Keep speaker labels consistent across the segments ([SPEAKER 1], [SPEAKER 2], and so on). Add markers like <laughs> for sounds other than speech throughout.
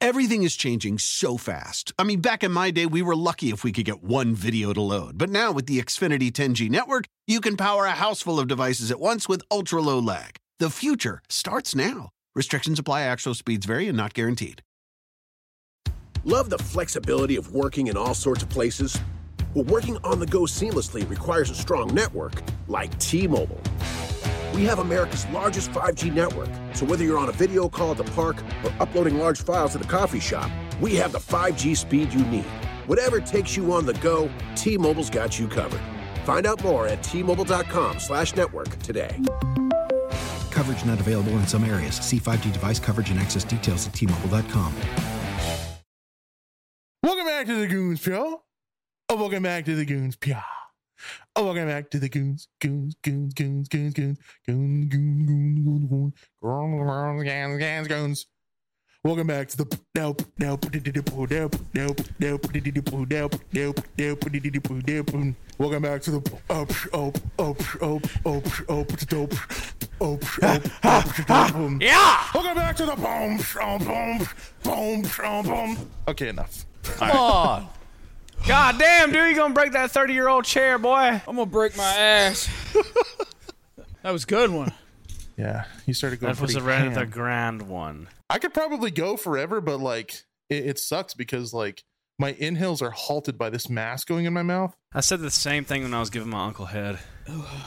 [SPEAKER 1] Everything is changing so fast. I mean, back in my day, we were lucky if we could get one video to load. But now with the Xfinity 10G network, you can power a house full of devices at once with ultra low lag. The future starts now. Restrictions apply, actual speeds vary and not guaranteed.
[SPEAKER 2] Love the flexibility of working in all sorts of places? Well, working on the go seamlessly requires a strong network like T Mobile. We have America's largest 5G network, so whether you're on a video call at the park or uploading large files at the coffee shop, we have the 5G speed you need. Whatever takes you on the go, T-Mobile's got you covered. Find out more at T-Mobile.com slash network today.
[SPEAKER 3] Coverage not available in some areas. See 5G device coverage and access details at T-Mobile.com.
[SPEAKER 4] Welcome back to the Goons Pure. Oh, welcome back to the Goons Pure. Oh, welcome back to the goons, goons, goons, goons, goons, goons, goons, goons, goons, goons, goons, goons, goons, goons, goons. Welcome back to the nope, nope, nope, nope, nope, nope, nope, nope, nope, nope. Welcome back to the up, up, up, up, up, up, dope, up, up, up, dope.
[SPEAKER 5] Yeah.
[SPEAKER 4] Welcome back to the um, boom, boom, boom, boom, boom. um, Okay, enough.
[SPEAKER 5] Come on. God Ah, damn, dude, you gonna break that 30 year old chair, boy.
[SPEAKER 6] I'm gonna break my ass. that was a good one.
[SPEAKER 4] Yeah, you started going.
[SPEAKER 5] That was a
[SPEAKER 4] pretty
[SPEAKER 5] rather
[SPEAKER 4] ham.
[SPEAKER 5] grand one.
[SPEAKER 4] I could probably go forever, but like it, it sucks because like my inhales are halted by this mask going in my mouth.
[SPEAKER 5] I said the same thing when I was giving my uncle head.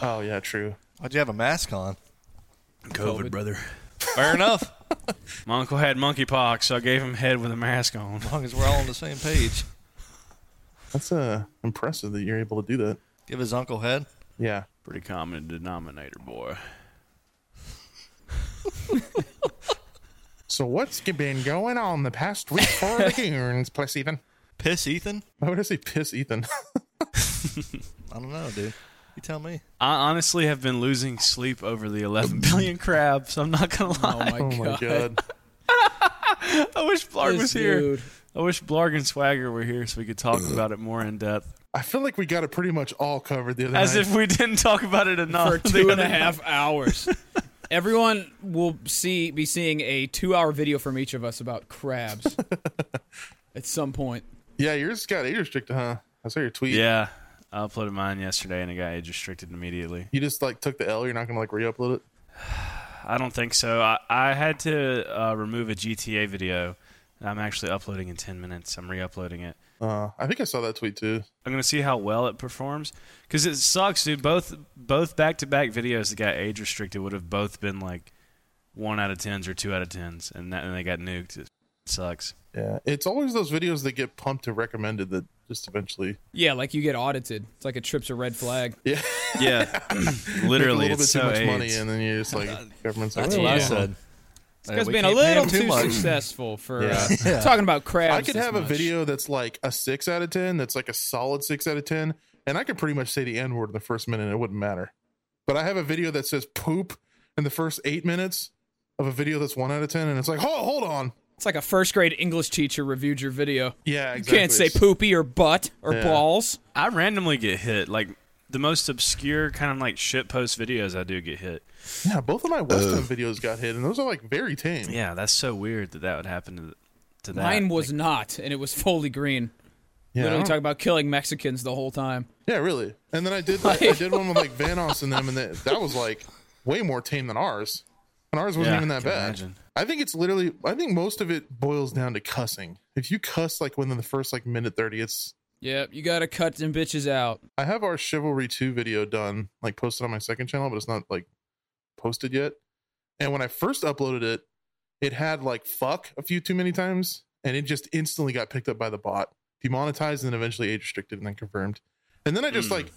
[SPEAKER 4] Oh yeah, true.
[SPEAKER 7] Why'd you have a mask on?
[SPEAKER 5] COVID, brother.
[SPEAKER 7] Fair enough. As
[SPEAKER 5] My uncle had monkeypox, so I gave him head with a mask on.
[SPEAKER 7] long <laughs> as we're all on the same page.
[SPEAKER 4] That's uh impressive that you're able to do that.
[SPEAKER 7] Give his uncle head.
[SPEAKER 4] Yeah.
[SPEAKER 5] Pretty common denominator, boy.
[SPEAKER 4] So what's been going on the past week for <laughs> the Goons, plus Ethan?
[SPEAKER 7] Piss Ethan?
[SPEAKER 4] Why would I say piss Ethan? <laughs>
[SPEAKER 7] I don't know, dude. You tell me.
[SPEAKER 5] I honestly have been losing sleep over the 11 billion crabs. I'm not gonna
[SPEAKER 6] Oh
[SPEAKER 5] lie.
[SPEAKER 6] my
[SPEAKER 4] oh my
[SPEAKER 6] god.
[SPEAKER 4] god.
[SPEAKER 5] <laughs> I wish Blarg
[SPEAKER 6] This
[SPEAKER 5] was here.
[SPEAKER 6] dude.
[SPEAKER 5] I wish Blarg and Swagger were here so we could talk about it more in depth.
[SPEAKER 4] I feel like we got it pretty much all covered the other
[SPEAKER 5] As
[SPEAKER 4] night.
[SPEAKER 5] if we didn't talk about it enough.
[SPEAKER 6] for
[SPEAKER 5] Uh, <laughs> the
[SPEAKER 6] two and
[SPEAKER 5] other
[SPEAKER 6] a half hours. Everyone will see be seeing a two-hour video from each of us about crabs at some point.
[SPEAKER 4] yeah, yours got age restricted, huh? I saw your tweet.
[SPEAKER 5] Yeah, I uploaded mine yesterday and it got age restricted immediately.
[SPEAKER 4] You just like took the L. You're not gonna like re-upload it.
[SPEAKER 5] I don't think so. I, I had to uh, remove a GTA video. I'm actually uploading in 10 minutes. I'm re uploading it.
[SPEAKER 4] Uh, I think I saw that tweet too.
[SPEAKER 5] I'm going to see how well it performs because it sucks, dude. Both both back to back videos that got age restricted would have both been like one out of tens or two out of tens, and, that, and they got nuked. It sucks.
[SPEAKER 4] Yeah, it's always those videos that get pumped to recommended that just eventually.
[SPEAKER 6] Yeah, like you get audited. It's like it trips a red flag.
[SPEAKER 4] Yeah,
[SPEAKER 5] <coughs> Yeah,
[SPEAKER 4] make
[SPEAKER 5] literally,
[SPEAKER 4] a little bit
[SPEAKER 5] it's
[SPEAKER 4] too
[SPEAKER 5] so
[SPEAKER 4] much
[SPEAKER 5] AIDS.
[SPEAKER 4] money, and then you just like government's like,
[SPEAKER 7] That's
[SPEAKER 4] "Oh,
[SPEAKER 7] what I
[SPEAKER 4] yeah."
[SPEAKER 7] said. This
[SPEAKER 6] It's been a little too, successful for uh,
[SPEAKER 7] Yeah.
[SPEAKER 6] talking about crabs.
[SPEAKER 4] I could
[SPEAKER 6] this
[SPEAKER 4] have a
[SPEAKER 6] much.
[SPEAKER 4] video that's like a six out of ten, that's like a solid six out of ten, and I could pretty much say the N word in the first minute, and it wouldn't matter. But I have a video that says poop in the first eight minutes of a video that's one out of ten, and it's like, oh, hold on,
[SPEAKER 6] It's like a first-grade English teacher reviewed your video.
[SPEAKER 4] yeah,
[SPEAKER 6] You
[SPEAKER 4] exactly.
[SPEAKER 6] can't say poopy or butt or
[SPEAKER 4] Yeah.
[SPEAKER 6] balls.
[SPEAKER 5] I randomly get hit. Like the most obscure kind of like shit post videos, I do get hit.
[SPEAKER 4] Yeah, both of my Western videos got hit, and those are like very tame.
[SPEAKER 5] Yeah, that's so weird that that would happen to, th- to that.
[SPEAKER 6] Mine was not, and it was fully green.
[SPEAKER 4] Yeah, I
[SPEAKER 6] Literally
[SPEAKER 4] don't-
[SPEAKER 6] talking about killing Mexicans the whole time.
[SPEAKER 4] Yeah, really. And then I did like, I did one with like Vanoss and them, and that, that was like way more tame than ours. And ours wasn't
[SPEAKER 5] Yeah,
[SPEAKER 4] even that
[SPEAKER 5] can
[SPEAKER 4] bad.
[SPEAKER 5] imagine.
[SPEAKER 4] I think it's literally. I think most of it boils down to cussing. If you cuss like within the first like minute thirty, it's.
[SPEAKER 6] Yep, you gotta cut them bitches out.
[SPEAKER 4] I have our Chivalry Two video done, like posted on my second channel, but it's not like posted yet. And when I first uploaded it, it had like fuck a few too many times, and it just instantly got picked up by the bot, demonetized, and then eventually age restricted, and then confirmed. And then I just like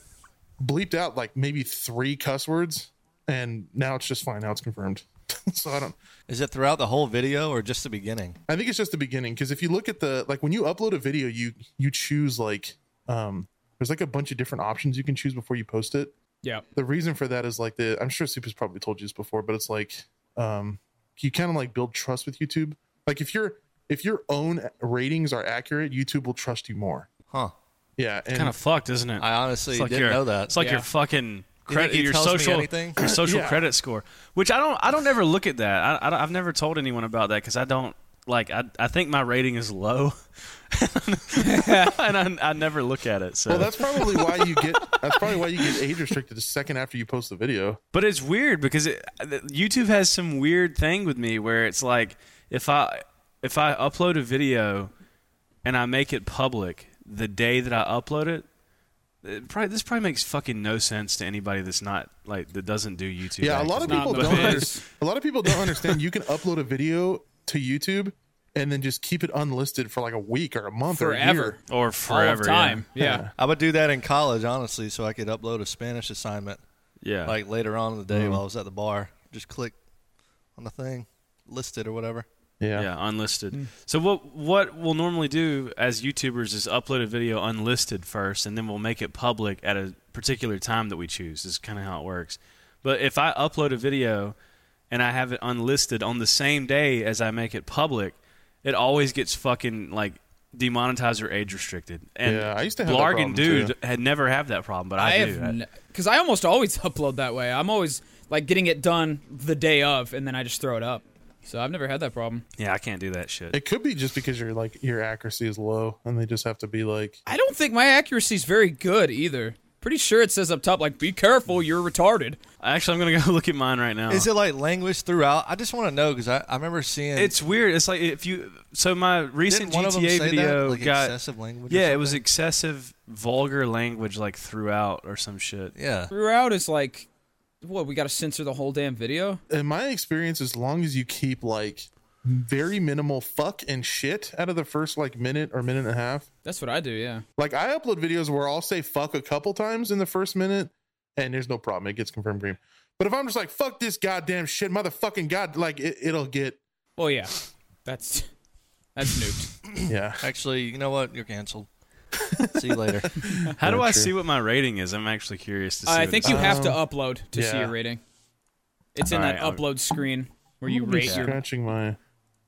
[SPEAKER 4] bleeped out like maybe three cuss words, and now it's just fine. Now it's confirmed. <laughs> so I don't.
[SPEAKER 7] Is it throughout the whole video or just the beginning?
[SPEAKER 4] I think it's just the beginning because if you look at the like when you upload a video, you you choose like um there's like a bunch of different options you can choose before you post it.
[SPEAKER 6] Yep.
[SPEAKER 4] The reason for that is like the I'm sure Soup has probably told you this before, but it's like um you kind of like build trust with YouTube. Like if your if your own ratings are accurate, YouTube will trust you more.
[SPEAKER 7] Huh.
[SPEAKER 4] Yeah, and
[SPEAKER 5] kind of fucked, isn't it?
[SPEAKER 7] I honestly
[SPEAKER 5] It's like
[SPEAKER 7] didn't
[SPEAKER 5] your-
[SPEAKER 7] know that.
[SPEAKER 5] It's like
[SPEAKER 6] Yeah.
[SPEAKER 5] your fucking
[SPEAKER 7] You think
[SPEAKER 5] credit,
[SPEAKER 7] he
[SPEAKER 5] your
[SPEAKER 7] tells me
[SPEAKER 5] social,
[SPEAKER 7] anything? <laughs>
[SPEAKER 5] your social
[SPEAKER 4] Yeah.
[SPEAKER 5] credit score. Which I don't, I don't ever look at that. I, I don't- I've never told anyone about that because I don't, like I I think my rating is low, <laughs> and I, <laughs> I never look at it. So,
[SPEAKER 4] Well, that's probably why you get that's probably why you get age restricted a second after you post the video.
[SPEAKER 5] but it's weird because it, uh, YouTube has some weird thing with me where it's like if I if I upload a video and I make it public the day that I upload it. It probably, this probably makes fucking no sense to anybody that's not like that doesn't do YouTube.
[SPEAKER 4] Yeah, a lot
[SPEAKER 5] actively.
[SPEAKER 4] of
[SPEAKER 6] not
[SPEAKER 4] people
[SPEAKER 6] the
[SPEAKER 4] don't. Under,
[SPEAKER 6] best.
[SPEAKER 4] a lot of people don't understand. You can upload a video to YouTube and then just keep it unlisted for like a week or a month or a
[SPEAKER 6] forever,
[SPEAKER 4] year.
[SPEAKER 5] or forever
[SPEAKER 6] all
[SPEAKER 5] <laughs>
[SPEAKER 6] of time. Yeah.
[SPEAKER 7] I would do that in college, honestly, so I could upload a Spanish assignment
[SPEAKER 5] Yeah, Mm-hmm. yeah.
[SPEAKER 7] like later on in the day while I was at the bar. Just click on the thing, list it or whatever.
[SPEAKER 4] Yeah.
[SPEAKER 5] yeah, unlisted. So what what we'll normally do as YouTubers is upload a video unlisted first, and then we'll make it public at a particular time that we choose. Is kind of how it works. But if I upload a video and I have it unlisted on the same day as I make it public, it always gets fucking like demonetized or age restricted. And
[SPEAKER 4] Yeah, I used to have that
[SPEAKER 5] Blarg
[SPEAKER 4] problem,
[SPEAKER 5] and dude
[SPEAKER 4] too.
[SPEAKER 5] had never have that problem, but I,
[SPEAKER 6] I
[SPEAKER 5] do.
[SPEAKER 6] have because I almost always <laughs> upload that way. I'm always like getting it done the day of, and then I just throw it up. So I've never had that problem.
[SPEAKER 5] yeah, I can't do that shit.
[SPEAKER 4] It could be just because your like your accuracy is low, and they just have to be like,
[SPEAKER 6] I don't think my accuracy is very good either. Pretty sure it says up top like "Be careful, you're retarded."
[SPEAKER 5] Actually, I'm gonna go <laughs> look at mine right now.
[SPEAKER 7] Is it like language throughout? I just want to know because I, I remember seeing
[SPEAKER 5] It's weird. It's like if you. So my recent
[SPEAKER 7] Didn't one of them
[SPEAKER 5] GTA
[SPEAKER 7] say that?
[SPEAKER 5] video
[SPEAKER 7] Like
[SPEAKER 5] got
[SPEAKER 7] excessive language or
[SPEAKER 5] Yeah, it was
[SPEAKER 7] something?
[SPEAKER 5] excessive vulgar language like throughout or some shit.
[SPEAKER 7] yeah.
[SPEAKER 6] Throughout is like, what? We got to censor the whole damn video.
[SPEAKER 4] in my experience, as long as you keep like very minimal fuck and shit out of the first like minute or minute and a half,
[SPEAKER 6] That's what I do. Yeah.
[SPEAKER 4] Like I upload videos where I'll say fuck a couple times in the first minute, and there's no problem. It gets confirmed green. But if I'm just like fuck this goddamn shit, motherfucking god, like it, it'll get
[SPEAKER 6] Well, yeah. That's <laughs> that's nuked.
[SPEAKER 4] yeah.
[SPEAKER 7] Actually, you know what? You're <laughs> canceled. See you later.
[SPEAKER 5] How do
[SPEAKER 4] Yeah,
[SPEAKER 5] I
[SPEAKER 4] true.
[SPEAKER 5] see what my rating is? I'm actually curious to see.
[SPEAKER 6] I
[SPEAKER 5] what
[SPEAKER 6] think
[SPEAKER 5] it
[SPEAKER 6] you
[SPEAKER 5] is.
[SPEAKER 6] have to upload to see
[SPEAKER 4] yeah.
[SPEAKER 6] your rating. It's in
[SPEAKER 5] Alright,
[SPEAKER 6] that
[SPEAKER 5] I'll-
[SPEAKER 6] upload screen where you rate your.
[SPEAKER 4] scratching my.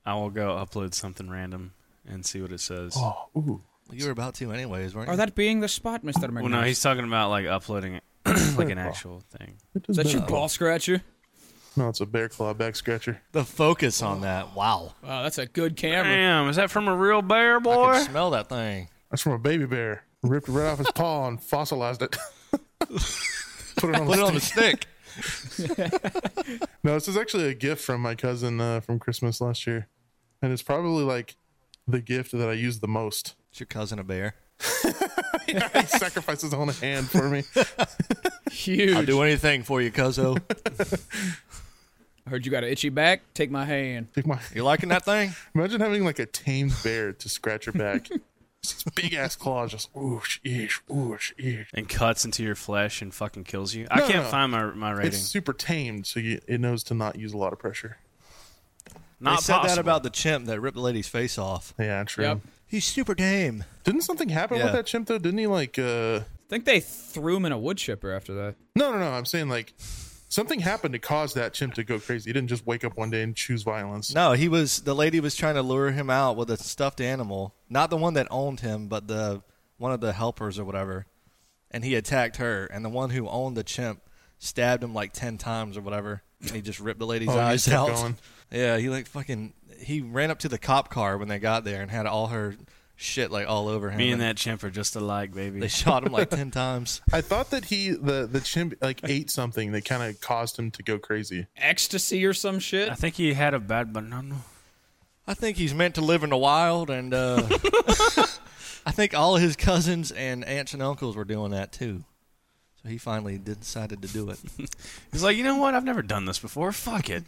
[SPEAKER 5] I will go upload something random and see what it says.
[SPEAKER 4] Oh, ooh.
[SPEAKER 7] you were about to, anyways, weren't you?
[SPEAKER 6] Or oh, that being the spot, Mister
[SPEAKER 5] well, no, he's talking about like
[SPEAKER 6] <coughs>
[SPEAKER 5] uploading like an actual thing.
[SPEAKER 4] It does
[SPEAKER 6] Is
[SPEAKER 5] <laughs>
[SPEAKER 6] that your
[SPEAKER 4] better.
[SPEAKER 6] ball scratcher?
[SPEAKER 4] No, it's a bear claw back scratcher.
[SPEAKER 7] the focus on that. Wow.
[SPEAKER 6] Wow, that's a good camera.
[SPEAKER 5] Damn, is that from a real bear
[SPEAKER 7] I
[SPEAKER 5] boy?
[SPEAKER 7] can smell that thing.
[SPEAKER 4] That's from a baby bear. Ripped it right off his paw and fossilized it. <laughs> Put it on.
[SPEAKER 7] Put
[SPEAKER 4] the
[SPEAKER 7] it on the stick.
[SPEAKER 4] No, this is actually a gift from my cousin uh, from Christmas last year, and it's probably like the gift that I use the most. <laughs>
[SPEAKER 7] It's your cousin a bear.
[SPEAKER 4] he sacrificed his own hand for me.
[SPEAKER 6] <laughs> Huge.
[SPEAKER 7] I'll do anything for you, cuzzo.
[SPEAKER 6] Heard you got an itchy back. Take my hand.
[SPEAKER 4] Take my
[SPEAKER 7] You liking that thing?
[SPEAKER 4] Imagine having like a tamed bear to scratch your back. It's These big ass claws just whoosh, ish, whoosh, ish.
[SPEAKER 5] And cuts into your flesh and fucking kills you. I
[SPEAKER 4] No,
[SPEAKER 5] can't
[SPEAKER 4] no.
[SPEAKER 5] find my my rating.
[SPEAKER 4] It's super tamed, so you, it knows to not use a lot of pressure.
[SPEAKER 5] Not
[SPEAKER 7] they said
[SPEAKER 5] possible.
[SPEAKER 7] that about the chimp that ripped the lady's face off.
[SPEAKER 4] Yeah, true.
[SPEAKER 6] Yep.
[SPEAKER 7] He's super tame.
[SPEAKER 4] Didn't something happen
[SPEAKER 7] Yeah.
[SPEAKER 4] with that chimp though? Didn't he like? uh
[SPEAKER 6] I think they threw him in a wood chipper after that.
[SPEAKER 4] No, no, no. I'm saying like something happened to cause that chimp to go crazy. He didn't just wake up one day and choose violence.
[SPEAKER 7] No, he was. The lady was trying to lure him out with a stuffed animal, not the one that owned him, but the one of the helpers or whatever. And he attacked her, and the one who owned the chimp stabbed him like ten times or whatever, and he just ripped the lady's
[SPEAKER 4] Oh, he
[SPEAKER 7] eyes
[SPEAKER 4] just kept
[SPEAKER 7] out.
[SPEAKER 4] going.
[SPEAKER 7] Yeah, he like fucking. He ran up to the cop car when they got there and had all her shit like all over him.
[SPEAKER 5] me
[SPEAKER 7] <laughs>
[SPEAKER 5] and
[SPEAKER 7] and
[SPEAKER 5] that chimp are just alike, baby.
[SPEAKER 7] they shot him like ten times.
[SPEAKER 4] I thought that he the the chimp
[SPEAKER 7] <laughs>
[SPEAKER 4] like ate something that kind of caused him to go crazy.
[SPEAKER 6] Ecstasy or some shit.
[SPEAKER 5] I think he had a bad banana.
[SPEAKER 7] I think he's meant to live in the wild, and <laughs> uh, I think all of his cousins and aunts and uncles were doing that too. So he finally did- decided to <laughs> do it.
[SPEAKER 5] He's like, you know what? I've never done this before. Fuck it.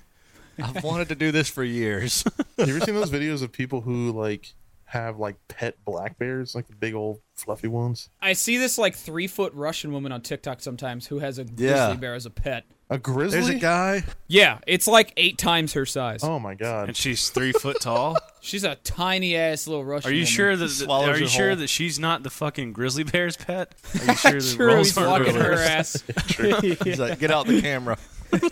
[SPEAKER 7] I've wanted to do this for years.
[SPEAKER 4] You ever seen those videos of people who like have like pet black bears, like the big old fluffy ones?
[SPEAKER 6] I see this like three foot Russian woman on TikTok sometimes who has a grizzly
[SPEAKER 7] Yeah.
[SPEAKER 6] bear as a pet.
[SPEAKER 4] A grizzly?
[SPEAKER 7] <laughs> There's a guy.
[SPEAKER 6] Yeah, it's like eight times her size.
[SPEAKER 4] Oh my god!
[SPEAKER 5] And she's three foot tall.
[SPEAKER 6] She's a tiny ass little Russian.
[SPEAKER 5] <laughs> Are you
[SPEAKER 6] woman.
[SPEAKER 5] sure that that-
[SPEAKER 7] Swallows
[SPEAKER 5] are you
[SPEAKER 7] it
[SPEAKER 5] sure
[SPEAKER 7] whole.
[SPEAKER 5] that she's not the fucking grizzly bear's pet? <laughs> Are you sure the
[SPEAKER 6] Sure,
[SPEAKER 5] roles
[SPEAKER 6] he's
[SPEAKER 5] are <laughs>
[SPEAKER 6] walking her
[SPEAKER 5] reversed?
[SPEAKER 6] ass. <laughs>
[SPEAKER 7] He's like, get out the <laughs> camera.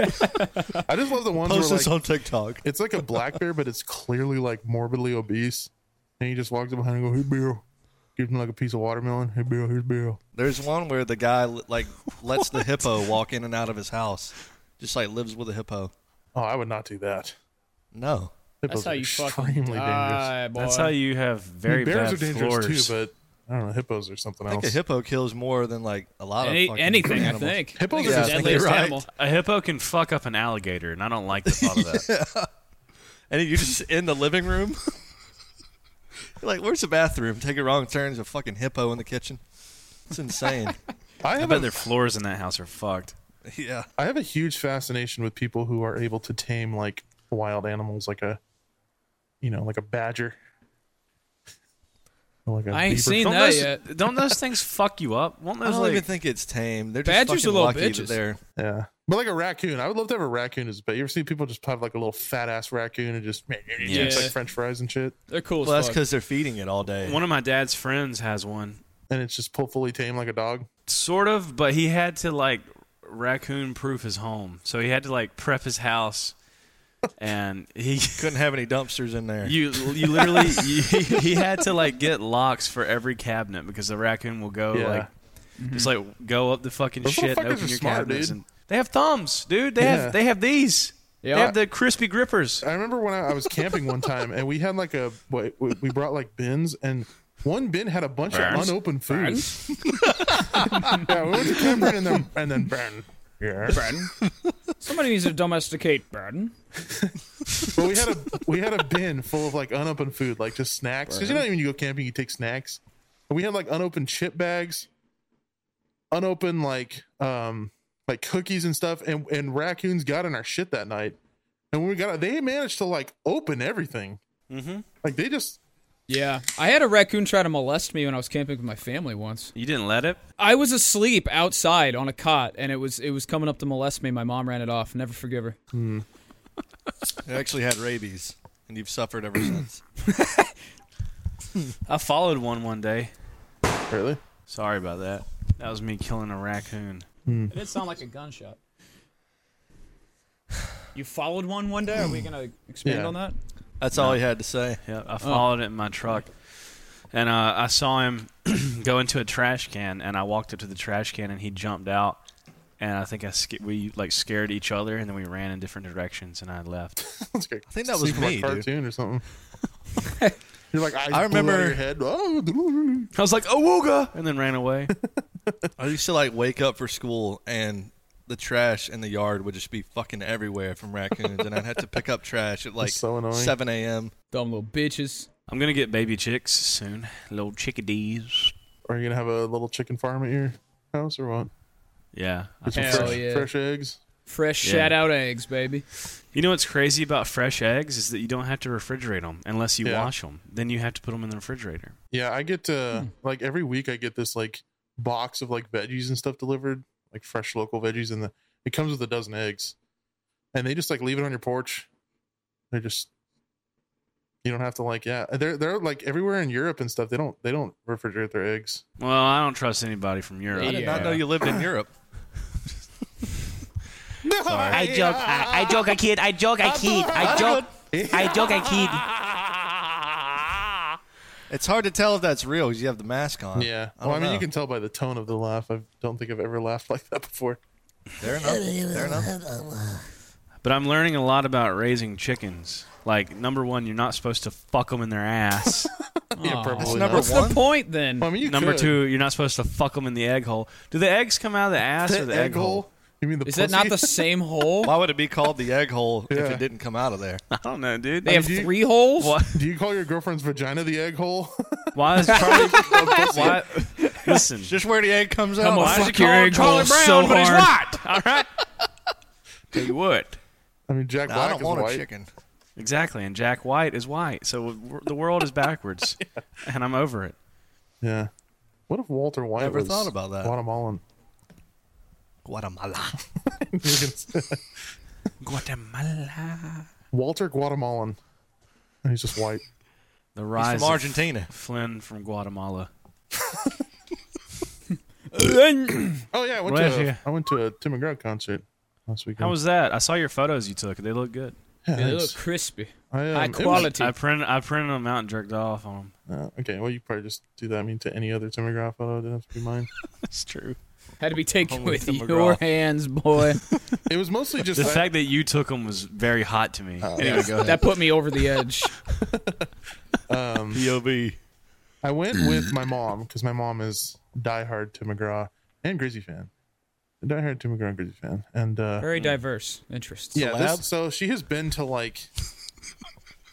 [SPEAKER 4] I just love the ones
[SPEAKER 7] Post
[SPEAKER 4] where
[SPEAKER 7] this
[SPEAKER 4] like
[SPEAKER 7] on TikTok.
[SPEAKER 4] it's like a black bear, but it's clearly like morbidly obese, and he just walks up behind and go, "Hey, Bill," gives him like a piece of watermelon. Hey, Bill, here's Bill.
[SPEAKER 7] There's one where the guy like lets <laughs> the hippo walk in and out of his house, just like lives with a hippo.
[SPEAKER 4] Oh, I would not do that.
[SPEAKER 7] No,
[SPEAKER 6] That's
[SPEAKER 4] Hippos
[SPEAKER 6] how
[SPEAKER 4] are
[SPEAKER 6] you fucking
[SPEAKER 4] extremely dangerous.
[SPEAKER 6] die, boy.
[SPEAKER 5] That's how you have very
[SPEAKER 4] I mean, bears
[SPEAKER 5] bad
[SPEAKER 4] are dangerous
[SPEAKER 5] floors.
[SPEAKER 4] too, but I don't know. Hippos are something
[SPEAKER 7] I think a
[SPEAKER 4] else.
[SPEAKER 7] hippo kills more than like a lot
[SPEAKER 6] Any,
[SPEAKER 7] of fucking
[SPEAKER 6] anything,
[SPEAKER 7] animals.
[SPEAKER 6] I think.
[SPEAKER 4] Hippos
[SPEAKER 6] I think
[SPEAKER 4] are-
[SPEAKER 6] it's the
[SPEAKER 7] Yeah, I think
[SPEAKER 6] deadliest
[SPEAKER 7] you're right.
[SPEAKER 6] animal.
[SPEAKER 5] a hippo can fuck up an alligator, and I don't like the thought of <laughs> that.
[SPEAKER 7] And you're just in the living room. <laughs> You're like, where's the bathroom? Take a wrong turn. There's a fucking hippo in the kitchen. It's insane.
[SPEAKER 4] I
[SPEAKER 5] I
[SPEAKER 4] have
[SPEAKER 5] bet
[SPEAKER 4] a,
[SPEAKER 5] their floors in that house are fucked.
[SPEAKER 7] yeah.
[SPEAKER 4] I have a huge fascination with people who are able to tame like wild animals, like a, you know, like a badger. Or Like a
[SPEAKER 6] I ain't
[SPEAKER 4] beaver.
[SPEAKER 6] seen
[SPEAKER 5] Don't
[SPEAKER 6] that
[SPEAKER 5] those,
[SPEAKER 6] yet.
[SPEAKER 5] don't those things fuck you up? Won't
[SPEAKER 7] I
[SPEAKER 5] those
[SPEAKER 7] don't
[SPEAKER 5] like
[SPEAKER 7] even think it's tame. They're just
[SPEAKER 6] Badgers are
[SPEAKER 7] fucking
[SPEAKER 6] little
[SPEAKER 7] lucky
[SPEAKER 6] bitches.
[SPEAKER 7] that they're
[SPEAKER 4] Yeah, but like a raccoon, I would love to have a raccoon as a pet. You ever see people just have like a little fat ass raccoon and just it's like French fries and shit,
[SPEAKER 6] They're cool
[SPEAKER 7] Well,
[SPEAKER 6] as
[SPEAKER 7] that's
[SPEAKER 6] fuck.
[SPEAKER 7] because they're feeding it all day.
[SPEAKER 5] one of my dad's friends has one,
[SPEAKER 4] and it's just pull fully tame like a dog.
[SPEAKER 5] sort of, but he had to like raccoon proof his home, so he had to like prep his house, and he <laughs>
[SPEAKER 7] Couldn't have any dumpsters in there.
[SPEAKER 5] You you literally you, he had to like get locks for every cabinet because the raccoon will go
[SPEAKER 4] Yeah. Mm-hmm.
[SPEAKER 5] like just like go up the fucking
[SPEAKER 4] Those
[SPEAKER 5] shit and
[SPEAKER 4] motherfuckers
[SPEAKER 5] open
[SPEAKER 4] are
[SPEAKER 5] your
[SPEAKER 4] smart,
[SPEAKER 5] cabinets.
[SPEAKER 4] dude.
[SPEAKER 5] And they have thumbs, dude. They
[SPEAKER 4] Yeah. Uh.
[SPEAKER 5] have they have these.
[SPEAKER 6] Yeah.
[SPEAKER 5] They have the crispy grippers.
[SPEAKER 4] I remember when I, I was camping one time and we had like a we we brought like bins and one bin had a bunch
[SPEAKER 5] Burns.
[SPEAKER 4] of unopened food. <laughs> yeah, we went to Cameron and then and then burn. Yeah,
[SPEAKER 6] Somebody needs to domesticate Braden.
[SPEAKER 4] but we had a we had a bin full of like unopened food, like just snacks. Because you know when you go camping, you take snacks. And we had like unopened chip bags, unopened like um like cookies and stuff. And and raccoons got in our shit that night. And when we got out, they managed to like open everything. Mm-hmm. Like they just
[SPEAKER 6] Yeah. I had a raccoon try to molest me when I was camping with my family once.
[SPEAKER 5] You didn't let it.
[SPEAKER 6] I was asleep outside on a cot and it was it was coming up to molest me. My mom ran it off. Never forgive her.
[SPEAKER 7] They actually had rabies, and you've suffered ever since.
[SPEAKER 5] I followed one one day.
[SPEAKER 4] really.
[SPEAKER 5] Sorry about that. That was me killing a raccoon.
[SPEAKER 6] It did sound like a gunshot. <sighs> You followed one one day? Are we going to expand
[SPEAKER 4] Yeah.
[SPEAKER 6] on that?
[SPEAKER 7] That's all he had to say.
[SPEAKER 5] Yeah,
[SPEAKER 4] Oh.
[SPEAKER 5] I followed it in my truck, and uh, I saw him <clears throat> go into a trash can, and I walked up to the trash can, and he jumped out, and I think I sca- we like scared each other, and then we ran in different directions, and I left.
[SPEAKER 4] That's good.
[SPEAKER 7] I think that was
[SPEAKER 4] Seemed like
[SPEAKER 7] me,
[SPEAKER 4] a
[SPEAKER 7] dude.
[SPEAKER 4] cartoon or
[SPEAKER 7] <laughs>
[SPEAKER 4] something. You're like eyes
[SPEAKER 7] I
[SPEAKER 4] I remember
[SPEAKER 7] remember-
[SPEAKER 4] your head. Oh,
[SPEAKER 5] I was like, "Awooga!" and then
[SPEAKER 4] <laughs>
[SPEAKER 5] ran away.
[SPEAKER 7] I used to like wake up for school, and the trash in the yard would just be fucking everywhere from raccoons, and I'd have to pick up trash at like
[SPEAKER 4] so annoying.
[SPEAKER 7] seven a.m.
[SPEAKER 6] Dumb little bitches.
[SPEAKER 5] I'm gonna get baby chicks soon, little chickadees.
[SPEAKER 4] are you gonna have a little chicken farm at your house or what?
[SPEAKER 5] Yeah, I
[SPEAKER 4] With some
[SPEAKER 5] think so.
[SPEAKER 6] Hell
[SPEAKER 4] fresh,
[SPEAKER 6] yeah.
[SPEAKER 4] fresh eggs.
[SPEAKER 6] Fresh
[SPEAKER 5] Yeah.
[SPEAKER 6] shat out eggs, baby.
[SPEAKER 5] You know what's crazy about fresh eggs is that you don't have to refrigerate them unless you
[SPEAKER 4] Yeah.
[SPEAKER 5] wash them. Then you have to put them in the refrigerator.
[SPEAKER 4] Yeah, I get uh
[SPEAKER 7] Hmm.
[SPEAKER 4] like every week I get this like box of like veggies and stuff delivered, like fresh local veggies, and the it comes with a dozen eggs, and they just like leave it on your porch. They just you don't have to like yeah they're they're like everywhere in Europe and stuff they don't they don't refrigerate their eggs.
[SPEAKER 5] Well, I don't trust anybody from Europe.
[SPEAKER 7] I
[SPEAKER 4] <laughs>
[SPEAKER 7] did not
[SPEAKER 6] Yeah.
[SPEAKER 7] know you lived in <laughs> Europe.
[SPEAKER 8] I joke. I, I joke. I kid. I joke. I kid. I joke. I joke. I kid.
[SPEAKER 7] <laughs> It's hard to tell if that's real because you have the mask on.
[SPEAKER 4] Yeah,
[SPEAKER 7] I
[SPEAKER 4] well I
[SPEAKER 7] don't
[SPEAKER 4] mean you
[SPEAKER 7] know.
[SPEAKER 4] can tell by the tone of the laugh. I don't think I've ever laughed <laughs> like that before.
[SPEAKER 7] Fair enough. Fair enough.
[SPEAKER 5] But I'm learning a lot about raising chickens. Like number one, you're not supposed to fuck them in their ass.
[SPEAKER 4] yeah,
[SPEAKER 7] That's
[SPEAKER 4] probably
[SPEAKER 7] number
[SPEAKER 4] not.
[SPEAKER 6] What's
[SPEAKER 7] one.
[SPEAKER 4] <laughs>
[SPEAKER 6] the point then?
[SPEAKER 4] Well, I mean, you
[SPEAKER 5] number
[SPEAKER 4] could.
[SPEAKER 5] two, you're not supposed to fuck them in the egg hole. Do the eggs come out of the ass
[SPEAKER 4] the
[SPEAKER 5] or the
[SPEAKER 4] egg hole. You mean the
[SPEAKER 6] Is that not the
[SPEAKER 4] pussy?
[SPEAKER 6] same
[SPEAKER 7] <laughs>
[SPEAKER 6] hole?
[SPEAKER 7] Why would it be called the egg hole if
[SPEAKER 4] Yeah.
[SPEAKER 7] it didn't come out of there?
[SPEAKER 5] <laughs> I don't know, dude.
[SPEAKER 6] They have
[SPEAKER 4] you-
[SPEAKER 6] three holes?
[SPEAKER 5] Why-
[SPEAKER 4] <laughs> Do you call your girlfriend's vagina the egg hole? <laughs>
[SPEAKER 5] Why is Charlie? why, listen,
[SPEAKER 7] <laughs> Just where the egg comes out.
[SPEAKER 6] I'm
[SPEAKER 5] why
[SPEAKER 6] a
[SPEAKER 5] is
[SPEAKER 6] fuck
[SPEAKER 5] it
[SPEAKER 6] your
[SPEAKER 5] called
[SPEAKER 6] egg hole
[SPEAKER 5] Charlie Brown,
[SPEAKER 6] so
[SPEAKER 5] but he's
[SPEAKER 6] hard.
[SPEAKER 5] white? All right. Tell you what,
[SPEAKER 4] I mean, Jack
[SPEAKER 7] No, I
[SPEAKER 4] Black
[SPEAKER 7] don't
[SPEAKER 4] is
[SPEAKER 7] want
[SPEAKER 4] white.
[SPEAKER 7] a chicken.
[SPEAKER 5] exactly. And Jack White is white, so w- the world is backwards, and I'm over it.
[SPEAKER 4] Yeah. What if Walter White
[SPEAKER 7] Never
[SPEAKER 4] was
[SPEAKER 7] thought about that.
[SPEAKER 4] Guatemalan?
[SPEAKER 7] Guatemala.
[SPEAKER 5] Guatemala.
[SPEAKER 4] Walter Guatemalan. And he's just white.
[SPEAKER 5] The
[SPEAKER 7] He's
[SPEAKER 5] rise
[SPEAKER 7] from Argentina.
[SPEAKER 5] of Flynn from Guatemala.
[SPEAKER 4] Oh yeah, I went
[SPEAKER 5] Where's
[SPEAKER 4] to a,
[SPEAKER 5] he?
[SPEAKER 4] I went to a Tim McGraw concert last weekend.
[SPEAKER 5] How was that? I saw your photos you took. They look good.
[SPEAKER 4] yeah,
[SPEAKER 6] They look
[SPEAKER 4] it's-
[SPEAKER 6] crispy.
[SPEAKER 4] I, um,
[SPEAKER 6] High
[SPEAKER 4] it was-
[SPEAKER 6] quality.
[SPEAKER 5] I printed I printed them out and jerked off on them.
[SPEAKER 4] uh, okay, well you probably just do that. I mean, to any other Tim McGraw photo, it doesn't have to be mine.
[SPEAKER 5] That's true.
[SPEAKER 6] Had to be taken
[SPEAKER 7] Holy
[SPEAKER 6] with
[SPEAKER 7] Tim
[SPEAKER 6] your
[SPEAKER 7] McGraw.
[SPEAKER 6] hands, boy.
[SPEAKER 4] It was mostly just
[SPEAKER 5] The
[SPEAKER 4] that-
[SPEAKER 5] fact that you took them was very hot to me. anyway, go ahead.
[SPEAKER 6] that put me over the edge.
[SPEAKER 7] POV.
[SPEAKER 4] I went with my mom because my mom is diehard Tim McGraw and Grizzly fan. Diehard Tim McGraw and Grizzly fan. And uh,
[SPEAKER 6] Very diverse interests.
[SPEAKER 4] yeah, this- so she has been to like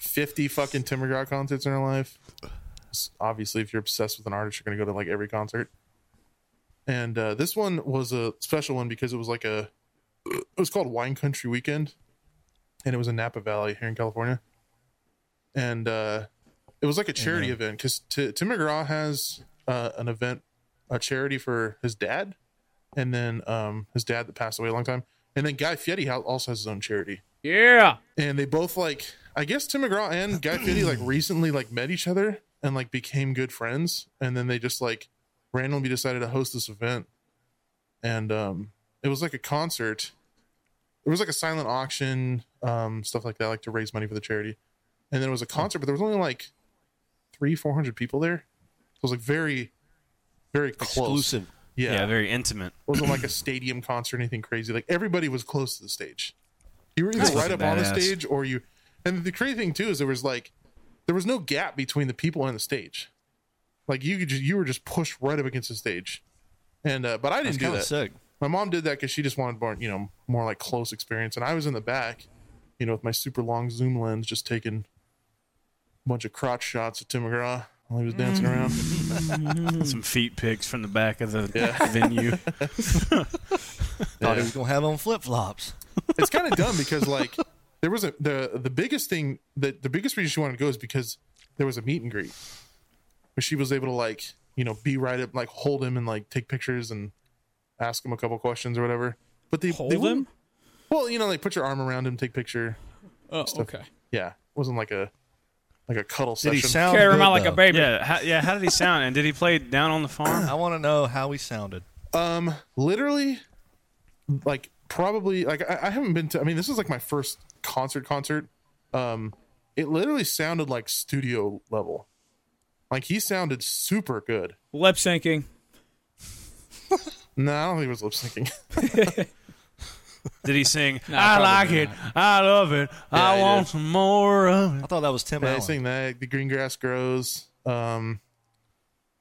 [SPEAKER 4] 50 fucking Tim McGraw concerts in her life. S- Obviously, if you're obsessed with an artist, you're going to go to like every concert. And uh, this one was a special one because it was like a, it was called Wine Country Weekend. And it was in Napa Valley here in California. And uh, it was like a charity event because Tim McGraw has uh, an event, a charity for his dad and then um, his dad that passed away a long time. And then Guy Fieri ha- also has his own charity.
[SPEAKER 6] Yeah.
[SPEAKER 4] And they both like, I guess Tim McGraw and Guy Fieri like recently like met each other and like became good friends. And then they just like randomly decided to host this event. And um, it was like a concert. It was like a silent auction, um, stuff like that, like to raise money for the charity. And then it was a concert, but there was only like three, four hundred people there. So it was like very, very close.
[SPEAKER 7] Exclusive.
[SPEAKER 5] yeah. very intimate.
[SPEAKER 4] It wasn't like a stadium concert or anything crazy. Like everybody was close to the stage. You were either
[SPEAKER 5] That's
[SPEAKER 4] right up
[SPEAKER 5] fucking
[SPEAKER 4] on the
[SPEAKER 5] badass.
[SPEAKER 4] stage or you. And the crazy thing too is there was like there was no gap between the people and the stage. Like you could just, you were just pushed right up against the stage. And uh, but I didn't
[SPEAKER 7] That's
[SPEAKER 4] do
[SPEAKER 7] kind
[SPEAKER 4] that.
[SPEAKER 7] of sick.
[SPEAKER 4] My mom did that because she just wanted more, you know, more like close experience. And I was in the back, you know, with my super long zoom lens, just taking a bunch of crotch shots at Tim McGraw while he was
[SPEAKER 7] Mm.
[SPEAKER 4] dancing around.
[SPEAKER 5] Some feet pics from the back of the <laughs> venue.
[SPEAKER 7] Thought he was gonna have on flip flops.
[SPEAKER 4] it's kind of dumb because like there was a the the biggest thing that the biggest reason she wanted to go is because there was a meet and greet where she was able to like you know be right up like hold him and like take pictures and ask him a couple questions or whatever but they
[SPEAKER 6] Hold
[SPEAKER 4] they
[SPEAKER 6] him?
[SPEAKER 4] wouldn't- well you know like put your arm around him take picture
[SPEAKER 6] Oh, okay.
[SPEAKER 4] yeah it wasn't like a like a cuddle
[SPEAKER 7] Did
[SPEAKER 4] session
[SPEAKER 7] he sound
[SPEAKER 6] Carry
[SPEAKER 7] good,
[SPEAKER 6] him out like a
[SPEAKER 7] though?
[SPEAKER 6] baby.
[SPEAKER 5] yeah, how, yeah. How did he sound? And did he play down on the farm?
[SPEAKER 7] I want to know how he sounded.
[SPEAKER 4] um literally like probably like I, I haven't been to i mean this is like my first concert concert um it literally sounded like studio level like he sounded super good
[SPEAKER 6] Lip syncing.
[SPEAKER 4] no i don't think it was lip syncing <laughs>
[SPEAKER 5] Did he sing? I
[SPEAKER 6] probably
[SPEAKER 5] like it. I love it. I
[SPEAKER 4] he
[SPEAKER 5] want
[SPEAKER 4] did.
[SPEAKER 5] some more of
[SPEAKER 7] I
[SPEAKER 5] it.
[SPEAKER 7] thought that was Tim
[SPEAKER 4] i
[SPEAKER 7] Allen.
[SPEAKER 4] sang that the green grass grows um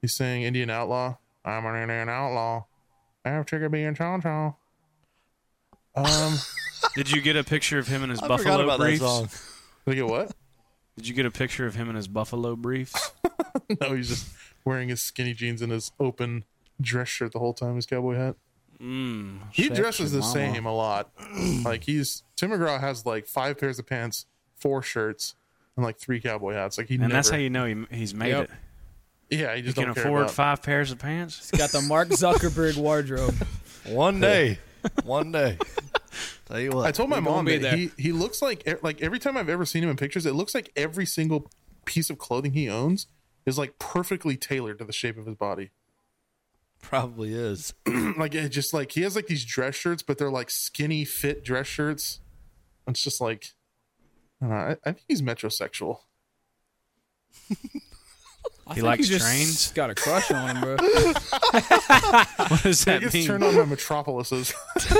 [SPEAKER 4] he sang indian outlaw i'm an indian outlaw i have trigger being chon chon um
[SPEAKER 5] Did you get a picture of him in his
[SPEAKER 7] I forgot
[SPEAKER 5] buffalo
[SPEAKER 7] about
[SPEAKER 5] briefs?
[SPEAKER 7] that song.
[SPEAKER 4] look at what
[SPEAKER 5] Did you get a picture of him in his buffalo briefs?
[SPEAKER 4] <laughs> no he's just wearing his skinny jeans and his open dress shirt the whole time his cowboy hat
[SPEAKER 5] Mm,
[SPEAKER 4] he
[SPEAKER 5] sexy
[SPEAKER 4] dresses the
[SPEAKER 5] mama.
[SPEAKER 4] same a lot. Like he's Tim McGraw has like five pairs of pants, four shirts, and like three cowboy hats. Like he
[SPEAKER 5] And
[SPEAKER 4] never,
[SPEAKER 5] that's how you know he, he's made
[SPEAKER 6] Yep.
[SPEAKER 5] it.
[SPEAKER 4] yeah he
[SPEAKER 5] He
[SPEAKER 4] just
[SPEAKER 5] can
[SPEAKER 4] don't care
[SPEAKER 5] afford
[SPEAKER 4] about-
[SPEAKER 5] five pairs of pants.
[SPEAKER 6] Got the Mark Zuckerberg wardrobe.
[SPEAKER 7] One <laughs> day, one day. Tell you what,
[SPEAKER 4] I told my
[SPEAKER 6] gonna
[SPEAKER 4] mom
[SPEAKER 6] be
[SPEAKER 4] that
[SPEAKER 6] there.
[SPEAKER 4] he he looks like e, like every time I've ever seen him in pictures, it looks like every single piece of clothing he owns is like perfectly tailored to the shape of his body.
[SPEAKER 7] probably is.
[SPEAKER 4] like it just like he has like these dress shirts, but they're like skinny fit dress shirts. It's just like I, don't know, I, I think he's metrosexual.
[SPEAKER 6] I
[SPEAKER 5] He
[SPEAKER 6] think
[SPEAKER 5] likes
[SPEAKER 6] you just
[SPEAKER 5] trains?
[SPEAKER 6] Got a crush on him, bro.
[SPEAKER 5] What <laughs> does
[SPEAKER 4] I
[SPEAKER 5] that
[SPEAKER 4] guess
[SPEAKER 5] mean?
[SPEAKER 4] turn on my metropolises. <laughs>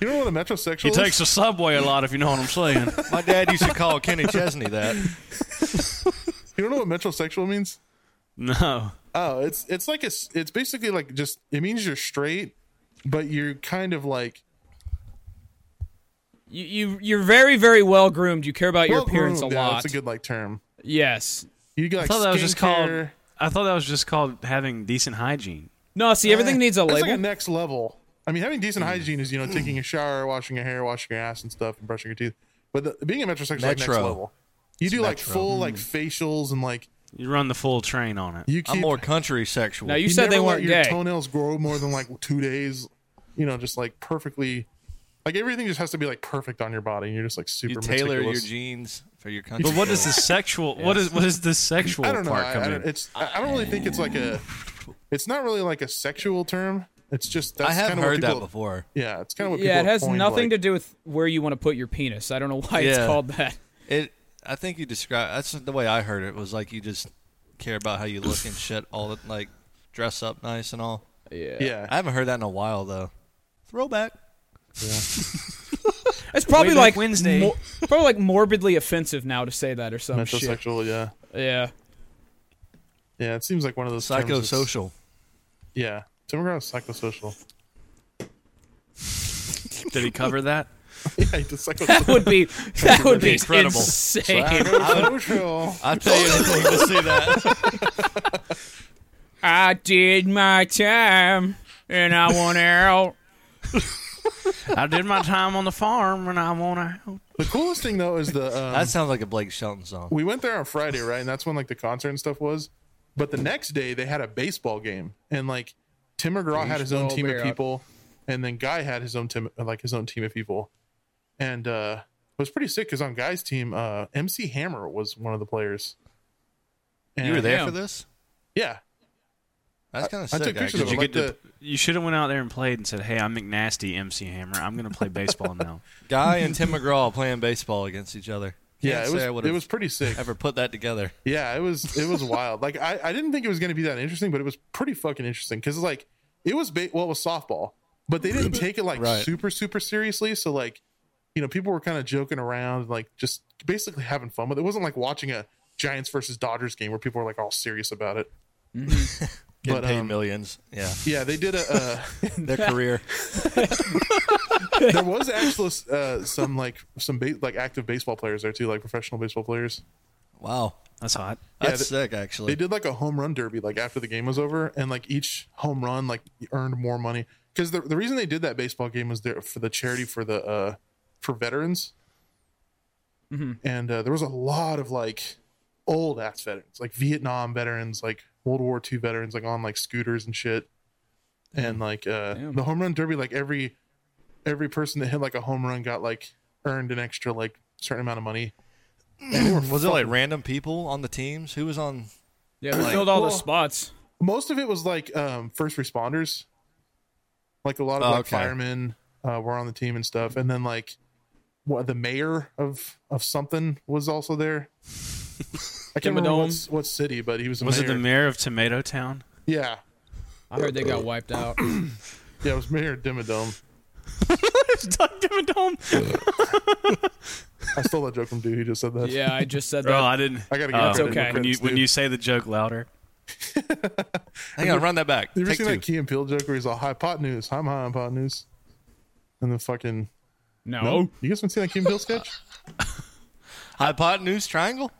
[SPEAKER 4] you know what a metrosexual
[SPEAKER 5] He
[SPEAKER 4] is?
[SPEAKER 5] takes the subway a lot, if you know what I'm saying.
[SPEAKER 7] My dad used to call Kenny Chesney that.
[SPEAKER 4] you don't know what metrosexual means?
[SPEAKER 5] <laughs> No.
[SPEAKER 4] Oh, it's it's like it's it's basically like just it means you're straight, but you're kind of like
[SPEAKER 6] You, you you're very very well groomed. You care about your appearance
[SPEAKER 4] well-groomed.
[SPEAKER 6] a
[SPEAKER 4] mm, Yeah,
[SPEAKER 6] lot.
[SPEAKER 4] That's a good like term.
[SPEAKER 6] yes.
[SPEAKER 4] You got like
[SPEAKER 5] I thought that was just called.
[SPEAKER 4] skincare.
[SPEAKER 5] I thought that was just called having decent hygiene.
[SPEAKER 6] No, see, everything needs a
[SPEAKER 4] That's
[SPEAKER 6] label.
[SPEAKER 4] Eh, like a next level. I mean, having
[SPEAKER 7] Hmm.
[SPEAKER 4] decent hygiene is you know taking a shower, washing your hair, washing your ass and stuff, and brushing your teeth. But the, being a metrosexual is like next
[SPEAKER 7] Metro.
[SPEAKER 4] level. You do like
[SPEAKER 7] metro. Hmm.
[SPEAKER 4] full like facials and like
[SPEAKER 5] You run the full train
[SPEAKER 4] <laughs>
[SPEAKER 5] on it.
[SPEAKER 4] you keep
[SPEAKER 7] I'm more country sexual.
[SPEAKER 6] now you, said
[SPEAKER 4] never
[SPEAKER 6] they
[SPEAKER 4] let
[SPEAKER 6] weren't
[SPEAKER 4] your
[SPEAKER 6] gay.
[SPEAKER 4] toenails grow more than like two days. You know, just like perfectly, like everything just has to be like perfect on your body, and you're just like super.
[SPEAKER 7] You tailor your
[SPEAKER 4] meticulous.
[SPEAKER 7] jeans for your country.
[SPEAKER 5] But what is the
[SPEAKER 7] girl.
[SPEAKER 5] sexual? What is what is the sexual
[SPEAKER 4] I don't know.
[SPEAKER 5] part
[SPEAKER 4] I, I
[SPEAKER 5] coming?
[SPEAKER 4] don't, it's I I don't really think it's like a. It's not really like a sexual term. It's just that's
[SPEAKER 7] I have
[SPEAKER 4] kind of
[SPEAKER 7] heard
[SPEAKER 4] what
[SPEAKER 7] that
[SPEAKER 4] people,
[SPEAKER 7] before.
[SPEAKER 4] Yeah, it's kind of what people
[SPEAKER 6] yeah, it
[SPEAKER 4] have
[SPEAKER 6] has
[SPEAKER 4] coined,
[SPEAKER 6] nothing
[SPEAKER 4] like,
[SPEAKER 6] to do with where you want to put your penis. I don't know why it's
[SPEAKER 7] Yeah.
[SPEAKER 6] called that.
[SPEAKER 7] It. I think you describe. That's the way I <laughs> heard it. Was like you just care about how you look and shit. All that like dress up nice and all.
[SPEAKER 6] Yeah.
[SPEAKER 4] Yeah.
[SPEAKER 7] I haven't heard that in a while though. Throwback.
[SPEAKER 6] It's probably
[SPEAKER 5] Way back
[SPEAKER 6] like
[SPEAKER 5] Wednesday.
[SPEAKER 6] mo- probably like morbidly offensive now to say that or some
[SPEAKER 7] Oh,
[SPEAKER 4] Mental
[SPEAKER 6] shit.
[SPEAKER 4] sexual, yeah.
[SPEAKER 6] Yeah.
[SPEAKER 4] Yeah, it seems like one of those terms that's-
[SPEAKER 7] Psychosocial.
[SPEAKER 4] Yeah. Tim McGraw's psychosocial. <laughs>
[SPEAKER 5] Did he
[SPEAKER 4] <laughs>
[SPEAKER 5] cover that?
[SPEAKER 4] Yeah, he did
[SPEAKER 6] That
[SPEAKER 4] <laughs>
[SPEAKER 6] would be that would be
[SPEAKER 5] incredible.
[SPEAKER 6] insane.
[SPEAKER 4] psychosocial.
[SPEAKER 7] I tell you anything to see that.
[SPEAKER 6] I did my time and I want out.
[SPEAKER 5] <laughs> I did my time on the farm and I want out.
[SPEAKER 4] the coolest thing though is
[SPEAKER 7] <laughs>
[SPEAKER 4] the um,
[SPEAKER 7] That sounds like a Blake Shelton song.
[SPEAKER 4] we went there on Friday, right? And that's when like the concert and stuff was. But the next day they had a baseball game, and like Tim McGraw had his own
[SPEAKER 6] ball
[SPEAKER 4] team of
[SPEAKER 6] bear.
[SPEAKER 4] people, and then Guy had his own team, like his own team of people, and uh, it was pretty sick because on Guy's team, uh, MC Hammer was one of the players. And
[SPEAKER 7] You were there
[SPEAKER 6] Damn.
[SPEAKER 7] for this?
[SPEAKER 4] Yeah,
[SPEAKER 7] That's kind of
[SPEAKER 4] I
[SPEAKER 7] sick.
[SPEAKER 4] took pictures
[SPEAKER 7] actually.
[SPEAKER 4] of
[SPEAKER 5] Did you
[SPEAKER 4] him. Like
[SPEAKER 5] get
[SPEAKER 4] the,
[SPEAKER 5] to? You should have went out there and played and said, "Hey, I'm McNasty, MC Hammer. I'm going to play
[SPEAKER 4] <laughs>
[SPEAKER 5] baseball now."
[SPEAKER 7] Guy and Tim McGraw playing baseball against each other.
[SPEAKER 4] yeah,
[SPEAKER 7] Can't
[SPEAKER 4] it
[SPEAKER 7] say I
[SPEAKER 4] was
[SPEAKER 7] would
[SPEAKER 4] it
[SPEAKER 7] have
[SPEAKER 4] was pretty sick.
[SPEAKER 7] ever put that together.
[SPEAKER 4] Yeah, it was it was wild. Like I, I didn't think it was going to be that interesting, but it was pretty fucking interesting because like it was ba- well it was softball, but they didn't take it like
[SPEAKER 7] Right.
[SPEAKER 4] super super seriously. So like you know people were kind of joking around, like just basically having fun with it. It wasn't like watching a Giants versus Dodgers game where people were like all serious about it.
[SPEAKER 7] Getting
[SPEAKER 4] <laughs> But,
[SPEAKER 7] paid
[SPEAKER 4] um,
[SPEAKER 7] millions.
[SPEAKER 4] <laughs>
[SPEAKER 7] Yeah,
[SPEAKER 4] Yeah, they did a. Uh,
[SPEAKER 7] <laughs> their career.
[SPEAKER 4] there was actually uh, some like some ba- like active baseball players there too, like professional baseball players.
[SPEAKER 7] Wow,
[SPEAKER 5] That's hot.
[SPEAKER 7] that's
[SPEAKER 4] they-
[SPEAKER 7] sick. Actually,
[SPEAKER 4] They did like a home run derby, like after the game was over, and like each home run like earned more money because the the reason they did that baseball game was there for the charity for the uh for veterans,
[SPEAKER 7] Mm-hmm.
[SPEAKER 4] and uh, there was a lot of like old ass veterans, like Vietnam veterans, like World War II veterans, like on like scooters and shit, and like uh the home run derby, like every every person that hit like a home run got like earned an extra like certain amount of money.
[SPEAKER 7] <clears throat> was it like random people on the teams? Who was on?
[SPEAKER 6] Yeah, we filled all the
[SPEAKER 4] Well-
[SPEAKER 6] spots.
[SPEAKER 4] most of it was like um first responders like a lot of
[SPEAKER 7] Oh,
[SPEAKER 4] like
[SPEAKER 7] okay.
[SPEAKER 4] firemen uh were on the team and stuff and then like what the mayor of of something was also there i can't remember
[SPEAKER 6] Dimmadome.
[SPEAKER 4] what's, what city but he was, the
[SPEAKER 5] Was
[SPEAKER 4] mayor.
[SPEAKER 5] it the mayor of Tomato Town?
[SPEAKER 4] yeah
[SPEAKER 6] I heard they got wiped out.
[SPEAKER 4] yeah it was mayor dimmadome
[SPEAKER 5] Doug Dimmadome.
[SPEAKER 4] i stole that joke from dude he just said that
[SPEAKER 6] Yeah, I just said
[SPEAKER 5] Bro,
[SPEAKER 6] that.
[SPEAKER 5] I didn't. uh,
[SPEAKER 4] I gotta get
[SPEAKER 6] credit where
[SPEAKER 5] When you
[SPEAKER 4] credit's
[SPEAKER 5] when
[SPEAKER 4] due.
[SPEAKER 5] you say the joke louder,
[SPEAKER 7] Hang on, run that back.
[SPEAKER 4] you ever
[SPEAKER 7] Take
[SPEAKER 4] seen
[SPEAKER 7] two.
[SPEAKER 4] that key and peel joke where he's all high pot news i'm high on pot news and the fucking
[SPEAKER 6] No.
[SPEAKER 4] you guys haven't seen that key and peel sketch
[SPEAKER 7] Hypotenuse triangle.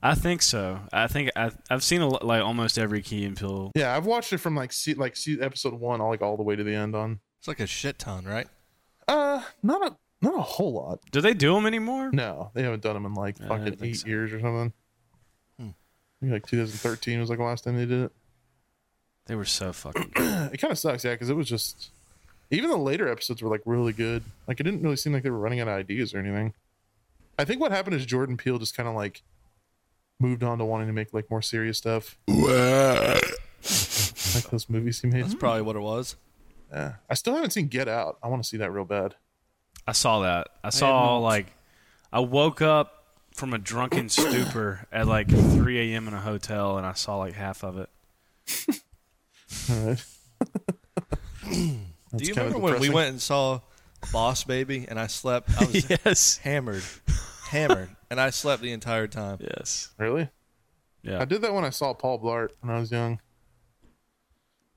[SPEAKER 5] I think so. I think I, I've seen a, lo- like almost every Key and Peele.
[SPEAKER 4] yeah i've watched it from like see like see episode one all like all the way to the end on
[SPEAKER 7] It's like a shit ton, right?
[SPEAKER 4] Uh, not a not a whole lot.
[SPEAKER 5] Do they do them anymore?
[SPEAKER 4] No, they haven't done them in like
[SPEAKER 5] don't
[SPEAKER 4] fucking
[SPEAKER 5] think
[SPEAKER 4] eight
[SPEAKER 5] so. Hmm.
[SPEAKER 4] years or something. I think like 2013 was like the last time they did it. Uh,
[SPEAKER 5] They were so fucking. good.
[SPEAKER 4] It kind of sucks, yeah, because it was just even the later episodes were like really good. Like it didn't really seem like they were running out of ideas or anything. I think what happened is Jordan Peele just kind of like moved on to wanting to make like more serious stuff. like those movies he made.
[SPEAKER 7] That's probably what it was.
[SPEAKER 4] Yeah. I still haven't seen Get Out. I want to see that real bad. <laughs>
[SPEAKER 5] I saw that. I saw like I woke up from a drunken stupor at like 3 a.m. in a hotel, and I saw like half of it.
[SPEAKER 4] All right.
[SPEAKER 7] Do you
[SPEAKER 4] kinda
[SPEAKER 7] remember when we
[SPEAKER 4] depressing.
[SPEAKER 7] went and saw Boss Baby and I slept?
[SPEAKER 4] <laughs>
[SPEAKER 7] I was
[SPEAKER 5] Yes.
[SPEAKER 7] hammered, hammered, and I slept the entire time.
[SPEAKER 5] Yes.
[SPEAKER 4] Really?
[SPEAKER 5] Yeah.
[SPEAKER 4] I did that when I saw Paul Blart when I was young.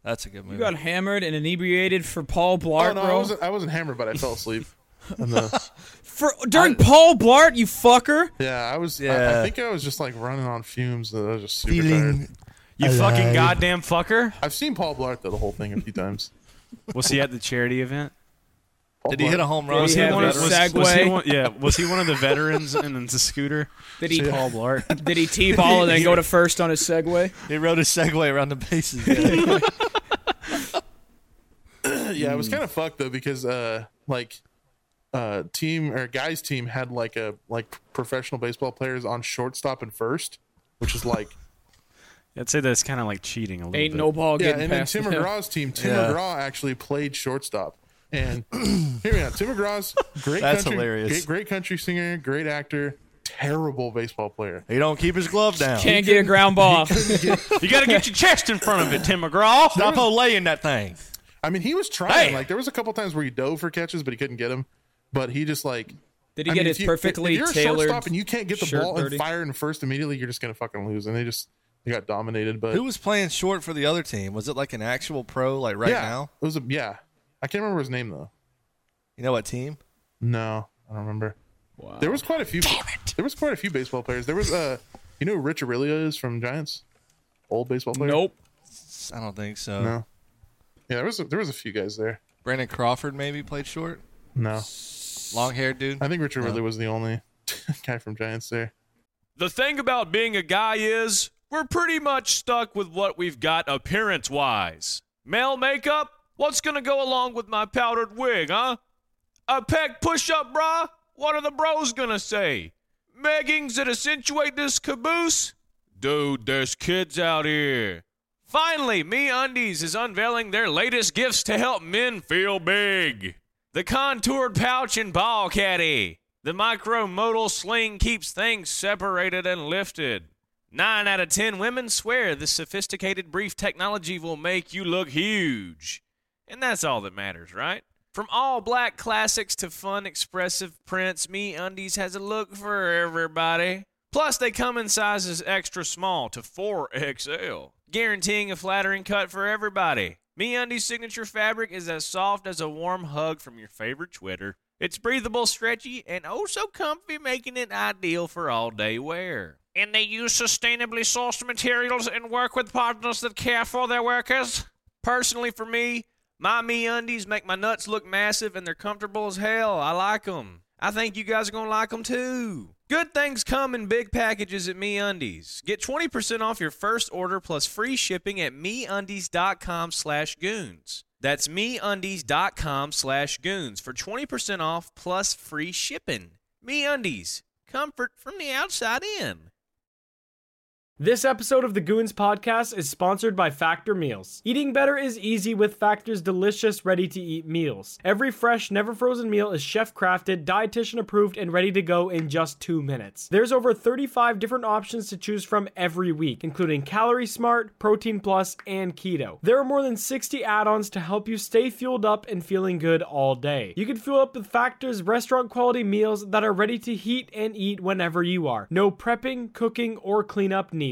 [SPEAKER 7] That's a good movie.
[SPEAKER 6] You got hammered and inebriated for Paul Blart,
[SPEAKER 4] Oh no, I
[SPEAKER 6] bro.
[SPEAKER 4] wasn't. I wasn't hammered, but I fell asleep. And the,
[SPEAKER 6] for during Paul Blart, you fucker.
[SPEAKER 4] yeah, I was. I- I,
[SPEAKER 7] Yeah.
[SPEAKER 4] think I was just like running on fumes. and I was just super tired.
[SPEAKER 5] You fucking goddamn fucker.
[SPEAKER 4] I've seen Paul Blart though the whole thing a few times.
[SPEAKER 5] Was he at the charity event?
[SPEAKER 4] Paul
[SPEAKER 7] Did he
[SPEAKER 4] Blart-
[SPEAKER 7] hit a home run?
[SPEAKER 6] Did
[SPEAKER 5] Was
[SPEAKER 6] he
[SPEAKER 5] he,
[SPEAKER 6] have
[SPEAKER 5] one of,
[SPEAKER 6] his
[SPEAKER 5] was, was he
[SPEAKER 6] Segway?
[SPEAKER 5] one, yeah, was he one of the veterans in the scooter?
[SPEAKER 6] Did he
[SPEAKER 5] Paul
[SPEAKER 4] <laughs>
[SPEAKER 5] Blart.
[SPEAKER 6] did he t-ball and then go to first on his Segway?
[SPEAKER 7] He rode a Segway around the bases.
[SPEAKER 4] <laughs>
[SPEAKER 7] <laughs>
[SPEAKER 6] <laughs>
[SPEAKER 4] Yeah, it was kind of fucked though because uh, like, uh, team or guys team had like a like professional baseball players on shortstop and first, which is like
[SPEAKER 5] I'd say that's kind of like cheating a little
[SPEAKER 6] Ain't
[SPEAKER 5] bit.
[SPEAKER 6] no ball
[SPEAKER 4] <laughs> yeah.
[SPEAKER 6] getting
[SPEAKER 4] And then
[SPEAKER 6] past
[SPEAKER 4] Tim
[SPEAKER 6] him.
[SPEAKER 4] McGraw's team, Tim
[SPEAKER 7] Yeah.
[SPEAKER 4] McGraw actually played shortstop. <clears throat> And hear me out, Tim McGraw's great
[SPEAKER 7] That's
[SPEAKER 4] country,
[SPEAKER 7] hilarious.
[SPEAKER 4] Great, great country singer, great actor, terrible baseball player.
[SPEAKER 7] He don't keep his glove down.
[SPEAKER 6] Can't get a ground ball.
[SPEAKER 5] You got to get your chest in front of it, Tim McGraw.
[SPEAKER 7] Stop olaying that thing.
[SPEAKER 4] I mean, he was trying.
[SPEAKER 7] Hey.
[SPEAKER 4] Like there was a couple times where he dove for catches, but he couldn't get them. But he just like
[SPEAKER 6] Did he
[SPEAKER 4] I
[SPEAKER 6] get
[SPEAKER 4] mean,
[SPEAKER 6] his
[SPEAKER 4] if you-
[SPEAKER 6] perfectly
[SPEAKER 4] if you're a
[SPEAKER 6] tailored?
[SPEAKER 4] shortstop and you can't get the
[SPEAKER 6] shirt
[SPEAKER 4] ball
[SPEAKER 6] dirty?
[SPEAKER 4] and fire in first immediately, you're just gonna fucking lose. And they just they got dominated. But
[SPEAKER 7] Who was playing short for the other team? Was it like an actual pro, like right
[SPEAKER 4] yeah,
[SPEAKER 7] now?
[SPEAKER 4] it was a yeah. I can't remember his name though.
[SPEAKER 7] You know what team?
[SPEAKER 4] No, I don't remember. There was quite a few. There was quite a few baseball players. There was uh, you know who Rich Aurelia is from Giants, old baseball player.
[SPEAKER 6] Nope.
[SPEAKER 7] I don't think so.
[SPEAKER 4] No. Yeah, there was a, there was a few guys there.
[SPEAKER 7] Brandon Crawford maybe played short.
[SPEAKER 4] No,
[SPEAKER 7] Long haired dude.
[SPEAKER 4] I think Rich Aurelia was the only <laughs> guy from Giants there.
[SPEAKER 5] The thing about being a guy is we're pretty much stuck with what we've got appearance wise. Male makeup? What's gonna go along with my powdered wig, huh? A peck push up bra? What are the bros gonna say? Meggings that accentuate this caboose? Dude, there's kids out here. Finally, Me Undies is unveiling their latest gifts to help men feel big. The contoured pouch and ball caddy. The micromodal sling keeps things separated and lifted. Nine out of ten women swear this sophisticated brief technology will make you look huge. And that's all that matters, right? From all black classics to fun, expressive prints, Me Undies has a look for everybody. Plus, they come in sizes extra small to 4XL, guaranteeing a flattering cut for everybody. Me Undies' signature fabric is as soft as a warm hug from your favorite Twitter. It's breathable, stretchy, and oh so comfy, making it ideal for all day wear. And they use sustainably sourced materials and work with partners that care for their workers. Personally, for me, my me undies make my nuts look massive and they're comfortable as hell. I like them. I think you guys are going to like them too. Good things come in big packages at me undies. Get 20% off your first order plus free shipping at meundies.com slash goons. That's meundies.com slash goons for 20% off plus free shipping. Me undies. Comfort from the outside in.
[SPEAKER 9] This episode of the Goons Podcast is sponsored by Factor Meals. Eating better is easy with Factor's delicious, ready to eat meals. Every fresh, never frozen meal is chef crafted, dietitian approved, and ready to go in just two minutes. There's over 35 different options to choose from every week, including Calorie Smart, Protein Plus, and Keto. There are more than 60 add ons to help you stay fueled up and feeling good all day. You can fuel up with Factor's restaurant quality meals that are ready to heat and eat whenever you are. No prepping, cooking, or cleanup needed.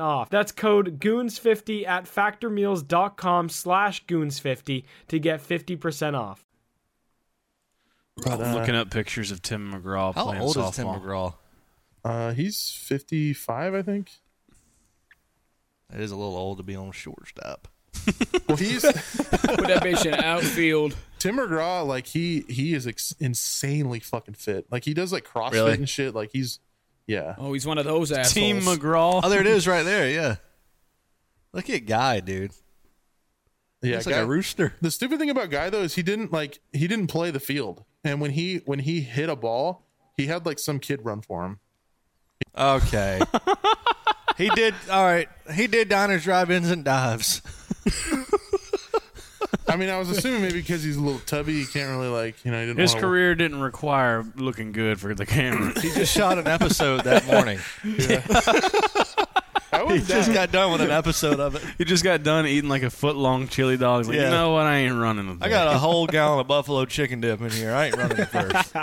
[SPEAKER 9] off. That's code goons50 at factormeals.com slash goons50 to get 50% off.
[SPEAKER 6] Uh.
[SPEAKER 5] I'm looking up pictures of Tim McGraw <laughs>
[SPEAKER 7] How
[SPEAKER 5] playing
[SPEAKER 7] old
[SPEAKER 5] softball.
[SPEAKER 7] is Tim McGraw?
[SPEAKER 4] Uh, he's fifty five, I think.
[SPEAKER 7] It is a little old to be on shortstop.
[SPEAKER 4] Well, he's
[SPEAKER 6] Put that bitch in outfield.
[SPEAKER 4] Tim McGraw. Like he he is ex- insanely fucking fit. Like he does like CrossFit
[SPEAKER 7] Really?
[SPEAKER 4] and shit. Like he's yeah.
[SPEAKER 6] Oh, he's one of those assholes.
[SPEAKER 5] Team McGraw.
[SPEAKER 7] <laughs> Oh, there it is right there. Yeah. Look at Guy, dude.
[SPEAKER 4] Yeah,
[SPEAKER 7] It's like
[SPEAKER 4] guy-
[SPEAKER 7] a rooster.
[SPEAKER 4] the stupid thing about guy though is he didn't like he didn't play the field and when he when he hit a ball he had like some kid run for him
[SPEAKER 7] <laughs> Okay. he did. All right. He did diners, drive ins, and dives.
[SPEAKER 4] i mean i was assuming maybe because he's a little tubby he can't really like you know he didn't
[SPEAKER 5] His
[SPEAKER 4] wanna-
[SPEAKER 5] career didn't require looking good for the camera.
[SPEAKER 7] He just shot an episode <laughs> that morning.
[SPEAKER 4] I
[SPEAKER 7] He
[SPEAKER 4] was
[SPEAKER 7] just got done with an episode of it.
[SPEAKER 5] he just got done eating like a foot long chili dog. He's like,
[SPEAKER 7] Yeah.
[SPEAKER 5] you know what? I ain't running. With
[SPEAKER 7] I got a whole gallon of buffalo chicken dip in here. I ain't running it first.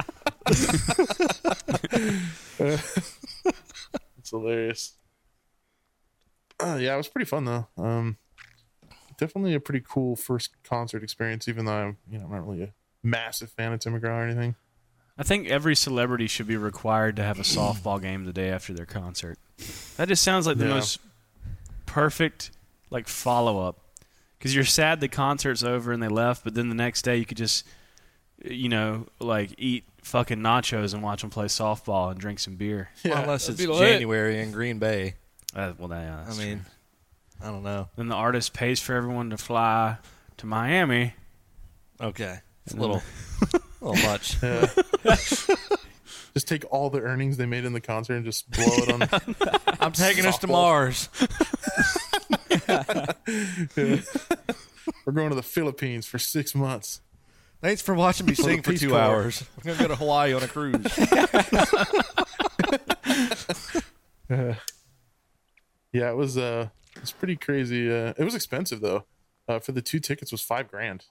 [SPEAKER 4] it's hilarious uh, yeah it was pretty fun though um definitely a pretty cool first concert experience even though i'm you know i'm not really a massive fan of tim mcgraw or anything
[SPEAKER 5] I think every celebrity should be required to have a softball game the day after their concert. That just sounds like the
[SPEAKER 4] Yeah.
[SPEAKER 5] most perfect like follow up. Because you're sad the concert's over and they left, but then the next day you could just you know, like eat fucking nachos and watch them play softball and drink some beer.
[SPEAKER 7] Well, unless
[SPEAKER 6] that'd
[SPEAKER 7] it's
[SPEAKER 6] be lit.
[SPEAKER 7] January in Green Bay.
[SPEAKER 5] Uh, well, that- yeah, that's
[SPEAKER 7] I mean,
[SPEAKER 5] true.
[SPEAKER 7] I don't know.
[SPEAKER 5] then the artist pays for everyone to fly to Miami.
[SPEAKER 7] Okay, it's a
[SPEAKER 5] And
[SPEAKER 7] little, little much.
[SPEAKER 4] Just take all the earnings they made in the concert and just blow it on
[SPEAKER 7] I'm taking us to
[SPEAKER 4] Softball.
[SPEAKER 7] Mars.
[SPEAKER 4] We're going to the Philippines for six months.
[SPEAKER 7] Thanks for watching me sing for
[SPEAKER 4] Peace
[SPEAKER 7] two
[SPEAKER 4] Corps.
[SPEAKER 7] hours. We're gonna go to Hawaii on a <laughs> cruise.
[SPEAKER 4] Yeah, it was uh it's pretty crazy. Uh it was expensive though. Uh for the two tickets was five grand.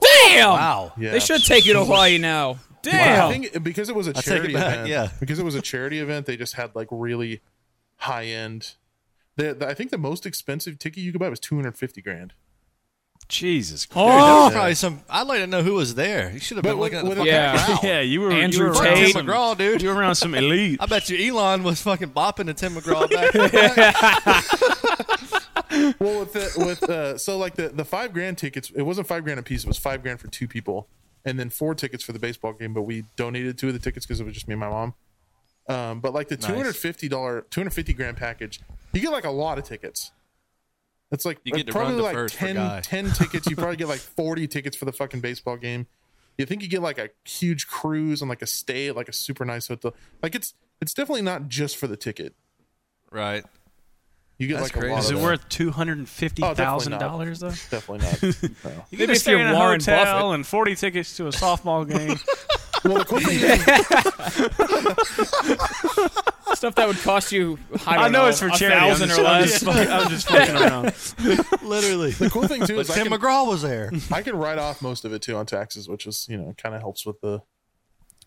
[SPEAKER 6] Damn!
[SPEAKER 7] Wow.
[SPEAKER 4] Yeah.
[SPEAKER 6] They should take you to Hawaii now. Damn!
[SPEAKER 4] I think because it was a
[SPEAKER 7] take it
[SPEAKER 4] charity
[SPEAKER 7] back,
[SPEAKER 4] event.
[SPEAKER 7] yeah.
[SPEAKER 4] Because it was a charity event, they just had like really high end the, the- I think the most expensive ticket you could buy was two hundred fifty grand.
[SPEAKER 5] Jesus Christ.
[SPEAKER 7] Oh, probably some. I'd like to know who was there. You should have been
[SPEAKER 4] But
[SPEAKER 7] looking at the
[SPEAKER 4] with-
[SPEAKER 7] fucking
[SPEAKER 6] with- Yeah.
[SPEAKER 7] crowd.
[SPEAKER 5] Yeah, you were
[SPEAKER 6] Andrew
[SPEAKER 5] you were
[SPEAKER 7] Fuck
[SPEAKER 5] around
[SPEAKER 6] Tate.
[SPEAKER 7] Tim
[SPEAKER 5] some-
[SPEAKER 7] McGraw, dude.
[SPEAKER 5] You were around some elite.
[SPEAKER 7] I bet you Elon was fucking bopping to Tim McGraw back. then.
[SPEAKER 4] Well, with the, with uh, so like the the five grand tickets, it wasn't five grand a piece. It was five grand for two people, and then four tickets for the baseball game. But we donated two of the tickets because it was just me and my mom. Um, but like the two hundred fifty dollar, two hundred fifty grand package, you get like a lot of tickets. It's like
[SPEAKER 7] You get to
[SPEAKER 4] probably
[SPEAKER 7] run to
[SPEAKER 4] like
[SPEAKER 7] first for
[SPEAKER 4] 10,
[SPEAKER 7] guy.
[SPEAKER 4] 10 tickets. You probably get like forty tickets for the fucking baseball game. You think you get like a huge cruise and like a stay at like a super nice hotel. Like it's it's definitely not just for the ticket.
[SPEAKER 7] right.
[SPEAKER 4] You get
[SPEAKER 7] That's
[SPEAKER 4] like a
[SPEAKER 7] crazy.
[SPEAKER 4] lot
[SPEAKER 5] Is
[SPEAKER 4] of
[SPEAKER 5] it
[SPEAKER 4] that. Oh,
[SPEAKER 5] worth two hundred and fifty thousand dollars though?
[SPEAKER 4] Definitely not.
[SPEAKER 5] You
[SPEAKER 6] Maybe
[SPEAKER 5] get to
[SPEAKER 6] if
[SPEAKER 5] stay
[SPEAKER 6] you're
[SPEAKER 5] in a
[SPEAKER 6] Warren
[SPEAKER 5] hotel
[SPEAKER 6] Buffett.
[SPEAKER 5] and forty tickets to a
[SPEAKER 6] <laughs>
[SPEAKER 5] softball game.
[SPEAKER 4] Well, the cool
[SPEAKER 5] <laughs>
[SPEAKER 4] thing is,
[SPEAKER 6] Stuff that would cost you, I,
[SPEAKER 5] I
[SPEAKER 6] don't
[SPEAKER 5] know, it's for
[SPEAKER 6] a
[SPEAKER 5] charity. I'm
[SPEAKER 6] thousand
[SPEAKER 5] just,
[SPEAKER 6] or
[SPEAKER 5] I'm
[SPEAKER 6] less.
[SPEAKER 5] just fucking- I'm just fucking around.
[SPEAKER 7] Literally.
[SPEAKER 4] the cool thing too
[SPEAKER 7] But
[SPEAKER 4] is I
[SPEAKER 7] Tim
[SPEAKER 4] can,
[SPEAKER 7] McGraw was there.
[SPEAKER 4] <laughs> I can write off most of it too on taxes, which is you know kind of helps with the.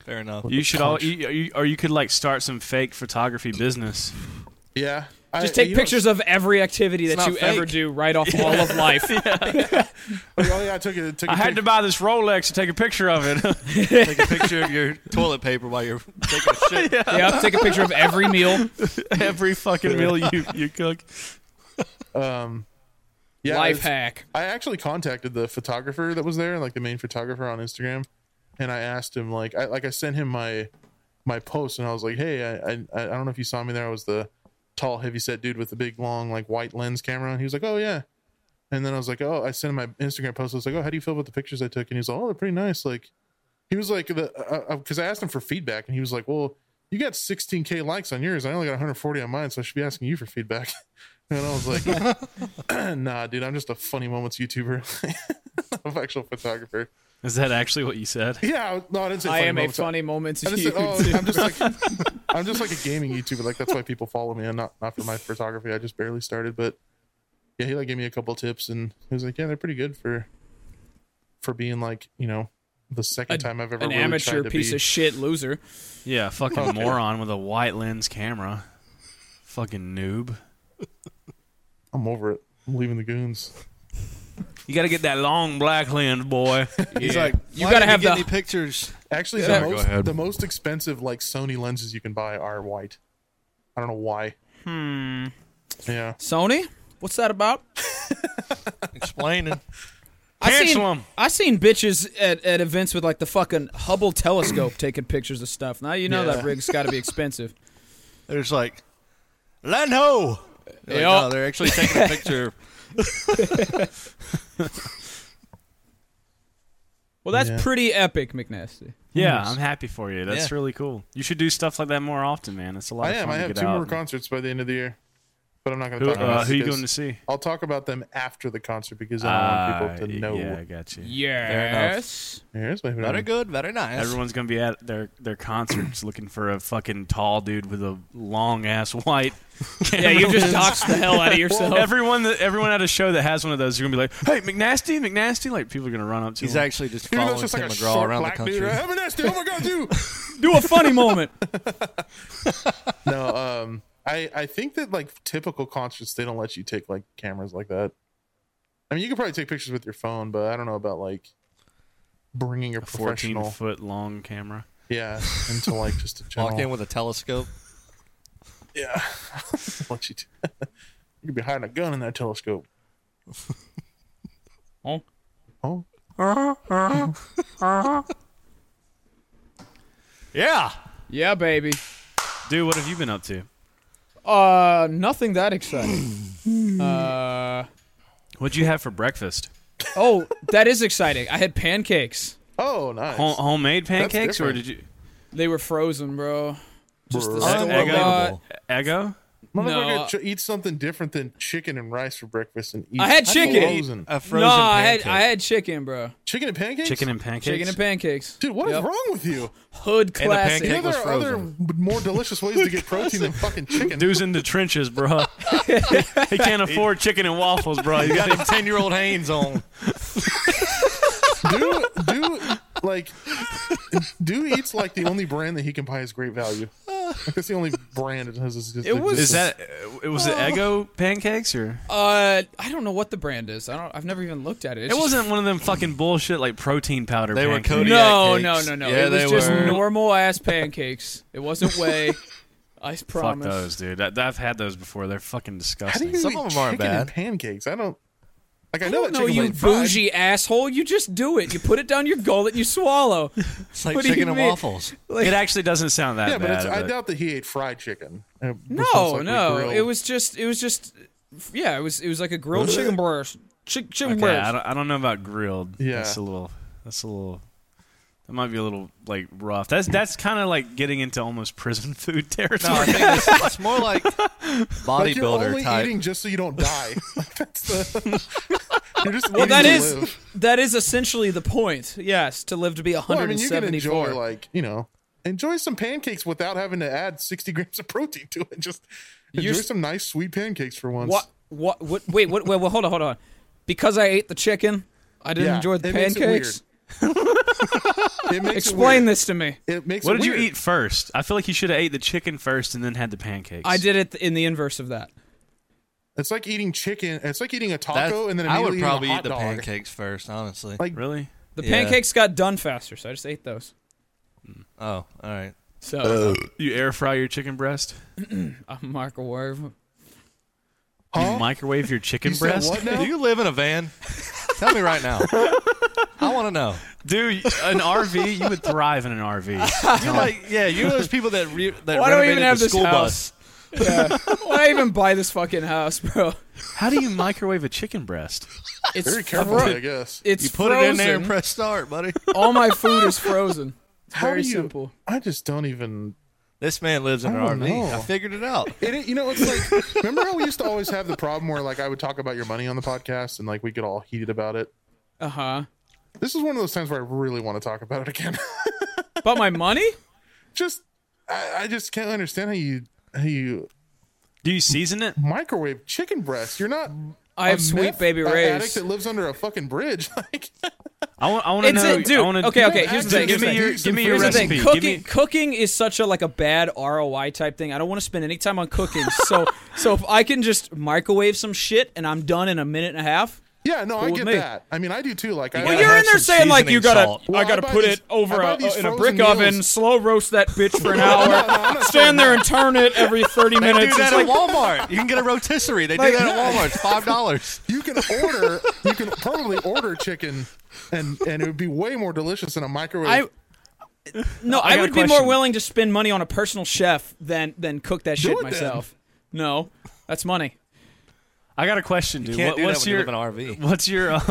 [SPEAKER 7] Fair enough.
[SPEAKER 5] You should all, you, you, or you could like start some fake photography business.
[SPEAKER 4] Yeah,
[SPEAKER 6] Just take pictures of every activity that
[SPEAKER 7] not
[SPEAKER 6] you ever
[SPEAKER 7] fake.
[SPEAKER 6] do right off all of
[SPEAKER 5] <laughs>
[SPEAKER 6] life.
[SPEAKER 4] oh yeah, I took it. Took
[SPEAKER 5] I had to buy this Rolex to take a picture of it. <laughs>
[SPEAKER 7] Take a picture of your toilet paper while you're taking a
[SPEAKER 5] <laughs>
[SPEAKER 7] shit.
[SPEAKER 6] yep, take a picture of every meal.
[SPEAKER 5] Every fucking meal you, you cook.
[SPEAKER 4] um, yeah,
[SPEAKER 6] life
[SPEAKER 4] it's-
[SPEAKER 6] hack.
[SPEAKER 4] I actually contacted the photographer that was there, like the main photographer on Instagram, and I asked him like I like I sent him my my post, and I was like, hey, I I, I don't know if you saw me there. I was the tall, heavy set dude with the big, long, like white lens camera, and he was like, oh yeah. And then I was like, oh, I sent him my Instagram post. I was like, oh, how do you feel about the pictures I took? And he was like, oh, they're pretty nice. Like, he was like the because I asked him for feedback, and he was like, well. You got 16k likes on yours. I only got 140 on mine, so I should be asking you for feedback. <laughs> And I was like, <clears throat> nah, dude, I'm just a funny moments YouTuber. <laughs> I'm actual photographer.
[SPEAKER 5] Is that actually what you said?
[SPEAKER 4] Yeah, I- no, I didn't say.
[SPEAKER 6] <laughs> I
[SPEAKER 4] funny
[SPEAKER 6] am a
[SPEAKER 4] moments.
[SPEAKER 6] funny moment.
[SPEAKER 4] I just said,
[SPEAKER 6] <laughs>
[SPEAKER 4] oh, I'm just like, I'm just like a gaming YouTuber. Like that's why people follow me, and not not for my photography. I just barely started, but yeah, he like gave me a couple tips, and he was like, yeah, they're pretty good for for being like you know the second
[SPEAKER 6] A-
[SPEAKER 4] time I've ever
[SPEAKER 6] An
[SPEAKER 4] really
[SPEAKER 6] amateur
[SPEAKER 4] tried to
[SPEAKER 6] piece
[SPEAKER 4] be-
[SPEAKER 6] of shit loser.
[SPEAKER 5] Yeah, fucking
[SPEAKER 4] Okay.
[SPEAKER 5] moron with a white lens camera. Fucking noob.
[SPEAKER 4] I'm over it. I'm leaving the goons.
[SPEAKER 5] You gotta get that long black lens, boy.
[SPEAKER 7] <laughs> He's like,
[SPEAKER 6] You
[SPEAKER 7] "Why
[SPEAKER 6] gotta
[SPEAKER 7] didn't
[SPEAKER 6] have
[SPEAKER 7] get
[SPEAKER 6] the-
[SPEAKER 7] any pictures.
[SPEAKER 4] Actually,
[SPEAKER 7] Yeah,
[SPEAKER 4] the
[SPEAKER 7] go
[SPEAKER 4] most
[SPEAKER 7] ahead.
[SPEAKER 4] the most expensive like Sony lenses you can buy are white. I don't know why. Hmm. Yeah.
[SPEAKER 6] Sony, what's that about?
[SPEAKER 7] Explaining.
[SPEAKER 6] I
[SPEAKER 5] Cancel
[SPEAKER 6] seen,
[SPEAKER 5] 'em.
[SPEAKER 6] I seen bitches at, at events with like the fucking
[SPEAKER 4] <coughs>
[SPEAKER 6] Hubble telescope taking pictures of stuff. Now you know that
[SPEAKER 4] Yeah.
[SPEAKER 6] rig's got
[SPEAKER 4] <laughs>
[SPEAKER 6] to be expensive.
[SPEAKER 7] They're just like, Lenho. They're like,
[SPEAKER 6] Yup.
[SPEAKER 7] no, they're actually taking a picture.
[SPEAKER 6] Well, that's
[SPEAKER 4] Yeah.
[SPEAKER 6] pretty epic, McNasty.
[SPEAKER 5] Yeah, I'm happy for you. That's
[SPEAKER 7] Yeah.
[SPEAKER 5] really cool. You should do stuff like that more often, man. It's a lot
[SPEAKER 4] I
[SPEAKER 5] of
[SPEAKER 4] am.
[SPEAKER 5] fun
[SPEAKER 4] I
[SPEAKER 5] to
[SPEAKER 4] have
[SPEAKER 5] get
[SPEAKER 4] two
[SPEAKER 5] out.
[SPEAKER 4] more concerts by the end of the year, but I'm not going to
[SPEAKER 5] who,
[SPEAKER 4] talk about
[SPEAKER 5] uh,
[SPEAKER 4] it
[SPEAKER 5] who you
[SPEAKER 4] because-
[SPEAKER 5] going to see?
[SPEAKER 4] I'll talk about them after the concert because I don't want
[SPEAKER 5] Ah,
[SPEAKER 4] people to
[SPEAKER 5] y-
[SPEAKER 4] know.
[SPEAKER 5] Yeah, I got you.
[SPEAKER 6] Yes.
[SPEAKER 4] Here's my
[SPEAKER 7] Very good. Very nice.
[SPEAKER 5] Everyone's gonna be at their their concerts looking for a fucking tall dude with a long ass white.
[SPEAKER 6] <laughs> Yeah, you just doxed the hell out of yourself.
[SPEAKER 5] Everyone that everyone at a show that has one of those, you're gonna be like, "Hey, McNasty, McNasty!" Like people are gonna run up to
[SPEAKER 7] He's
[SPEAKER 5] him.
[SPEAKER 7] actually just
[SPEAKER 4] Dude,
[SPEAKER 7] following
[SPEAKER 4] that's just
[SPEAKER 7] Tim
[SPEAKER 4] like a
[SPEAKER 7] McGraw
[SPEAKER 4] short
[SPEAKER 7] around the
[SPEAKER 4] black
[SPEAKER 7] country.
[SPEAKER 4] dude. right? Have a nasty. Oh my god,
[SPEAKER 5] <laughs>
[SPEAKER 4] you!
[SPEAKER 6] Do a funny moment.
[SPEAKER 4] <laughs> no, um, I I think that like typical concerts they don't let you take like cameras like that. I mean, you could probably take pictures with your phone, but I don't know about like bringing a,
[SPEAKER 5] fourteen
[SPEAKER 4] professional,
[SPEAKER 5] foot long camera.
[SPEAKER 4] yeah, into like just a general.
[SPEAKER 7] <laughs> Walk in with
[SPEAKER 4] <laughs>
[SPEAKER 7] a telescope.
[SPEAKER 4] yeah, <laughs> let you. <laughs> do- you could be hiding a gun in that telescope.
[SPEAKER 6] Oh.
[SPEAKER 4] Oh.
[SPEAKER 7] Yeah.
[SPEAKER 6] Yeah, baby.
[SPEAKER 5] Dude, what have you been up to?
[SPEAKER 6] Uh, nothing
[SPEAKER 4] <coughs>
[SPEAKER 6] that exciting. uh,
[SPEAKER 5] What'd you have for breakfast?
[SPEAKER 6] oh, that is exciting. I had pancakes.
[SPEAKER 4] Oh, nice.
[SPEAKER 5] Home- homemade pancakes, or
[SPEAKER 4] different.
[SPEAKER 5] did you?
[SPEAKER 6] They were frozen, bro.
[SPEAKER 4] Just the
[SPEAKER 5] Egg-
[SPEAKER 6] Eggo?
[SPEAKER 5] Eggo? Eggo?
[SPEAKER 6] No,
[SPEAKER 4] Motherfucker
[SPEAKER 6] uh,
[SPEAKER 4] ch- eat something different than chicken and rice for breakfast and eat
[SPEAKER 6] I had chicken.
[SPEAKER 4] frozen.
[SPEAKER 7] A frozen
[SPEAKER 6] No, I had
[SPEAKER 7] pancake.
[SPEAKER 6] I had chicken, bro.
[SPEAKER 4] chicken and pancakes.
[SPEAKER 5] Chicken and pancakes.
[SPEAKER 6] Chicken and pancakes.
[SPEAKER 4] Dude, what is
[SPEAKER 6] Yep.
[SPEAKER 4] wrong with you?
[SPEAKER 6] Hood
[SPEAKER 7] And the
[SPEAKER 6] classic.
[SPEAKER 7] pancake
[SPEAKER 4] You know,
[SPEAKER 7] was
[SPEAKER 4] there are other
[SPEAKER 7] frozen.
[SPEAKER 4] b- more delicious ways
[SPEAKER 7] <laughs>
[SPEAKER 4] to get protein than fucking chicken.
[SPEAKER 5] Dude's in the trenches, bro. he can't afford chicken and waffles, bro. You
[SPEAKER 7] Got
[SPEAKER 5] got
[SPEAKER 7] him ten
[SPEAKER 5] <laughs>
[SPEAKER 7] year old Haynes on.
[SPEAKER 4] do do like do eats like the only brand that he can buy is great
[SPEAKER 7] <laughs>
[SPEAKER 4] value. That's the only brand that has this. this
[SPEAKER 6] It was-
[SPEAKER 5] Is that? It was it
[SPEAKER 6] Oh.
[SPEAKER 5] Eggo pancakes or?
[SPEAKER 6] Uh, I don't know what the brand is. I don't. I've never even looked at it. It's
[SPEAKER 5] It
[SPEAKER 6] just-
[SPEAKER 5] wasn't one of them fucking bullshit like protein powder.
[SPEAKER 7] They were
[SPEAKER 5] pancakes.
[SPEAKER 7] coated-
[SPEAKER 6] No,
[SPEAKER 7] Zodiac
[SPEAKER 6] no,
[SPEAKER 7] cakes.
[SPEAKER 6] no, no.
[SPEAKER 7] Yeah,
[SPEAKER 6] it was
[SPEAKER 7] they
[SPEAKER 6] just
[SPEAKER 7] were.
[SPEAKER 6] normal ass pancakes. It wasn't <laughs> whey. I
[SPEAKER 5] Fuck
[SPEAKER 6] promise.
[SPEAKER 5] those, dude. I, I've had those before. They're fucking
[SPEAKER 4] How do
[SPEAKER 5] disgusting.
[SPEAKER 4] you
[SPEAKER 7] Some
[SPEAKER 4] eat
[SPEAKER 7] of 'em aren't
[SPEAKER 4] chicken and
[SPEAKER 7] bad.
[SPEAKER 4] pancakes? I don't. Like I
[SPEAKER 6] I
[SPEAKER 4] know
[SPEAKER 6] don't
[SPEAKER 4] that
[SPEAKER 6] know,
[SPEAKER 4] chicken
[SPEAKER 6] you
[SPEAKER 4] was fried.
[SPEAKER 6] bougie asshole. You just do it. You put it down your gullet and you <laughs> swallow.
[SPEAKER 7] It's like
[SPEAKER 6] What do you
[SPEAKER 7] chicken and
[SPEAKER 6] mean?
[SPEAKER 7] waffles.
[SPEAKER 5] it actually doesn't sound that
[SPEAKER 4] Yeah, but
[SPEAKER 5] bad.
[SPEAKER 4] it's, uh, I
[SPEAKER 5] but-
[SPEAKER 4] doubt that he ate fried chicken.
[SPEAKER 6] Uh,
[SPEAKER 4] It was most
[SPEAKER 6] No,
[SPEAKER 4] likely
[SPEAKER 6] no.
[SPEAKER 4] grilled.
[SPEAKER 6] It was just. It was just. Yeah, it was. It was like a grilled chicken breast. Chick, chicken
[SPEAKER 5] Okay, I
[SPEAKER 6] breast.
[SPEAKER 5] don't, I don't know about grilled.
[SPEAKER 4] Yeah.
[SPEAKER 5] that's a little. That's a little. That might be a little like rough. That's that's kind of like getting into almost prison <laughs> food
[SPEAKER 7] No, I
[SPEAKER 5] territory.
[SPEAKER 7] think it's, it's
[SPEAKER 4] <laughs>
[SPEAKER 7] more like
[SPEAKER 4] like you're only
[SPEAKER 7] bodybuilder
[SPEAKER 4] eating
[SPEAKER 7] type.
[SPEAKER 4] just so you don't die. <laughs> That's the. you're just
[SPEAKER 6] well,
[SPEAKER 4] eating
[SPEAKER 6] that
[SPEAKER 4] to
[SPEAKER 6] is
[SPEAKER 4] live.
[SPEAKER 6] that is essentially the point. Yes, to live to be
[SPEAKER 4] Well, I mean, you can
[SPEAKER 6] 174.
[SPEAKER 4] enjoy like you know, enjoy some pancakes without having to add sixty grams of protein to it. Just enjoy
[SPEAKER 6] You're s-
[SPEAKER 4] some nice sweet pancakes for once.
[SPEAKER 6] what? What? What? Wait. What? Wait. Well, hold on. Hold on. Because I ate the chicken, I didn't
[SPEAKER 4] Yeah,
[SPEAKER 6] enjoy the
[SPEAKER 4] it makes it
[SPEAKER 6] pancakes.
[SPEAKER 4] It makes
[SPEAKER 6] Explain
[SPEAKER 4] it
[SPEAKER 6] this to me.
[SPEAKER 4] weird. It makes
[SPEAKER 5] what
[SPEAKER 4] it
[SPEAKER 5] did you
[SPEAKER 4] weird.
[SPEAKER 5] eat first? I feel like you should have ate the chicken first and then had the pancakes.
[SPEAKER 6] I did it in the inverse of that.
[SPEAKER 4] It's like eating chicken. It's like eating a
[SPEAKER 7] That-
[SPEAKER 4] taco and then
[SPEAKER 7] I
[SPEAKER 4] immediately
[SPEAKER 7] would probably
[SPEAKER 4] eating a hot
[SPEAKER 7] eat the
[SPEAKER 4] dog.
[SPEAKER 7] pancakes first, honestly.
[SPEAKER 4] Like-
[SPEAKER 5] Really?
[SPEAKER 6] The
[SPEAKER 7] Yeah.
[SPEAKER 6] pancakes got done faster, so I just ate those.
[SPEAKER 7] oh, all right.
[SPEAKER 6] So
[SPEAKER 4] Oh.
[SPEAKER 5] You air fry your chicken breast?
[SPEAKER 6] I microwave.
[SPEAKER 5] You microwave your chicken <laughs>
[SPEAKER 4] You said
[SPEAKER 5] breast?
[SPEAKER 4] what now?
[SPEAKER 7] Do <laughs> you live in a van? Tell me right
[SPEAKER 4] <laughs>
[SPEAKER 7] now. I want to know.
[SPEAKER 5] Dude, an RV, you would thrive in an RV.
[SPEAKER 7] You're like, yeah, you're those people that re- that
[SPEAKER 6] Why do I
[SPEAKER 7] renovated
[SPEAKER 6] even have
[SPEAKER 7] the
[SPEAKER 6] this
[SPEAKER 7] school
[SPEAKER 6] house?
[SPEAKER 7] bus.
[SPEAKER 6] Yeah. Why did I even buy this fucking house, bro?
[SPEAKER 5] How do you microwave a chicken breast?
[SPEAKER 6] It's
[SPEAKER 4] Very carefully, I guess.
[SPEAKER 6] It's
[SPEAKER 7] You put
[SPEAKER 6] frozen.
[SPEAKER 7] it in there and press start, buddy.
[SPEAKER 6] All my food is frozen. It's
[SPEAKER 4] How
[SPEAKER 6] very
[SPEAKER 4] do you-
[SPEAKER 6] simple.
[SPEAKER 4] I just don't even.
[SPEAKER 7] This man lives in an
[SPEAKER 5] Oh,
[SPEAKER 4] I don't
[SPEAKER 7] RV.
[SPEAKER 4] know.
[SPEAKER 7] I figured it out.
[SPEAKER 4] It, you know, it's like remember how we used to always have the problem where like I would talk about your money on the podcast and like we get all heated about it.
[SPEAKER 6] Uh huh.
[SPEAKER 4] This is one of those times where I really want to talk about it again. <laughs>
[SPEAKER 6] But my money?
[SPEAKER 4] just I, I just can't understand how you how you
[SPEAKER 5] <laughs> Do you season it?
[SPEAKER 4] microwave chicken breasts. You're not
[SPEAKER 6] I have
[SPEAKER 4] a
[SPEAKER 6] sweet
[SPEAKER 4] meth
[SPEAKER 6] baby
[SPEAKER 4] addict
[SPEAKER 6] rays.
[SPEAKER 4] that lives under a fucking bridge. <laughs> Like
[SPEAKER 5] I want, I want to
[SPEAKER 6] It's
[SPEAKER 5] know.
[SPEAKER 6] a, dude.
[SPEAKER 5] I wanna,
[SPEAKER 6] okay, okay. Here's
[SPEAKER 4] Dude,
[SPEAKER 6] the thing.
[SPEAKER 5] Give
[SPEAKER 6] here's the
[SPEAKER 5] me
[SPEAKER 6] thing.
[SPEAKER 5] your,
[SPEAKER 4] Here's the
[SPEAKER 5] give me your
[SPEAKER 6] Here's the
[SPEAKER 5] recipe.
[SPEAKER 6] thing.
[SPEAKER 5] Give
[SPEAKER 6] Cooking,
[SPEAKER 5] me,
[SPEAKER 6] cooking is such a like a bad ROI type thing. I don't want to spend any time
[SPEAKER 5] <laughs>
[SPEAKER 6] on cooking. So, so if I can just microwave some shit and I'm done in a minute and a half.
[SPEAKER 4] yeah, no, I
[SPEAKER 6] with
[SPEAKER 4] get
[SPEAKER 6] me.
[SPEAKER 4] that. I mean I do too. Like I
[SPEAKER 6] Well,
[SPEAKER 7] gotta
[SPEAKER 6] you're
[SPEAKER 7] have
[SPEAKER 6] in there
[SPEAKER 7] some
[SPEAKER 6] saying like you
[SPEAKER 7] seasoning
[SPEAKER 6] gotta,
[SPEAKER 7] salt.
[SPEAKER 4] Well,
[SPEAKER 6] I gotta
[SPEAKER 4] I buy
[SPEAKER 6] put
[SPEAKER 4] these-
[SPEAKER 6] it over
[SPEAKER 4] I buy
[SPEAKER 6] a,
[SPEAKER 4] these
[SPEAKER 6] in a
[SPEAKER 4] frozen
[SPEAKER 6] brick
[SPEAKER 4] meals.
[SPEAKER 6] oven, slow roast that bitch
[SPEAKER 4] <laughs>
[SPEAKER 6] for an
[SPEAKER 4] No,
[SPEAKER 6] hour,
[SPEAKER 4] no, I'm not saying
[SPEAKER 6] stand there and turn it every thirty
[SPEAKER 7] They do
[SPEAKER 6] minutes.
[SPEAKER 7] that
[SPEAKER 6] It's
[SPEAKER 7] at
[SPEAKER 6] like,
[SPEAKER 7] Walmart. You
[SPEAKER 4] <laughs>
[SPEAKER 7] can get a rotisserie. They do that at Walmart. It's five dollars.
[SPEAKER 4] you can order you can probably order chicken and and it would be way more delicious in a microwave.
[SPEAKER 6] I no,
[SPEAKER 5] I
[SPEAKER 6] I,
[SPEAKER 5] got a
[SPEAKER 6] would be more
[SPEAKER 5] question.
[SPEAKER 6] willing to spend money on a personal chef than than cook that shit
[SPEAKER 4] it then.
[SPEAKER 6] myself. No, that's money.
[SPEAKER 5] I got a question, dude.
[SPEAKER 7] can't
[SPEAKER 5] What-
[SPEAKER 7] do that
[SPEAKER 5] what's
[SPEAKER 7] when you
[SPEAKER 5] your
[SPEAKER 7] live in an RV.
[SPEAKER 5] What's your
[SPEAKER 6] <laughs>
[SPEAKER 5] um?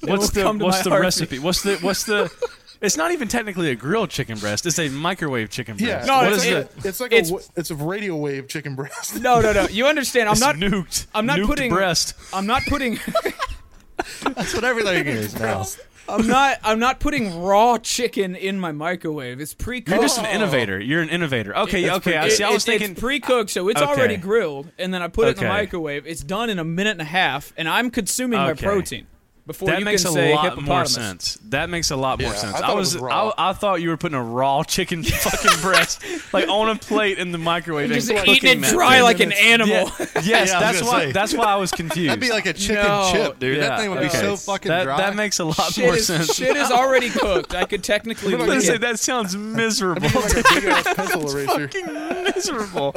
[SPEAKER 5] what's the
[SPEAKER 6] come to
[SPEAKER 5] what's the
[SPEAKER 6] my RV.
[SPEAKER 5] recipe? What's the what's the? It's not even technically a grilled chicken breast. It's a microwave chicken
[SPEAKER 4] yeah,
[SPEAKER 5] breast.
[SPEAKER 6] No,
[SPEAKER 5] what
[SPEAKER 6] it's-
[SPEAKER 5] is
[SPEAKER 4] like,
[SPEAKER 5] the?
[SPEAKER 6] it-
[SPEAKER 4] a- it's like
[SPEAKER 6] it's-
[SPEAKER 4] a wa- it's a radio wave chicken
[SPEAKER 6] <laughs>
[SPEAKER 4] breast. <laughs>
[SPEAKER 6] No, no, no. You understand? I'm
[SPEAKER 5] It's
[SPEAKER 6] not.
[SPEAKER 5] nuked.
[SPEAKER 6] I'm not
[SPEAKER 5] nuked
[SPEAKER 6] putting-
[SPEAKER 5] breast.
[SPEAKER 6] I'm not
[SPEAKER 5] <laughs>
[SPEAKER 6] putting.
[SPEAKER 7] That's what everything is now.
[SPEAKER 6] I'm not. I'm not putting raw chicken in my microwave. It's pre-cooked.
[SPEAKER 5] You're just an innovator. You're an innovator. Oh. Okay,
[SPEAKER 6] It's
[SPEAKER 5] okay.
[SPEAKER 6] pre-
[SPEAKER 5] I see. I
[SPEAKER 6] Oh. it-
[SPEAKER 5] was
[SPEAKER 6] it- it's
[SPEAKER 5] thinking.
[SPEAKER 6] pre-cooked, so it's
[SPEAKER 5] Okay.
[SPEAKER 6] already grilled, and then I put it in the
[SPEAKER 5] Okay.
[SPEAKER 6] microwave. It's done in a minute and a half, and I'm consuming my
[SPEAKER 5] Okay.
[SPEAKER 6] protein before
[SPEAKER 5] that
[SPEAKER 6] you
[SPEAKER 5] makes
[SPEAKER 6] can
[SPEAKER 5] a
[SPEAKER 6] say
[SPEAKER 5] lot more
[SPEAKER 6] hippopotamus.
[SPEAKER 5] sense. That makes a lot more
[SPEAKER 4] Yeah,
[SPEAKER 5] sense.
[SPEAKER 4] I
[SPEAKER 5] I,
[SPEAKER 4] thought it
[SPEAKER 5] was,
[SPEAKER 4] was raw.
[SPEAKER 5] I, I thought you were putting a raw <laughs> chicken fucking breast like on a plate in the microwave.
[SPEAKER 6] Just
[SPEAKER 5] and
[SPEAKER 6] eating
[SPEAKER 5] cooking
[SPEAKER 6] it
[SPEAKER 5] that
[SPEAKER 6] dry
[SPEAKER 5] thing.
[SPEAKER 6] like an <laughs> animal.
[SPEAKER 5] <laughs> Yeah. Yes,
[SPEAKER 7] Yeah, I was
[SPEAKER 5] that's
[SPEAKER 7] gonna
[SPEAKER 5] why.
[SPEAKER 7] say.
[SPEAKER 5] That's why I was confused.
[SPEAKER 7] That'd be like a chicken
[SPEAKER 6] No,
[SPEAKER 7] chip, dude.
[SPEAKER 5] Yeah,
[SPEAKER 7] that thing would be
[SPEAKER 5] okay.
[SPEAKER 7] so fucking
[SPEAKER 5] that,
[SPEAKER 7] dry.
[SPEAKER 5] That makes a lot
[SPEAKER 6] Shit
[SPEAKER 5] more
[SPEAKER 6] is, <laughs>
[SPEAKER 5] sense.
[SPEAKER 6] shit
[SPEAKER 5] <laughs>
[SPEAKER 6] is already cooked. I could technically
[SPEAKER 5] I was gonna
[SPEAKER 6] lick
[SPEAKER 5] say,
[SPEAKER 6] it.
[SPEAKER 5] that
[SPEAKER 7] <laughs>
[SPEAKER 5] sounds miserable.
[SPEAKER 4] Like a big ass pencil eraser.
[SPEAKER 5] miserable.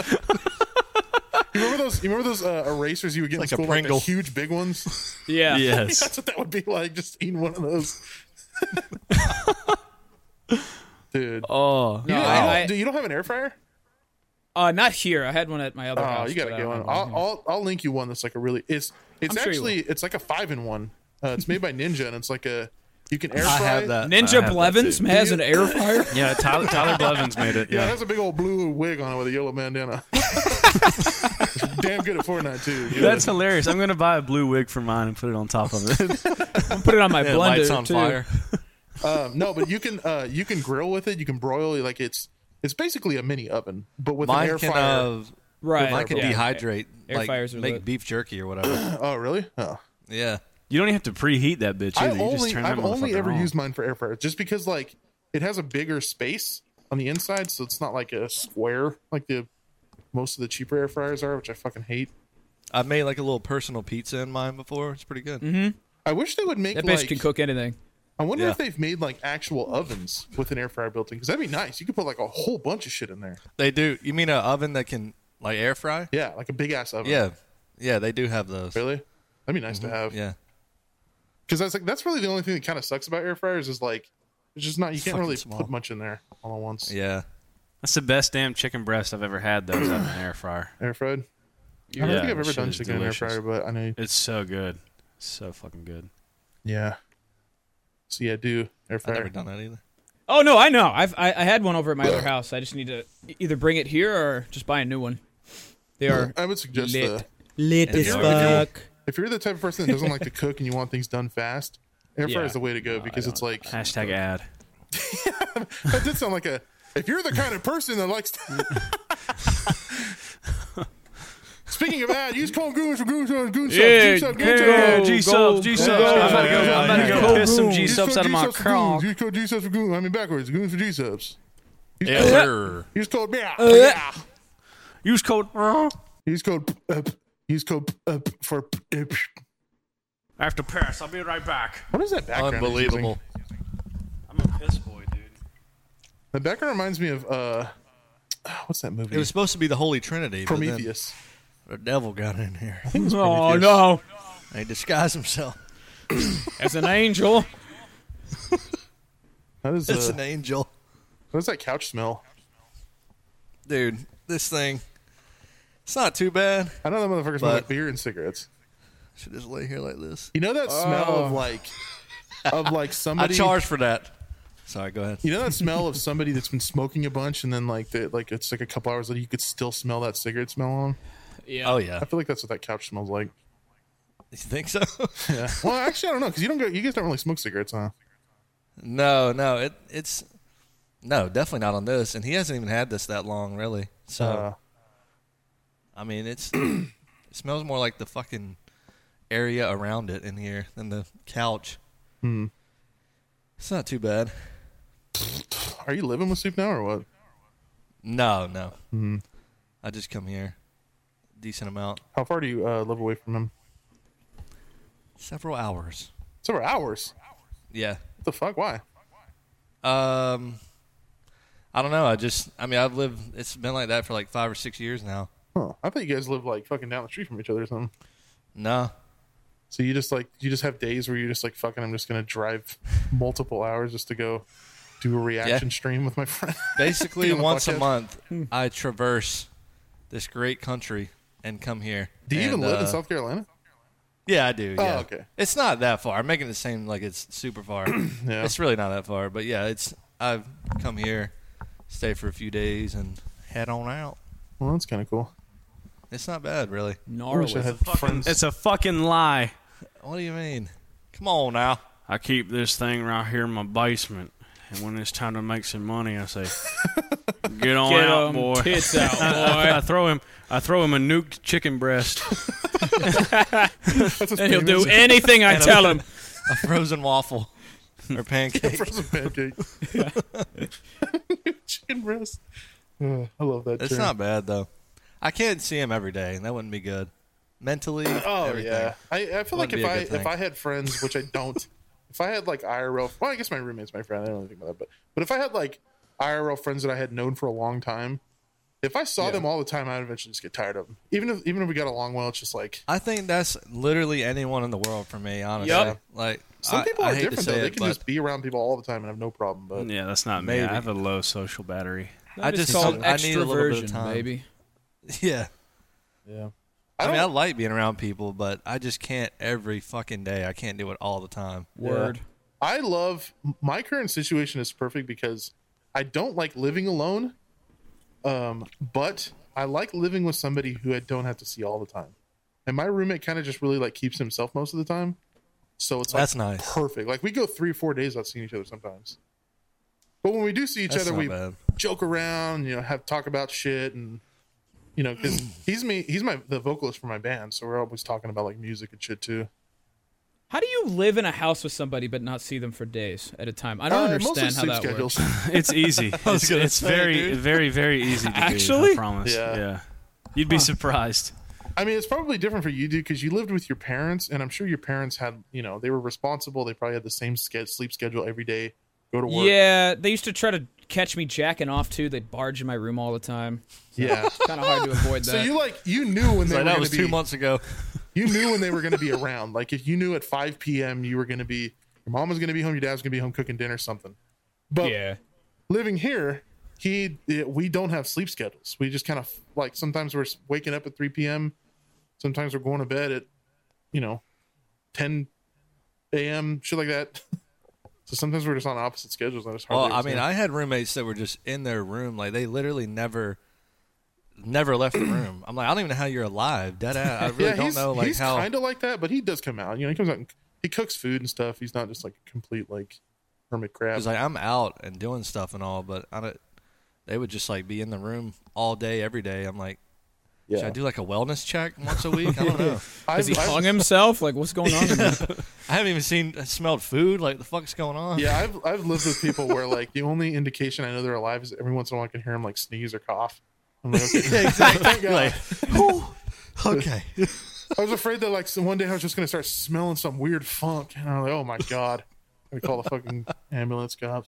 [SPEAKER 4] You remember those? You remember those uh, erasers you would get
[SPEAKER 7] Like a
[SPEAKER 4] in school, like the
[SPEAKER 7] Pringle.
[SPEAKER 4] huge big ones? <laughs>
[SPEAKER 6] Yeah.
[SPEAKER 5] Yes.
[SPEAKER 4] That's what that would be like. Just eating one of those. Dude,
[SPEAKER 5] <laughs> Oh,
[SPEAKER 4] you,
[SPEAKER 6] No,
[SPEAKER 4] don't,
[SPEAKER 6] I-
[SPEAKER 4] I don't- you don't have an air fryer?
[SPEAKER 6] Uh, not here. I had one at my other
[SPEAKER 4] Oh,
[SPEAKER 6] house.
[SPEAKER 4] you gotta
[SPEAKER 6] but I
[SPEAKER 4] get
[SPEAKER 6] don't
[SPEAKER 4] one.
[SPEAKER 6] know.
[SPEAKER 4] I'll, I'll I'll link you one that's like a really it's it's
[SPEAKER 6] I'm sure you
[SPEAKER 4] actually it's like a five in one. Uh, it's made by Ninja and it's like a you can air fry.
[SPEAKER 7] I have that.
[SPEAKER 5] I
[SPEAKER 6] Ninja
[SPEAKER 5] have that
[SPEAKER 6] Blevins
[SPEAKER 5] too.
[SPEAKER 6] has an
[SPEAKER 5] <laughs>
[SPEAKER 6] air fryer.
[SPEAKER 5] yeah. Tyler, Tyler Blevins made it.
[SPEAKER 4] Yeah, it
[SPEAKER 5] Yeah.
[SPEAKER 4] has a big old blue wig on it with a yellow bandana. <laughs> Damn good at Fortnite too. Yeah.
[SPEAKER 5] That's hilarious. I'm gonna buy a blue wig for mine and put it on top of it.
[SPEAKER 6] I'm putting
[SPEAKER 7] <laughs>
[SPEAKER 6] it on my
[SPEAKER 7] Yeah, it
[SPEAKER 6] blender
[SPEAKER 7] lights on
[SPEAKER 6] too.
[SPEAKER 7] fire.
[SPEAKER 4] um, no, but you can uh, you can grill with it. You can broil it. Like it's it's basically a mini oven, but with an
[SPEAKER 7] Mine
[SPEAKER 4] air
[SPEAKER 7] can
[SPEAKER 4] fryer.
[SPEAKER 7] uh,
[SPEAKER 6] Right.
[SPEAKER 7] mine can
[SPEAKER 6] yeah.
[SPEAKER 7] dehydrate,
[SPEAKER 6] Air
[SPEAKER 7] like
[SPEAKER 6] fryers are
[SPEAKER 7] make
[SPEAKER 6] lit.
[SPEAKER 7] beef jerky
[SPEAKER 4] <clears throat>
[SPEAKER 7] or whatever.
[SPEAKER 4] oh really? Oh.
[SPEAKER 7] yeah,
[SPEAKER 5] You don't even have to preheat that bitch
[SPEAKER 4] I
[SPEAKER 5] either. you just
[SPEAKER 4] only
[SPEAKER 5] turn
[SPEAKER 4] I've
[SPEAKER 5] that
[SPEAKER 4] only
[SPEAKER 5] motherfucker
[SPEAKER 4] ever
[SPEAKER 5] on.
[SPEAKER 4] used mine for air fryer, just because like it has a bigger space on the inside, so it's not like a square like the most of the cheaper air fryers are, which I fucking hate.
[SPEAKER 7] I've made like a little personal pizza in mine before. It's pretty good.
[SPEAKER 4] Mm-hmm. I wish they would make
[SPEAKER 6] That bitch
[SPEAKER 4] like
[SPEAKER 6] can cook anything.
[SPEAKER 4] I wonder
[SPEAKER 7] Yeah.
[SPEAKER 4] if they've made like actual ovens with an air fryer built in because that'd be nice. You could put like a whole bunch of shit in there.
[SPEAKER 7] They do. You mean an oven that can like air fry?
[SPEAKER 4] Yeah, like a big ass oven.
[SPEAKER 7] Yeah, yeah, they do have those.
[SPEAKER 4] really. That'd be nice to have.
[SPEAKER 7] Yeah,
[SPEAKER 4] because that's like that's really the only thing that kind of sucks about air fryers is like it's just not you can't
[SPEAKER 7] fucking
[SPEAKER 4] really
[SPEAKER 7] small.
[SPEAKER 4] put much in there all at once.
[SPEAKER 7] yeah.
[SPEAKER 5] That's the best damn chicken breast I've ever had. Though, is out of an air fryer.
[SPEAKER 4] Air fried. I don't
[SPEAKER 5] Yeah,
[SPEAKER 4] think I've
[SPEAKER 5] that
[SPEAKER 4] ever
[SPEAKER 5] shit
[SPEAKER 4] done
[SPEAKER 5] is
[SPEAKER 4] chicken in air
[SPEAKER 5] delicious.
[SPEAKER 4] fryer, but I know. You,
[SPEAKER 5] It's so good. So fucking good.
[SPEAKER 4] yeah. So yeah, do air
[SPEAKER 7] I've
[SPEAKER 4] fryer.
[SPEAKER 7] never done that either.
[SPEAKER 6] Oh no, I know. I've I, I had one over at my other house. I just need to e-, either bring it here or just buy a new one.
[SPEAKER 4] <laughs>
[SPEAKER 6] They are
[SPEAKER 4] I would suggest the,
[SPEAKER 6] lit, lit
[SPEAKER 7] And
[SPEAKER 6] as
[SPEAKER 7] they
[SPEAKER 4] uh,
[SPEAKER 7] are
[SPEAKER 6] fuck.
[SPEAKER 4] if you're the type of person that doesn't like to cook and you want things done fast, air fryer
[SPEAKER 5] Yeah.
[SPEAKER 4] is the way to go because it's like
[SPEAKER 5] Hashtag ad.
[SPEAKER 4] <laughs> that did sound like a. If you're the kind of person that likes. <laughs> Speaking of that, use code goons for goons on goons. subs, goons uh, subs, goons subs.
[SPEAKER 5] Yeah, G subs, G subs. I'm about to go. I'm about to go piss some G
[SPEAKER 4] Use
[SPEAKER 5] subs
[SPEAKER 4] code
[SPEAKER 5] out of my
[SPEAKER 4] G-subs for
[SPEAKER 5] car.
[SPEAKER 4] goons. Use code G subs for goons. I mean backwards. Goons for G subs.
[SPEAKER 7] Yeah, sir.
[SPEAKER 4] Use code yeah.
[SPEAKER 5] Uh, Use code
[SPEAKER 4] Use code uh, use code uh, for. Uh,
[SPEAKER 5] after piss. I'll be right back.
[SPEAKER 4] what is that background? he's
[SPEAKER 7] Unbelievable.
[SPEAKER 4] using?
[SPEAKER 5] I'm a piss boy, dude.
[SPEAKER 4] The background reminds me of uh, what's that movie?
[SPEAKER 7] It was supposed to be the Holy Trinity. but then
[SPEAKER 4] Prometheus.
[SPEAKER 5] Oh,
[SPEAKER 7] The devil got in
[SPEAKER 4] <laughs>
[SPEAKER 7] here.
[SPEAKER 6] Oh no,
[SPEAKER 7] He disguised himself
[SPEAKER 6] as an angel.
[SPEAKER 4] That is.
[SPEAKER 7] as
[SPEAKER 4] Uh,
[SPEAKER 7] an angel.
[SPEAKER 4] what is that couch smell?
[SPEAKER 7] Dude, this thing. It's not too bad.
[SPEAKER 4] I know that motherfucker smells
[SPEAKER 7] But-
[SPEAKER 4] like beer and cigarettes.
[SPEAKER 7] should just lay here like this.
[SPEAKER 4] You know that smell
[SPEAKER 5] Oh.
[SPEAKER 4] of like of like
[SPEAKER 7] <laughs> I
[SPEAKER 4] somebody
[SPEAKER 7] charge for that. Sorry, go ahead.
[SPEAKER 4] You know that smell of somebody that's been smoking a bunch and then like the, like it's like a couple hours later you could still smell that cigarette smell on. 'em?
[SPEAKER 6] Yeah.
[SPEAKER 7] Oh yeah,
[SPEAKER 4] I feel like that's what that couch smells like.
[SPEAKER 7] <laughs> you think <laughs> so?
[SPEAKER 4] Well, actually I don't know cuz you don't go you guys don't really smoke cigarettes, huh?
[SPEAKER 7] no, no, it it's no, definitely not on this. And he hasn't even had this that long, really. So
[SPEAKER 4] Uh,
[SPEAKER 7] I mean, it's <clears throat> it smells more like the fucking area around it in here than the couch. Hmm. It's not too bad.
[SPEAKER 4] are you living with soup now or what?
[SPEAKER 7] No, no. I just come here, decent amount,
[SPEAKER 4] How far do you uh, live away from him?
[SPEAKER 7] several hours.
[SPEAKER 4] It's over hours.
[SPEAKER 7] Yeah.
[SPEAKER 4] What the fuck? Why?
[SPEAKER 7] Um, I don't know. I just, I mean, I've lived. It's been like that for like five or six years now.
[SPEAKER 4] Huh. I thought you guys lived like fucking down the street from each other or something.
[SPEAKER 7] No,
[SPEAKER 4] So you just like you just have days where you're just like fucking I'm just going to drive multiple hours just to go do a reaction stream with my friend. <laughs>
[SPEAKER 7] basically
[SPEAKER 4] Being on the
[SPEAKER 7] once a
[SPEAKER 4] podcast. Hmm.
[SPEAKER 7] month, I traverse this great country and come here.
[SPEAKER 4] Do you
[SPEAKER 7] And,
[SPEAKER 4] even live in
[SPEAKER 7] uh,
[SPEAKER 4] South Carolina?
[SPEAKER 7] Yeah, I do.
[SPEAKER 4] Oh,
[SPEAKER 7] yeah.
[SPEAKER 4] okay.
[SPEAKER 7] It's not that far. I'm making it seem like it's super far.
[SPEAKER 4] <clears throat> Yeah.
[SPEAKER 7] It's really not that far, but yeah, it's. I've come here, stay for a few days, and head on out.
[SPEAKER 4] Well, that's kind of cool.
[SPEAKER 7] It's not bad, really.
[SPEAKER 4] I wish I
[SPEAKER 6] Gnarly.
[SPEAKER 4] had friends.
[SPEAKER 5] It's a fucking lie.
[SPEAKER 7] What do you mean? Come on now.
[SPEAKER 5] I keep this thing right here in my basement, and when it's time to make some money, I say, "Get on
[SPEAKER 6] Get
[SPEAKER 5] out,
[SPEAKER 6] them
[SPEAKER 5] boy."
[SPEAKER 6] tits
[SPEAKER 5] <laughs>
[SPEAKER 6] out,
[SPEAKER 5] I, I
[SPEAKER 6] boy.
[SPEAKER 5] throw him. I throw him a nuked chicken breast.
[SPEAKER 4] That's his
[SPEAKER 6] and he'll
[SPEAKER 4] penis.
[SPEAKER 6] do
[SPEAKER 5] <laughs>
[SPEAKER 6] anything I tell him.
[SPEAKER 7] A frozen waffel
[SPEAKER 4] <laughs>
[SPEAKER 7] or pancake.
[SPEAKER 4] frozen pancake. <laughs> Chicken breast. Ugh, I love that.
[SPEAKER 7] It's
[SPEAKER 4] term.
[SPEAKER 7] not bad though. I can't see him every day, and that wouldn't be good. Mentally,
[SPEAKER 4] <clears throat> Oh
[SPEAKER 7] everything.
[SPEAKER 4] yeah. I, I feel like
[SPEAKER 7] Wouldn't be
[SPEAKER 4] if
[SPEAKER 7] a
[SPEAKER 4] I
[SPEAKER 7] good thing.
[SPEAKER 4] if I had friends, which I don't, <laughs> if I had like IRL, well, I guess my roommate's my friend. I don't really think about that, but but if I had like IRL friends that I had known for a long time, If I saw them all the time, I'd eventually just get tired of them. Even if even if we got along well, it's just like
[SPEAKER 7] I think that's literally anyone in the world for me, honestly.
[SPEAKER 6] Yup.
[SPEAKER 7] Like
[SPEAKER 4] some
[SPEAKER 7] I-
[SPEAKER 4] people
[SPEAKER 7] I
[SPEAKER 4] are
[SPEAKER 7] hate to
[SPEAKER 4] different though.
[SPEAKER 7] say
[SPEAKER 4] They
[SPEAKER 7] it,
[SPEAKER 4] can
[SPEAKER 7] but
[SPEAKER 4] just be around people all the time and have no problem. But
[SPEAKER 5] Yeah, that's not me.
[SPEAKER 7] Maybe.
[SPEAKER 5] I have a low social battery.
[SPEAKER 7] I
[SPEAKER 6] It's
[SPEAKER 7] just
[SPEAKER 6] called
[SPEAKER 7] I need a little bit of
[SPEAKER 6] extroversion,
[SPEAKER 7] time.
[SPEAKER 6] baby.
[SPEAKER 7] <laughs> Yeah.
[SPEAKER 4] yeah,
[SPEAKER 7] I,
[SPEAKER 4] I
[SPEAKER 7] mean, I
[SPEAKER 4] don't.
[SPEAKER 7] like being around people, but I just can't every fucking day. I can't do it all the time.
[SPEAKER 6] Word.
[SPEAKER 4] I love my current situation is perfect because I don't like living alone, um, but I like living with somebody who I don't have to see all the time. And my roommate kind of just really like keeps himself most of the time, so it's like
[SPEAKER 7] That's nice.
[SPEAKER 4] perfect. Like we go three or four days without seeing each other sometimes, but when we do see each
[SPEAKER 7] That's
[SPEAKER 4] other,
[SPEAKER 7] not
[SPEAKER 4] we
[SPEAKER 7] bad.
[SPEAKER 4] joke around, you know, have talk about shit and you know,
[SPEAKER 7] <clears throat>
[SPEAKER 4] cuz he's me he's my the vocalist for my band, so we're always talking about like music and shit too.
[SPEAKER 6] How do you live in a house with somebody but not see them for days at a time? I don't
[SPEAKER 4] Uh,
[SPEAKER 6] understand how
[SPEAKER 4] sleep
[SPEAKER 6] that works.
[SPEAKER 5] It's easy. it's
[SPEAKER 7] gonna
[SPEAKER 5] it's
[SPEAKER 7] say,
[SPEAKER 5] very,
[SPEAKER 7] dude.
[SPEAKER 5] very, very easy to do,
[SPEAKER 6] Actually?
[SPEAKER 5] I promise.
[SPEAKER 4] Yeah.
[SPEAKER 5] Yeah. You'd be surprised.
[SPEAKER 4] I mean, it's probably different for you dude cuz you lived with your parents and I'm sure your parents had, you know, they were responsible. They probably had the same ske- sleep schedule every day, go to work.
[SPEAKER 6] Yeah, they used to try to catch me jacking off too. They'd barge in my room all the time.
[SPEAKER 5] <laughs>
[SPEAKER 4] Yeah.
[SPEAKER 6] Kind of hard to avoid that.
[SPEAKER 4] so you like you knew when they were
[SPEAKER 7] Like, that
[SPEAKER 4] going
[SPEAKER 7] was
[SPEAKER 4] to
[SPEAKER 7] two
[SPEAKER 4] be
[SPEAKER 7] months ago.
[SPEAKER 4] you knew when they were going to be <laughs> around. Like if you knew at 5 p.m. you were going to be your mom was going to be home, your dad was going to be home cooking dinner or something. But
[SPEAKER 6] yeah.
[SPEAKER 4] living here, he it, we don't have sleep schedules. We just kind of like sometimes we're waking up at 3 p.m., sometimes we're going to bed at you know 10 a.m. shit like that. <laughs> So sometimes we're just on opposite schedules. And it's hard
[SPEAKER 7] Well, I mean, I had roommates that were just in their room, like they literally never, never left the room. I'm like, I don't even know how you're alive, dead ass. I really
[SPEAKER 4] yeah,
[SPEAKER 7] don't
[SPEAKER 4] he's,
[SPEAKER 7] know, like
[SPEAKER 4] he's
[SPEAKER 7] how.
[SPEAKER 4] kind of like that, but he does come out. You know, he comes out and he cooks food and stuff. He's not just like a complete like hermit crab.
[SPEAKER 7] Because like I'm out and doing stuff and all, but I don't. They would just like be in the room all day, every day. I'm like, should I do like a wellness check once a week? I don't know.
[SPEAKER 4] I've,
[SPEAKER 6] Has he
[SPEAKER 4] I've-
[SPEAKER 6] hung himself? Like, what's going on? in there?
[SPEAKER 7] I haven't even seen uh, smelled food. Like the fuck's going on?
[SPEAKER 4] yeah, I've I've lived with people where like the only indication I know they're alive is every once in a while I can hear them like sneeze or cough. I'm like, okay, thank <laughs> God.
[SPEAKER 7] Like, whew, <laughs> okay.
[SPEAKER 4] I was afraid that like some- one day I was just gonna start smelling some weird funk, and I'm like, oh my god, I'm gonna call the fucking ambulance cops.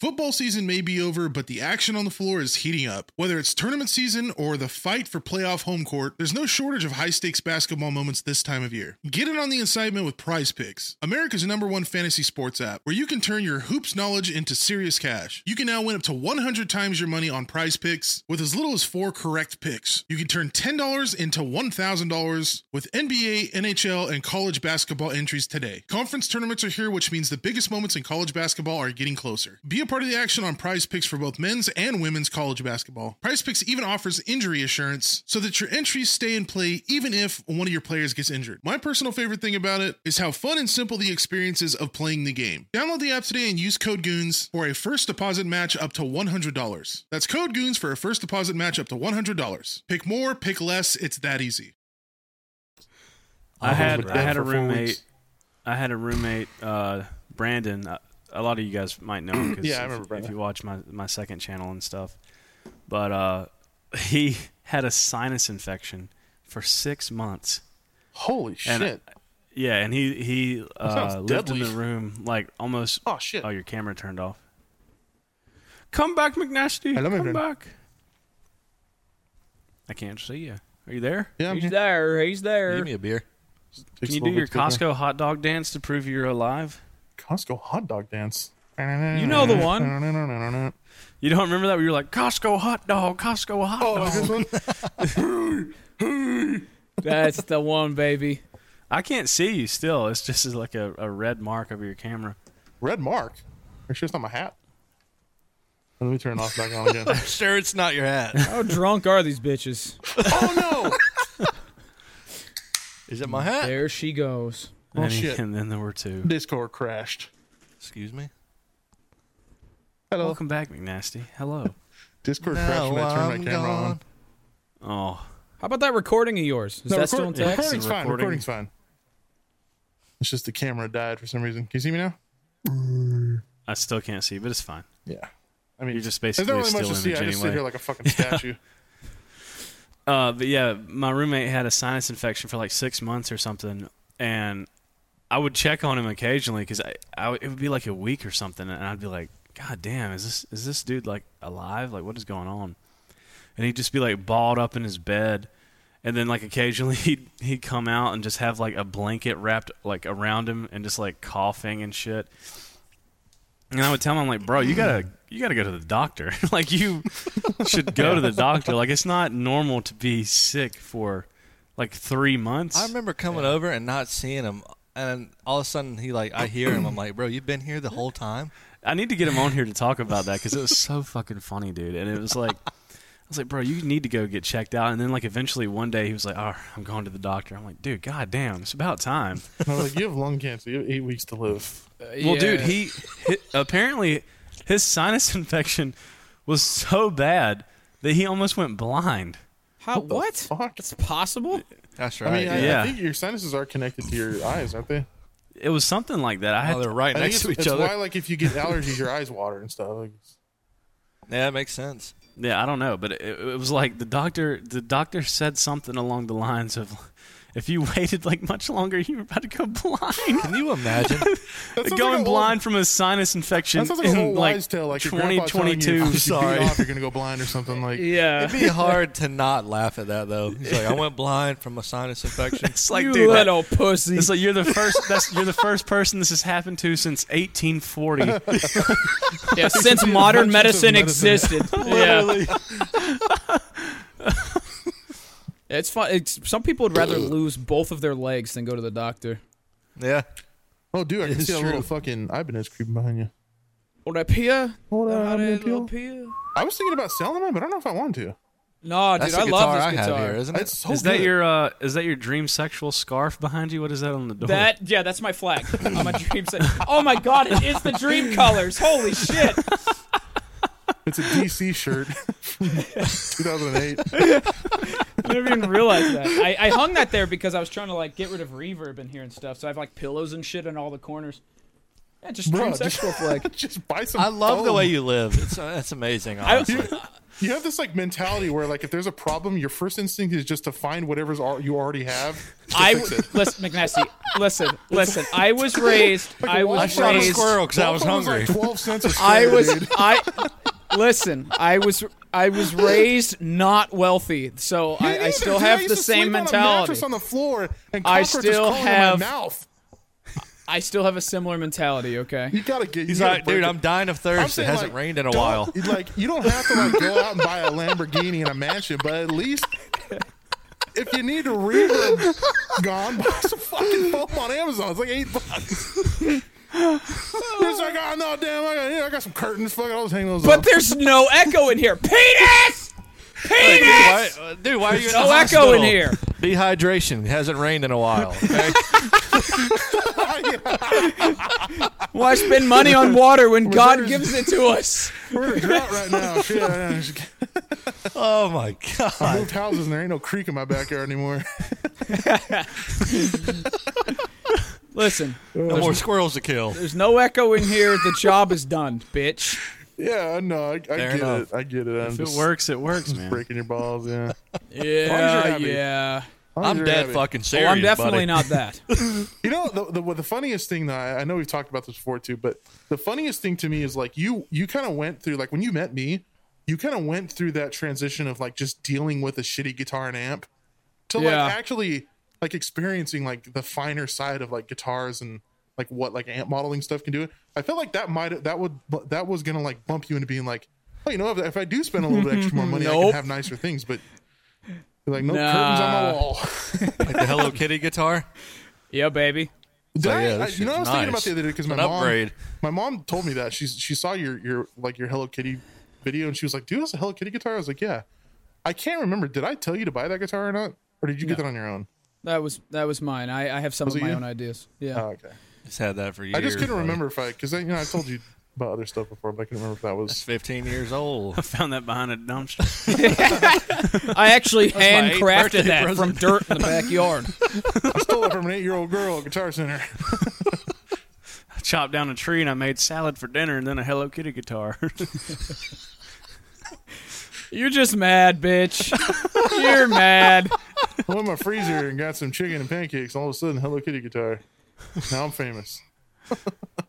[SPEAKER 2] Football season may be over, but the action on the floor is heating up. Whether it's tournament season or the fight for playoff home court, there's no shortage of high stakes basketball moments this time of year. Get in on the incitement with Prize Picks, America's number one fantasy sports app, where you can turn your hoops knowledge into serious cash. You can now win up to 100 times your money on Prize Picks with as little as four correct picks. You can turn $10 into $1,000 with NBA, NHL, and college basketball entries today. Conference tournaments are here, which means the biggest moments in college basketball are getting closer. Be a part of the action on prize picks for both men's and women's college basketball. Prize picks even offers injury assurance so that your entries stay in play even if one of your players gets injured. My personal favorite thing about it is how fun and simple the experience is of playing the game. Download the app today and use code GOONS for a first deposit match up to $100. That's code GOONS for a first deposit match up to $100. Pick more, pick less, it's that easy.
[SPEAKER 5] I had
[SPEAKER 4] with
[SPEAKER 5] I
[SPEAKER 4] them
[SPEAKER 5] had a
[SPEAKER 4] for four weeks.
[SPEAKER 5] roommate. I had a roommate, uh, Brandon. Uh, a lot of you guys might know
[SPEAKER 6] <clears throat>
[SPEAKER 5] him because
[SPEAKER 4] Yeah, I
[SPEAKER 5] if,
[SPEAKER 4] remember
[SPEAKER 5] if
[SPEAKER 4] Brandon.
[SPEAKER 5] you watch my my second channel and stuff. But uh, <laughs> he had a sinus infection for six months.
[SPEAKER 4] Holy
[SPEAKER 5] And
[SPEAKER 4] shit!
[SPEAKER 5] Yeah, and he he
[SPEAKER 4] sounds
[SPEAKER 5] uh, lived in the
[SPEAKER 4] deadly.
[SPEAKER 5] room like almost.
[SPEAKER 4] Oh, shit.
[SPEAKER 5] Oh, your camera turned off. Come back, McNasty.
[SPEAKER 4] Hello, my
[SPEAKER 5] Come
[SPEAKER 4] friend.
[SPEAKER 5] back. I can't see you. Are you there?
[SPEAKER 4] yeah, I'm
[SPEAKER 6] He's
[SPEAKER 4] here.
[SPEAKER 6] there. He's
[SPEAKER 7] Give
[SPEAKER 6] there.
[SPEAKER 7] me a beer.
[SPEAKER 4] Takes a
[SPEAKER 5] Can you do
[SPEAKER 4] little
[SPEAKER 5] your
[SPEAKER 4] bit to get
[SPEAKER 5] Costco hot dog dance to prove you're alive?
[SPEAKER 4] there. Costco hot dog dance?
[SPEAKER 6] You know the
[SPEAKER 5] <laughs>
[SPEAKER 6] one.
[SPEAKER 5] You don't remember that? We were like Costco hot dog, Costco hot
[SPEAKER 4] Oh,
[SPEAKER 5] dog.
[SPEAKER 4] this one?
[SPEAKER 6] That's the one, baby.
[SPEAKER 5] I can't see you still. It's just like a, a red mark over your camera.
[SPEAKER 4] <laughs> red mark. Make sure it's not my hat. Let me turn it off back on
[SPEAKER 5] <laughs>
[SPEAKER 4] again.
[SPEAKER 7] Sure, it's not your hat.
[SPEAKER 6] How drunk are these bitches?
[SPEAKER 4] oh
[SPEAKER 7] Is it my hat?
[SPEAKER 6] There she goes.
[SPEAKER 4] no! Oh
[SPEAKER 5] and, <laughs>
[SPEAKER 4] shit!
[SPEAKER 5] and then there were two.
[SPEAKER 4] Discord crashed.
[SPEAKER 7] Excuse me.
[SPEAKER 4] Hello.
[SPEAKER 5] Welcome back, McNasty. Hello.
[SPEAKER 4] Discord
[SPEAKER 7] Now
[SPEAKER 4] crashed when I turned
[SPEAKER 7] I'm
[SPEAKER 4] my camera on.
[SPEAKER 5] Oh.
[SPEAKER 6] How about that recording of yours?
[SPEAKER 4] No,
[SPEAKER 6] Is that
[SPEAKER 4] record-
[SPEAKER 6] still in text?
[SPEAKER 4] Recording's fine. Recording's fine. It's just the camera died for some reason. Can you see me now?
[SPEAKER 5] I still can't see, but it's fine.
[SPEAKER 4] Yeah.
[SPEAKER 5] I mean, you're just
[SPEAKER 4] There's
[SPEAKER 5] basically
[SPEAKER 4] not really
[SPEAKER 5] still
[SPEAKER 4] much to see.
[SPEAKER 5] image
[SPEAKER 4] I just sit
[SPEAKER 5] anyway.
[SPEAKER 4] here like a fucking
[SPEAKER 5] <laughs>
[SPEAKER 4] statue.
[SPEAKER 5] Uh, but yeah, my roommate had a sinus infection for like six months or something, and I would check on him occasionally because I, I, it would be like a week or something, and I'd be like, "God damn, is this is this dude like alive? Like, what is going on?" And he'd just be like balled up in his bed, and then like occasionally <laughs> he'd he'd come out and just have like a blanket wrapped like around him and just like coughing and shit. And I would tell him, I'm like, bro, you gotta you gotta go to the doctor. <laughs> like you should go to the doctor. Like it's not normal to be sick for like three months.
[SPEAKER 7] I remember coming over and not seeing him, and all of a sudden he like I hear him. I'm like, bro, you've been here the whole time.
[SPEAKER 5] I need to get him on here to talk about that because it was so fucking funny, dude. And it was <laughs> like, I was like, bro, you need to go get checked out. And then like eventually one day he was like, oh, I'm going to the doctor. I'm like, dude, goddamn, it's about time.
[SPEAKER 4] I was like, you have lung cancer. You have eight weeks to live.
[SPEAKER 5] Well, dude, he, hi apparently his sinus <laughs> infection was so bad that he almost went blind.
[SPEAKER 6] How? What? It's possible.
[SPEAKER 7] That's
[SPEAKER 4] I mean, I,
[SPEAKER 5] yeah,
[SPEAKER 4] I think your sinuses are connected to your eyes, aren't they?
[SPEAKER 5] it was something like that. I
[SPEAKER 7] Oh,
[SPEAKER 5] had
[SPEAKER 4] I think it's, it's why, like, if you get allergies, your eyes water and stuff. Like,
[SPEAKER 7] Yeah, that makes sense.
[SPEAKER 5] Yeah, I don't know, but it, it was like the doctor. The doctor said something along the lines of, "If you <laughs> waited like much longer, you were about to go <laughs> blind." Can
[SPEAKER 7] you imagine
[SPEAKER 4] sounds
[SPEAKER 5] going
[SPEAKER 4] like a
[SPEAKER 5] blind from a sinus infection
[SPEAKER 4] that sounds like
[SPEAKER 5] <laughs>
[SPEAKER 4] a
[SPEAKER 5] in
[SPEAKER 4] whole
[SPEAKER 5] like
[SPEAKER 4] wives tale. Like your
[SPEAKER 5] twenty
[SPEAKER 4] grandpa
[SPEAKER 5] twenty
[SPEAKER 4] telling you,
[SPEAKER 5] two?
[SPEAKER 4] If you beat off, you're gonna go blind or something. Like,
[SPEAKER 7] <laughs>
[SPEAKER 6] yeah,
[SPEAKER 7] It'd be hard to not laugh at that though. He's like, I went blind from a sinus infection.
[SPEAKER 5] It's like,
[SPEAKER 6] You
[SPEAKER 5] dude, that-
[SPEAKER 6] little pussy.
[SPEAKER 5] It's like you're the first. That's you're the first person this has happened to since 1840.
[SPEAKER 7] <laughs>
[SPEAKER 6] Yeah, since
[SPEAKER 5] The
[SPEAKER 6] modern
[SPEAKER 5] emergence of
[SPEAKER 6] medicine,
[SPEAKER 5] medicine.
[SPEAKER 6] existed.
[SPEAKER 5] Literally.
[SPEAKER 6] Yeah. <laughs> it's fun. It's, some people
[SPEAKER 7] <clears throat>
[SPEAKER 6] would rather lose both of their legs than go to the doctor.
[SPEAKER 7] Yeah.
[SPEAKER 4] oh, dude, I can
[SPEAKER 6] It's
[SPEAKER 4] see a
[SPEAKER 6] true.
[SPEAKER 4] little fucking Ibanez creeping behind you.
[SPEAKER 6] Or that Pia?
[SPEAKER 4] Hold on,
[SPEAKER 6] That
[SPEAKER 4] Ibanez
[SPEAKER 6] little
[SPEAKER 4] Peel.
[SPEAKER 6] Pia?
[SPEAKER 4] I was thinking about selling mine, but I don't know if I want to.
[SPEAKER 6] No, dude,
[SPEAKER 7] That's
[SPEAKER 6] I
[SPEAKER 7] the guitar
[SPEAKER 6] love this
[SPEAKER 7] I have
[SPEAKER 6] guitar.
[SPEAKER 7] here, isn't it?
[SPEAKER 4] It's so
[SPEAKER 5] is
[SPEAKER 4] good.
[SPEAKER 5] that your uh, is that your dream sexual scarf behind you? What is that on the <laughs> door?
[SPEAKER 7] <laughs>
[SPEAKER 6] That yeah, that's my flag. on my dream set. Oh my god, it is
[SPEAKER 7] <laughs>
[SPEAKER 6] the dream colors. Holy shit.
[SPEAKER 4] It's a DC shirt, <laughs> from 2008.
[SPEAKER 6] I never even realized that. I, I hung that there because I was trying to like get rid of reverb in here and stuff. So I have like pillows and shit in all the corners. Yeah, just
[SPEAKER 4] Bro,
[SPEAKER 6] dream
[SPEAKER 4] just-
[SPEAKER 6] sexual flag.
[SPEAKER 4] Just buy some.
[SPEAKER 7] I love the
[SPEAKER 4] foam.
[SPEAKER 7] way you live. It's uh, that's amazing.
[SPEAKER 6] I-
[SPEAKER 7] Honestly.
[SPEAKER 4] You have this like mentality where like if there's a problem, your first instinct is just to find whatever's al- you already have. to
[SPEAKER 6] I
[SPEAKER 4] fix it.
[SPEAKER 6] listen, McNasty.
[SPEAKER 4] <laughs>
[SPEAKER 6] Listen, listen. I was raised. I
[SPEAKER 4] Like,
[SPEAKER 6] was
[SPEAKER 4] I shot a
[SPEAKER 6] raised.
[SPEAKER 7] squirrel because I was
[SPEAKER 4] Waffle
[SPEAKER 7] hungry.
[SPEAKER 4] like Twelve cents. A
[SPEAKER 6] <laughs> I
[SPEAKER 4] square,
[SPEAKER 6] was.
[SPEAKER 7] <laughs>
[SPEAKER 4] dude.
[SPEAKER 6] I listen. I was. I was raised not wealthy, so
[SPEAKER 4] Me
[SPEAKER 6] I, I
[SPEAKER 4] neither,
[SPEAKER 6] still
[SPEAKER 4] dude. I
[SPEAKER 6] have
[SPEAKER 4] used
[SPEAKER 6] the
[SPEAKER 4] to
[SPEAKER 6] same
[SPEAKER 4] sleep On a mattress
[SPEAKER 6] mentality.
[SPEAKER 4] on the floor, and
[SPEAKER 6] I
[SPEAKER 4] cockroaches
[SPEAKER 6] still
[SPEAKER 4] crawling in
[SPEAKER 6] have-
[SPEAKER 4] my mouth.
[SPEAKER 6] I still have a similar mentality. Okay.
[SPEAKER 4] <laughs> You gotta get.
[SPEAKER 7] He's
[SPEAKER 4] you gotta
[SPEAKER 7] like, dude,
[SPEAKER 4] break
[SPEAKER 7] I'm dying of
[SPEAKER 4] I'm
[SPEAKER 7] thirst. It
[SPEAKER 4] saying,
[SPEAKER 7] hasn't
[SPEAKER 4] like,
[SPEAKER 7] rained in a
[SPEAKER 4] don't-
[SPEAKER 7] while.
[SPEAKER 4] Like you don't have to like go out and buy a Lamborghini and a mansion, but at least if you need to reverb gone, buy some fucking foam on Amazon. It's like eight bucks. <laughs> It's like, oh no, damn! I got, yeah, I got some curtains. Fuck, it, I'll just hang those
[SPEAKER 6] But
[SPEAKER 4] up.
[SPEAKER 6] there's no echo in here. Penis.
[SPEAKER 7] Dude, why,
[SPEAKER 6] Penis.
[SPEAKER 7] uh, dude, why are you in
[SPEAKER 6] No
[SPEAKER 7] the
[SPEAKER 6] echo
[SPEAKER 7] hospital?
[SPEAKER 6] in here.
[SPEAKER 7] Dehydration. It hasn't rained in a while. okay?
[SPEAKER 6] Why spend money on water when
[SPEAKER 4] <laughs>
[SPEAKER 6] God
[SPEAKER 4] there's-
[SPEAKER 6] gives it to us?
[SPEAKER 4] We're in a drought right now. Shit, I I just
[SPEAKER 7] oh
[SPEAKER 4] I
[SPEAKER 7] my god.
[SPEAKER 4] moved houses and there ain't no creek in my backyard anymore.
[SPEAKER 6] Listen,
[SPEAKER 7] No more squirrels to kill.
[SPEAKER 6] there's no echo in here. The job is done, bitch.
[SPEAKER 4] Yeah, I know. I, I get
[SPEAKER 7] enough.
[SPEAKER 4] it. I get it. I'm
[SPEAKER 5] if it
[SPEAKER 4] just
[SPEAKER 5] works,
[SPEAKER 4] <laughs>
[SPEAKER 5] it works, man.
[SPEAKER 4] breaking your balls. Yeah,
[SPEAKER 6] Yeah,
[SPEAKER 4] happy.
[SPEAKER 6] yeah.
[SPEAKER 4] As long as
[SPEAKER 7] I'm
[SPEAKER 4] you're
[SPEAKER 7] dead
[SPEAKER 4] happy.
[SPEAKER 7] fucking
[SPEAKER 6] Oh,
[SPEAKER 7] serious.
[SPEAKER 6] I'm
[SPEAKER 7] buddy.
[SPEAKER 6] definitely not
[SPEAKER 4] <laughs>
[SPEAKER 6] that.
[SPEAKER 4] You know the, the the funniest thing though. I I know we've talked about this before too, but the funniest thing to me is like you you kind of went through like when you met me, you kind of went through that transition of like just dealing with a shitty guitar and amp to
[SPEAKER 6] Yeah.
[SPEAKER 4] like actually like experiencing like the finer side of like guitars and like what like amp modeling stuff can do. I feel like that might that would that was gonna like bump you into being like, oh, you know, if, if I do spend a little bit extra more money, I can
[SPEAKER 6] <laughs> Nope.
[SPEAKER 4] have nicer things. But you're like no curtains on
[SPEAKER 6] Nah.
[SPEAKER 4] my wall.
[SPEAKER 7] Like the Hello Kitty guitar.
[SPEAKER 6] Yeah, baby.
[SPEAKER 4] Did
[SPEAKER 7] So,
[SPEAKER 4] I,
[SPEAKER 7] yeah,
[SPEAKER 4] I-
[SPEAKER 7] this
[SPEAKER 4] you know, what I was
[SPEAKER 7] shit's
[SPEAKER 4] thinking about
[SPEAKER 7] nice.
[SPEAKER 4] the other day because my
[SPEAKER 7] An
[SPEAKER 4] mom,
[SPEAKER 7] upgrade.
[SPEAKER 4] my mom told me that she's she saw your your like your Hello Kitty video and she was like, "Dude, that's a Hello Kitty guitar." I was like, "Yeah." I can't remember. Did I tell you to buy that guitar or not, or did you get that on your own?
[SPEAKER 6] That was that was mine. I, I have some
[SPEAKER 4] Was
[SPEAKER 6] of
[SPEAKER 4] it
[SPEAKER 6] my
[SPEAKER 4] you?
[SPEAKER 6] own ideas. Yeah.
[SPEAKER 4] Oh, okay.
[SPEAKER 7] Just had that for years.
[SPEAKER 4] I just couldn't
[SPEAKER 7] buddy. <laughs>
[SPEAKER 4] remember if I because you know I told you about other stuff before, but I can remember if that was
[SPEAKER 7] 15 years
[SPEAKER 5] <laughs>
[SPEAKER 7] old.
[SPEAKER 5] I found that behind a dumpster. <laughs>
[SPEAKER 7] Oh.
[SPEAKER 6] I actually
[SPEAKER 7] That's my eighth
[SPEAKER 6] handcrafted
[SPEAKER 7] birthday
[SPEAKER 6] that
[SPEAKER 7] present.
[SPEAKER 6] from dirt in the backyard.
[SPEAKER 4] I stole it from an eight-year-old girl at Guitar Center.
[SPEAKER 5] I chopped down a tree and I made salad for dinner and then a Hello Kitty guitar. <laughs>
[SPEAKER 6] You're just mad, bitch. You're mad.
[SPEAKER 4] I went in my freezer and got some chicken and pancakes. And all of a sudden, Hello Kitty guitar. Now I'm famous.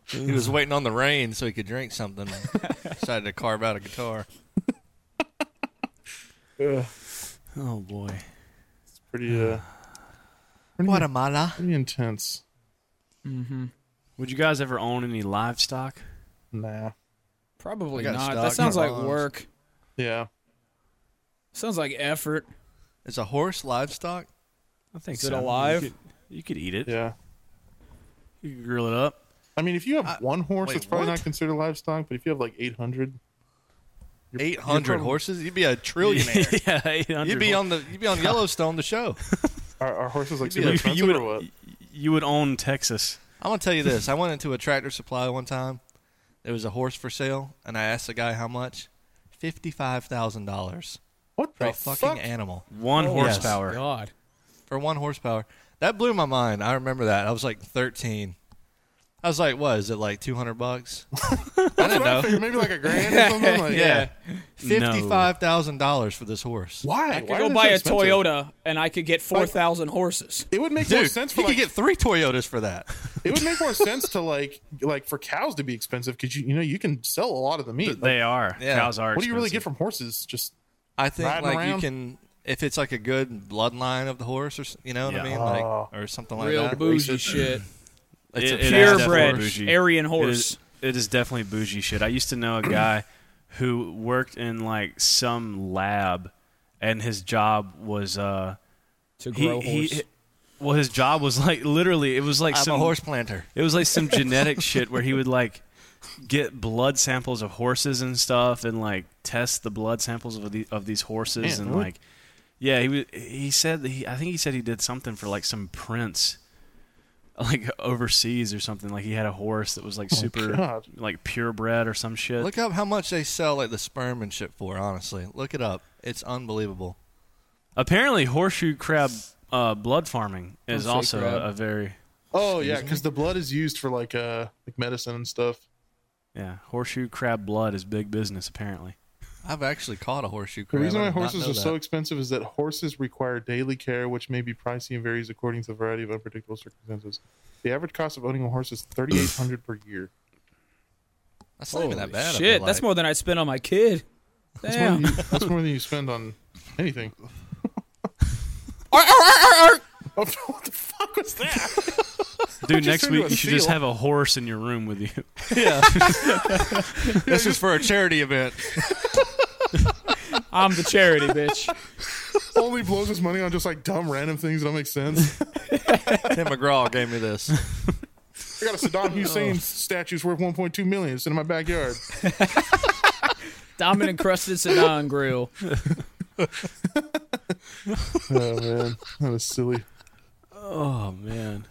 [SPEAKER 7] He was waiting on the rain so he could drink something. Decided to carve out a guitar.
[SPEAKER 4] <laughs> Ugh,
[SPEAKER 5] oh boy.
[SPEAKER 4] it's pretty,
[SPEAKER 7] <sighs>
[SPEAKER 4] uh,
[SPEAKER 7] Guatemala.
[SPEAKER 4] pretty intense.
[SPEAKER 5] Would you guys ever own any livestock?
[SPEAKER 4] Nah.
[SPEAKER 6] Probably
[SPEAKER 7] I got
[SPEAKER 6] not.
[SPEAKER 7] stock
[SPEAKER 6] that sounds
[SPEAKER 7] in my
[SPEAKER 6] like
[SPEAKER 7] lungs.
[SPEAKER 6] work.
[SPEAKER 4] Yeah.
[SPEAKER 6] Sounds like effort.
[SPEAKER 7] Is a horse livestock?
[SPEAKER 5] I think
[SPEAKER 6] Is
[SPEAKER 5] so.
[SPEAKER 6] it alive?
[SPEAKER 5] You could, you could eat it.
[SPEAKER 4] Yeah.
[SPEAKER 5] You could grill it up.
[SPEAKER 4] I mean, if you have one horse,
[SPEAKER 7] wait,
[SPEAKER 4] it's probably
[SPEAKER 7] what?
[SPEAKER 4] not considered livestock. But if you have like 800,
[SPEAKER 7] Eight hundred
[SPEAKER 4] probably-
[SPEAKER 7] horses? You'd be a
[SPEAKER 5] <laughs>
[SPEAKER 7] trillionaire.
[SPEAKER 5] yeah, 800
[SPEAKER 7] <laughs> you'd be on the you'd be
[SPEAKER 4] <laughs>
[SPEAKER 7] on Yellowstone the show.
[SPEAKER 4] are, are horses like
[SPEAKER 7] You'd
[SPEAKER 4] super
[SPEAKER 7] be-
[SPEAKER 4] expensive
[SPEAKER 5] you would-
[SPEAKER 4] or what?
[SPEAKER 5] You would own Texas.
[SPEAKER 7] I'm gonna tell you this. I went into a tractor supply one time. There was a horse for sale, and I asked the guy how much. Fifty five thousand dollars
[SPEAKER 4] What
[SPEAKER 7] for
[SPEAKER 4] the
[SPEAKER 7] a fucking
[SPEAKER 4] fuck? <laughs>
[SPEAKER 7] animal.
[SPEAKER 5] One
[SPEAKER 7] yes.
[SPEAKER 5] horsepower.
[SPEAKER 6] God.
[SPEAKER 7] For one horsepower. That blew my mind. I remember that. I was like thirteen. I was like, what is it like two
[SPEAKER 4] <laughs>
[SPEAKER 7] hundred bucks? I didn't know.
[SPEAKER 4] Figure Maybe like a <laughs> grand or something. Like,
[SPEAKER 7] <laughs> Yeah.
[SPEAKER 5] No.
[SPEAKER 7] Fifty five thousand dollars for this horse.
[SPEAKER 4] Why?
[SPEAKER 6] I could
[SPEAKER 4] Why
[SPEAKER 6] go
[SPEAKER 4] are they
[SPEAKER 6] buy
[SPEAKER 4] so
[SPEAKER 6] a
[SPEAKER 4] expensive?
[SPEAKER 6] Toyota and I could get 4,000 horses.
[SPEAKER 4] It would make more
[SPEAKER 7] Dude,
[SPEAKER 4] sense
[SPEAKER 7] you
[SPEAKER 4] for like
[SPEAKER 7] could get three Toyotas for
[SPEAKER 4] <laughs>
[SPEAKER 7] that.
[SPEAKER 4] it would make more sense to like like for cows to be expensive because you you know you can sell a lot of the meat. Like,
[SPEAKER 5] They are.
[SPEAKER 7] Yeah.
[SPEAKER 5] Cows are.
[SPEAKER 4] what do you really
[SPEAKER 5] expensive.
[SPEAKER 4] get from horses? Just
[SPEAKER 7] I think
[SPEAKER 4] Riding
[SPEAKER 7] like
[SPEAKER 4] around?
[SPEAKER 7] you can if it's like a good bloodline of the horse or s- you know what
[SPEAKER 5] Yeah.
[SPEAKER 7] I mean like
[SPEAKER 4] Oh.
[SPEAKER 7] or something like
[SPEAKER 6] Real
[SPEAKER 7] that.
[SPEAKER 6] bougie shit.
[SPEAKER 7] It's a
[SPEAKER 5] It- it is
[SPEAKER 7] pure
[SPEAKER 5] definitely
[SPEAKER 6] Purebred
[SPEAKER 7] horse.
[SPEAKER 5] bougie.
[SPEAKER 6] Aryan
[SPEAKER 5] It
[SPEAKER 6] horse.
[SPEAKER 5] is- it is definitely bougie shit. I used to know a guy who worked in like some lab, and his job was uh
[SPEAKER 6] To
[SPEAKER 5] he,
[SPEAKER 6] grow
[SPEAKER 5] he-
[SPEAKER 6] horse.
[SPEAKER 5] well his job was like literally it was like
[SPEAKER 7] I'm
[SPEAKER 5] some
[SPEAKER 7] a horse planter.
[SPEAKER 5] it was like some genetic shit where he would like get blood samples of horses and stuff and like test the blood samples of the, of these horses and like yeah he was he said that he I think he said he did something for like some prince like overseas or something like he had a horse that was like super
[SPEAKER 4] God.
[SPEAKER 5] like purebred or some shit
[SPEAKER 7] Look up how much they sell like the sperm and shit for. Honestly, look it up. It's unbelievable.
[SPEAKER 5] apparently horseshoe crab uh, blood farming is
[SPEAKER 6] Horseshoe
[SPEAKER 5] also
[SPEAKER 6] crab.
[SPEAKER 5] a, a very
[SPEAKER 4] oh yeah, because the blood is used for like uh like medicine and stuff.
[SPEAKER 5] yeah horseshoe crab blood is big business apparently
[SPEAKER 7] I've actually caught a horseshoe
[SPEAKER 4] The
[SPEAKER 7] crab.
[SPEAKER 4] reason
[SPEAKER 7] I
[SPEAKER 4] why
[SPEAKER 7] did not
[SPEAKER 4] horses
[SPEAKER 7] know
[SPEAKER 4] are so
[SPEAKER 7] that.
[SPEAKER 4] expensive is that horses require daily care, which may be pricey and varies according to the variety of unpredictable circumstances. The average cost of owning a horse is thirty eight hundred per year.
[SPEAKER 7] That's not even that bad. I
[SPEAKER 6] shit,
[SPEAKER 7] feel <laughs>
[SPEAKER 6] that's
[SPEAKER 7] like.
[SPEAKER 6] more than I'd spend on my kid.
[SPEAKER 4] That's more, than
[SPEAKER 6] Damn.
[SPEAKER 4] you, that's more than you spend on anything. Oh, what the fuck was that?
[SPEAKER 5] Dude,
[SPEAKER 7] <laughs>
[SPEAKER 4] just
[SPEAKER 5] next
[SPEAKER 4] turned into
[SPEAKER 5] week
[SPEAKER 4] a
[SPEAKER 5] you should just
[SPEAKER 4] seal.
[SPEAKER 5] have a horse in your room with you.
[SPEAKER 7] This is for a charity event.
[SPEAKER 6] I'm the charity, bitch.
[SPEAKER 4] Only blows his money on just like dumb random things that don't make sense.
[SPEAKER 5] <laughs>
[SPEAKER 7] <laughs> Tim McGraw gave me
[SPEAKER 4] <laughs>
[SPEAKER 7] this.
[SPEAKER 4] I got a
[SPEAKER 5] Oh.
[SPEAKER 4] Saddam Hussein statue's worth 1.2 million. It's in my backyard.
[SPEAKER 6] Diamond encrusted Sedan grill.
[SPEAKER 4] Oh man, that was silly.
[SPEAKER 5] Oh
[SPEAKER 4] <laughs>
[SPEAKER 5] man.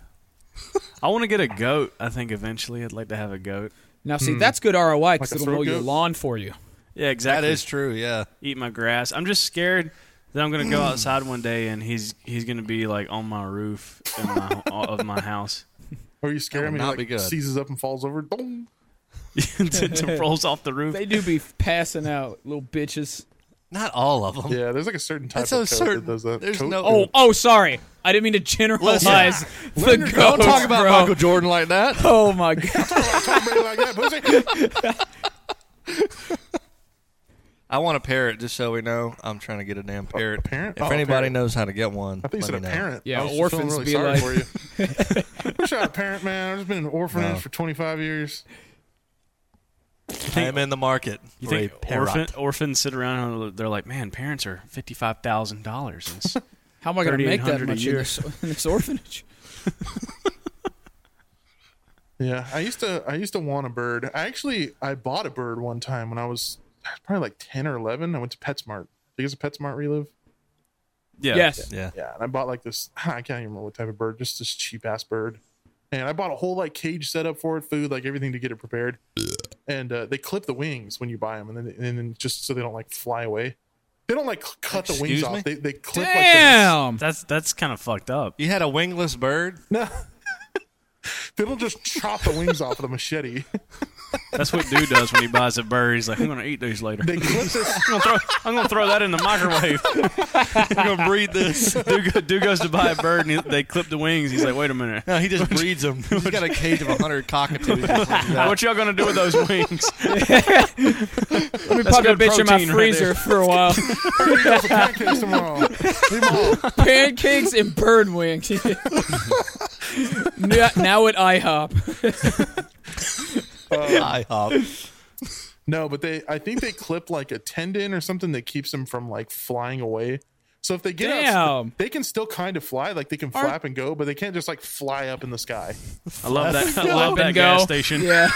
[SPEAKER 5] I want to get a goat, I think eventually I'd like to have a goat.
[SPEAKER 6] Now,
[SPEAKER 7] Hmm.
[SPEAKER 6] see, that's good ROI
[SPEAKER 4] Like
[SPEAKER 6] because
[SPEAKER 4] a
[SPEAKER 6] it'll
[SPEAKER 4] throat
[SPEAKER 6] mow your
[SPEAKER 4] goat?
[SPEAKER 6] lawn for you.
[SPEAKER 5] Yeah,
[SPEAKER 7] That
[SPEAKER 5] exactly.
[SPEAKER 7] is true. Yeah.
[SPEAKER 5] eat my grass. I'm just scared that I'm going to go outside one day and he's he's going to be like on my roof in my, <laughs> of my house. <laughs>
[SPEAKER 4] Or you scare
[SPEAKER 7] That
[SPEAKER 4] him and
[SPEAKER 7] would
[SPEAKER 4] he
[SPEAKER 7] not
[SPEAKER 4] like,
[SPEAKER 7] be good.
[SPEAKER 4] seizes up and falls over. Boom. <laughs>
[SPEAKER 5] to, to rolls off the roof.
[SPEAKER 6] They do be passing out little bitches.
[SPEAKER 7] Not all of them.
[SPEAKER 4] Yeah, there's like a certain type
[SPEAKER 7] That's
[SPEAKER 4] of
[SPEAKER 7] a
[SPEAKER 4] goat that
[SPEAKER 7] certain-
[SPEAKER 4] does that.
[SPEAKER 7] there's
[SPEAKER 4] Goat
[SPEAKER 7] no-
[SPEAKER 4] goat.
[SPEAKER 6] Oh, oh, sorry. I didn't mean to generalize
[SPEAKER 7] Listen.
[SPEAKER 6] the goats,
[SPEAKER 7] Don't talk about
[SPEAKER 6] bro.
[SPEAKER 7] Michael Jordan like
[SPEAKER 6] <laughs>
[SPEAKER 7] that.
[SPEAKER 6] Oh my god.
[SPEAKER 4] Talk
[SPEAKER 7] Oh.
[SPEAKER 4] about it like that,
[SPEAKER 7] <laughs>
[SPEAKER 4] pussy.
[SPEAKER 7] I want a parrot, just so we know. I'm trying to get a damn parrot.
[SPEAKER 4] parrot?
[SPEAKER 7] If
[SPEAKER 4] Oh, a
[SPEAKER 7] anybody
[SPEAKER 4] parrot.
[SPEAKER 7] knows how to get one,
[SPEAKER 4] I think you said
[SPEAKER 7] let
[SPEAKER 4] a
[SPEAKER 7] me know.
[SPEAKER 4] parent.
[SPEAKER 6] Yeah,
[SPEAKER 4] I was just feeling
[SPEAKER 6] orphans
[SPEAKER 4] really
[SPEAKER 6] be
[SPEAKER 4] sorry
[SPEAKER 6] like-
[SPEAKER 4] for you.
[SPEAKER 7] <laughs>
[SPEAKER 4] Wish I had a parent, man. I've just been in an orphanage for 25 years.
[SPEAKER 7] I'm in the market.
[SPEAKER 5] You
[SPEAKER 7] for
[SPEAKER 5] think
[SPEAKER 7] a parrot.
[SPEAKER 5] orphan, orphans sit around and they're like, "Man, parents are $55,000." It's-
[SPEAKER 6] How am I going to make that
[SPEAKER 5] 3,800 a
[SPEAKER 6] much <laughs> in
[SPEAKER 5] year.
[SPEAKER 6] this, in this orphanage?
[SPEAKER 4] Yeah, I used to I used to want a bird. I actually I bought a bird one time when I was probably like 10 or 11. I went to PetSmart. Do you guys have PetSmart relive?
[SPEAKER 5] <laughs> yeah.
[SPEAKER 6] Yes.
[SPEAKER 7] Yeah.
[SPEAKER 4] <laughs> Yeah, and I bought like this I can't even remember what type of bird, just this cheap ass bird. and I bought a whole like cage setup for it, food, like everything to get it prepared. And uh, they clip the wings when you buy them, and then and then just so they don't like fly away. They don't like c- cut the wings
[SPEAKER 5] Excuse me?
[SPEAKER 4] off. They they clip like
[SPEAKER 5] Damn, that's that's kind of fucked up.
[SPEAKER 7] You had a wingless
[SPEAKER 4] <laughs>
[SPEAKER 7] bird.
[SPEAKER 4] No, the, they'll just chop the wings off with a machete.
[SPEAKER 5] That's what dude does when he buys a bird. He's like, I'm gonna eat these later.
[SPEAKER 4] They clip this.
[SPEAKER 5] <laughs> I'm gonna throw, I'm gonna throw that in the microwave. <laughs>
[SPEAKER 7] I'm gonna breed
[SPEAKER 4] <laughs>
[SPEAKER 7] this.
[SPEAKER 5] Dude, go- dude goes to buy a bird and he, they clip the wings. He's like, wait a minute.
[SPEAKER 7] No, he just breeds them. He's got a cage of hundred
[SPEAKER 4] <laughs>
[SPEAKER 7] cockatoos.
[SPEAKER 5] What y'all gonna do with those
[SPEAKER 6] <laughs>
[SPEAKER 5] wings?
[SPEAKER 6] Let me
[SPEAKER 5] That's
[SPEAKER 6] pop that
[SPEAKER 5] good
[SPEAKER 6] bitch in my
[SPEAKER 5] protein right
[SPEAKER 6] freezer
[SPEAKER 5] there.
[SPEAKER 6] for
[SPEAKER 5] <laughs>
[SPEAKER 6] a while.
[SPEAKER 4] pancakes tomorrow. Leave 'em all.
[SPEAKER 6] Pancakes and bird wings.
[SPEAKER 5] <laughs>
[SPEAKER 6] now, now at IHOP.
[SPEAKER 7] I hop.
[SPEAKER 4] No, but they I think they clip like a tendon or something that keeps them from like flying away. So if they get
[SPEAKER 6] Damn.
[SPEAKER 4] up, they can still kind of fly, like they can flap and go, but they can't just like fly up in the sky.
[SPEAKER 5] I love that. I
[SPEAKER 6] Flap
[SPEAKER 5] love
[SPEAKER 6] and
[SPEAKER 5] that
[SPEAKER 6] go.
[SPEAKER 5] gas station.
[SPEAKER 6] Yeah.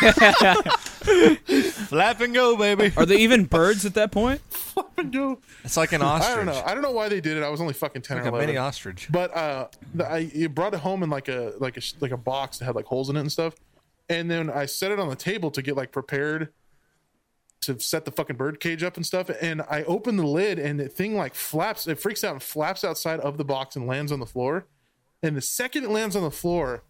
[SPEAKER 7] Flap and go, baby.
[SPEAKER 6] Are they even birds at that point?
[SPEAKER 4] Flap and go.
[SPEAKER 7] It's like an ostrich.
[SPEAKER 4] I don't know. I don't know why they did it. I was only fucking ten
[SPEAKER 7] Like
[SPEAKER 4] or
[SPEAKER 7] a
[SPEAKER 4] eleven.
[SPEAKER 7] mini
[SPEAKER 5] <laughs>
[SPEAKER 7] ostrich. <laughs>
[SPEAKER 4] But uh, the, I it brought it home in like a like a sh- like a box that had like holes in it and stuff. And then I set it on the table to get like prepared to set the fucking bird cage up and stuff. And I open the lid and the thing like flaps. It freaks out and flaps outside of the box and lands on the floor. And the second it lands on the floor,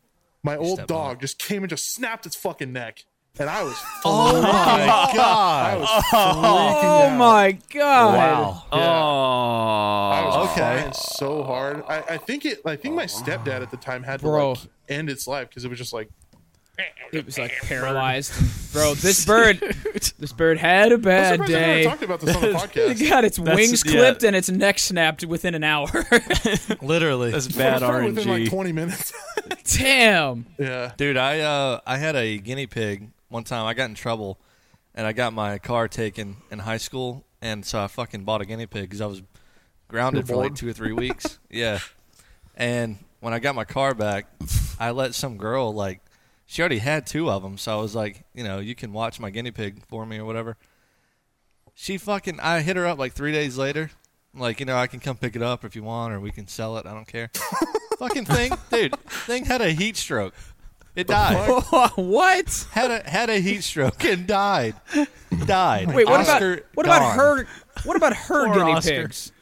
[SPEAKER 4] my old
[SPEAKER 7] step
[SPEAKER 4] dog just came and just snapped its fucking neck. And I was
[SPEAKER 7] <laughs> Oh my
[SPEAKER 4] I
[SPEAKER 7] god.
[SPEAKER 4] was freaking
[SPEAKER 6] Oh
[SPEAKER 4] out.
[SPEAKER 6] my god.
[SPEAKER 4] I was
[SPEAKER 7] Okay.
[SPEAKER 4] crying so hard. I, I think it. I think
[SPEAKER 7] Oh.
[SPEAKER 4] my stepdad at the time had to
[SPEAKER 6] Bro.
[SPEAKER 4] like end its life because it was just like
[SPEAKER 6] It was like paralyzed. Bro, this <laughs> bird this bird had a
[SPEAKER 4] I'm
[SPEAKER 6] bad
[SPEAKER 4] surprised I never
[SPEAKER 6] day.
[SPEAKER 4] talked about
[SPEAKER 7] <laughs>
[SPEAKER 4] this on the podcast.
[SPEAKER 6] It got its
[SPEAKER 5] That's-
[SPEAKER 6] wings
[SPEAKER 5] yeah.
[SPEAKER 6] clipped and its neck snapped within an hour. <laughs>
[SPEAKER 7] Literally.
[SPEAKER 5] That's bad
[SPEAKER 4] It started within like
[SPEAKER 5] RNG.
[SPEAKER 4] 20 minutes. <laughs>
[SPEAKER 6] Damn.
[SPEAKER 4] yeah,
[SPEAKER 7] <laughs> Dude, I uh, I had a guinea pig one time. I got in trouble, and I got my car taken in high school, and so I fucking bought a guinea pig because I was grounded for like two or three weeks. yeah, and when I got my car back, I let some girl like she already had two of them, so I was like, you know, you can watch my guinea pig for me or whatever. She fucking, I hit her up like three days later. I'm like, you know, I can come pick it up if you want, or we can sell it. I don't care. fucking thing, dude. Thing had a heat stroke. It died
[SPEAKER 6] <laughs> what?
[SPEAKER 7] had a had a heat stroke and died. Died.
[SPEAKER 6] Wait, what
[SPEAKER 7] Oscar
[SPEAKER 6] about what
[SPEAKER 7] gone.
[SPEAKER 6] about her what about her
[SPEAKER 5] Poor
[SPEAKER 6] guinea
[SPEAKER 5] Oscar.
[SPEAKER 6] pigs?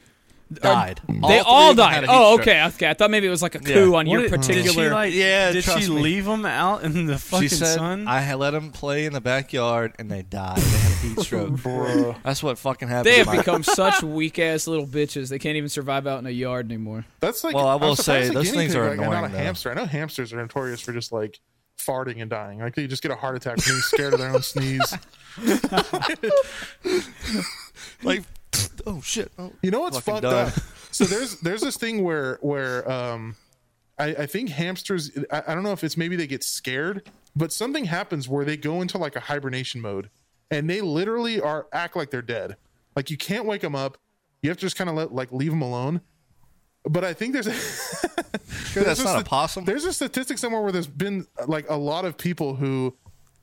[SPEAKER 7] Died.
[SPEAKER 6] they
[SPEAKER 7] three
[SPEAKER 6] all
[SPEAKER 7] of them had
[SPEAKER 6] died.
[SPEAKER 7] a heat
[SPEAKER 6] Oh,
[SPEAKER 7] stroke.
[SPEAKER 6] okay, okay. I thought maybe it was like a
[SPEAKER 7] Yeah.
[SPEAKER 6] coup on your
[SPEAKER 5] What-
[SPEAKER 6] particular.
[SPEAKER 5] Did she, like,
[SPEAKER 7] Yeah,
[SPEAKER 5] did
[SPEAKER 7] trust
[SPEAKER 5] she
[SPEAKER 7] me.
[SPEAKER 5] leave them out in the fucking
[SPEAKER 7] She said,
[SPEAKER 5] sun?
[SPEAKER 7] "I had let them play in the backyard and they died. They had a
[SPEAKER 5] <laughs> Oh,
[SPEAKER 7] heat stroke.
[SPEAKER 4] bro.
[SPEAKER 7] That's what fucking happened."
[SPEAKER 6] <laughs>
[SPEAKER 7] to
[SPEAKER 6] they have
[SPEAKER 7] my-
[SPEAKER 6] <laughs> become such weak ass little bitches. They can't even survive out in a yard anymore.
[SPEAKER 4] That's like.
[SPEAKER 7] Well, I
[SPEAKER 4] I'm
[SPEAKER 7] will
[SPEAKER 4] surprised
[SPEAKER 7] say,
[SPEAKER 4] the
[SPEAKER 7] those
[SPEAKER 4] guinea
[SPEAKER 7] things
[SPEAKER 4] pig,
[SPEAKER 7] are
[SPEAKER 4] like, I'm Not
[SPEAKER 7] annoying,
[SPEAKER 4] a
[SPEAKER 7] though.
[SPEAKER 4] hamster. I know hamsters are notorious for just like farting and dying. Like they just get a heart attack from being scared of their own
[SPEAKER 7] <laughs>
[SPEAKER 4] sneeze.
[SPEAKER 7] <laughs> like, oh shit. Oh.
[SPEAKER 4] You know what's
[SPEAKER 7] Fucking
[SPEAKER 4] fucked
[SPEAKER 7] done.
[SPEAKER 5] <laughs>
[SPEAKER 4] up? So there's there's this thing where where um I, I think hamsters I, I don't know if it's maybe they get scared, but something happens where they go into like a hibernation mode and they literally are act like they're dead. Like you can't wake them up. You have to just kind of let like leave them alone. But I think there's
[SPEAKER 7] Sure, that's
[SPEAKER 4] there's
[SPEAKER 7] not
[SPEAKER 4] a
[SPEAKER 7] a
[SPEAKER 4] <laughs>
[SPEAKER 7] possum.
[SPEAKER 4] There's a statistic somewhere where there's been like a lot of people who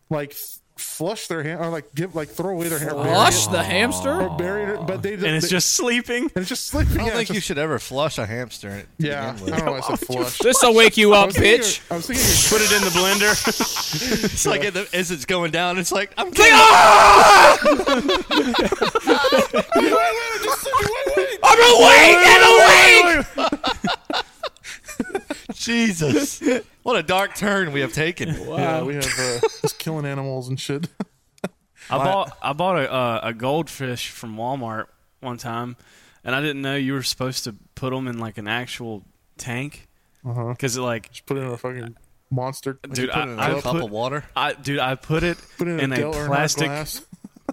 [SPEAKER 4] like f- flush their hand or like give like throw away their hand or bury
[SPEAKER 6] Lush
[SPEAKER 4] it-
[SPEAKER 6] the hamster.
[SPEAKER 4] or buried it, but they
[SPEAKER 5] and it's
[SPEAKER 4] they-
[SPEAKER 5] just sleeping.
[SPEAKER 4] and it's just sleeping.
[SPEAKER 7] I don't
[SPEAKER 4] Yeah,
[SPEAKER 7] think
[SPEAKER 4] it's
[SPEAKER 7] you
[SPEAKER 4] just-
[SPEAKER 7] should ever flush a hamster. To
[SPEAKER 4] yeah,
[SPEAKER 7] begin
[SPEAKER 4] I
[SPEAKER 7] with.
[SPEAKER 4] don't know. why I said
[SPEAKER 6] <laughs>
[SPEAKER 4] flush.
[SPEAKER 6] This'll wake <laughs> you
[SPEAKER 4] I
[SPEAKER 6] up,
[SPEAKER 4] was thinking
[SPEAKER 6] bitch.
[SPEAKER 4] you're- I was thinking. you're-
[SPEAKER 5] Put it in the blender.
[SPEAKER 7] It's like at the, as it's going down, it's like I'm
[SPEAKER 6] Like,
[SPEAKER 7] getting
[SPEAKER 6] "Ah! I'm awake and awake.
[SPEAKER 7] <laughs> Jesus. What a dark turn we have taken.
[SPEAKER 4] Yeah, we have uh, just killing animals and shit.
[SPEAKER 5] I bought I bought a uh, a goldfish from Walmart one time, and I didn't know you were supposed to put them in like an actual tank because like.
[SPEAKER 4] Just put it in a fucking monster.
[SPEAKER 5] Dude,
[SPEAKER 7] Uh-huh. Put it in
[SPEAKER 5] I,
[SPEAKER 7] a
[SPEAKER 5] I
[SPEAKER 7] cup
[SPEAKER 5] put,
[SPEAKER 7] of water.
[SPEAKER 5] I, dude, I put it,
[SPEAKER 4] Put it in, a, Dell Earnhardt
[SPEAKER 5] plastic.
[SPEAKER 4] glass.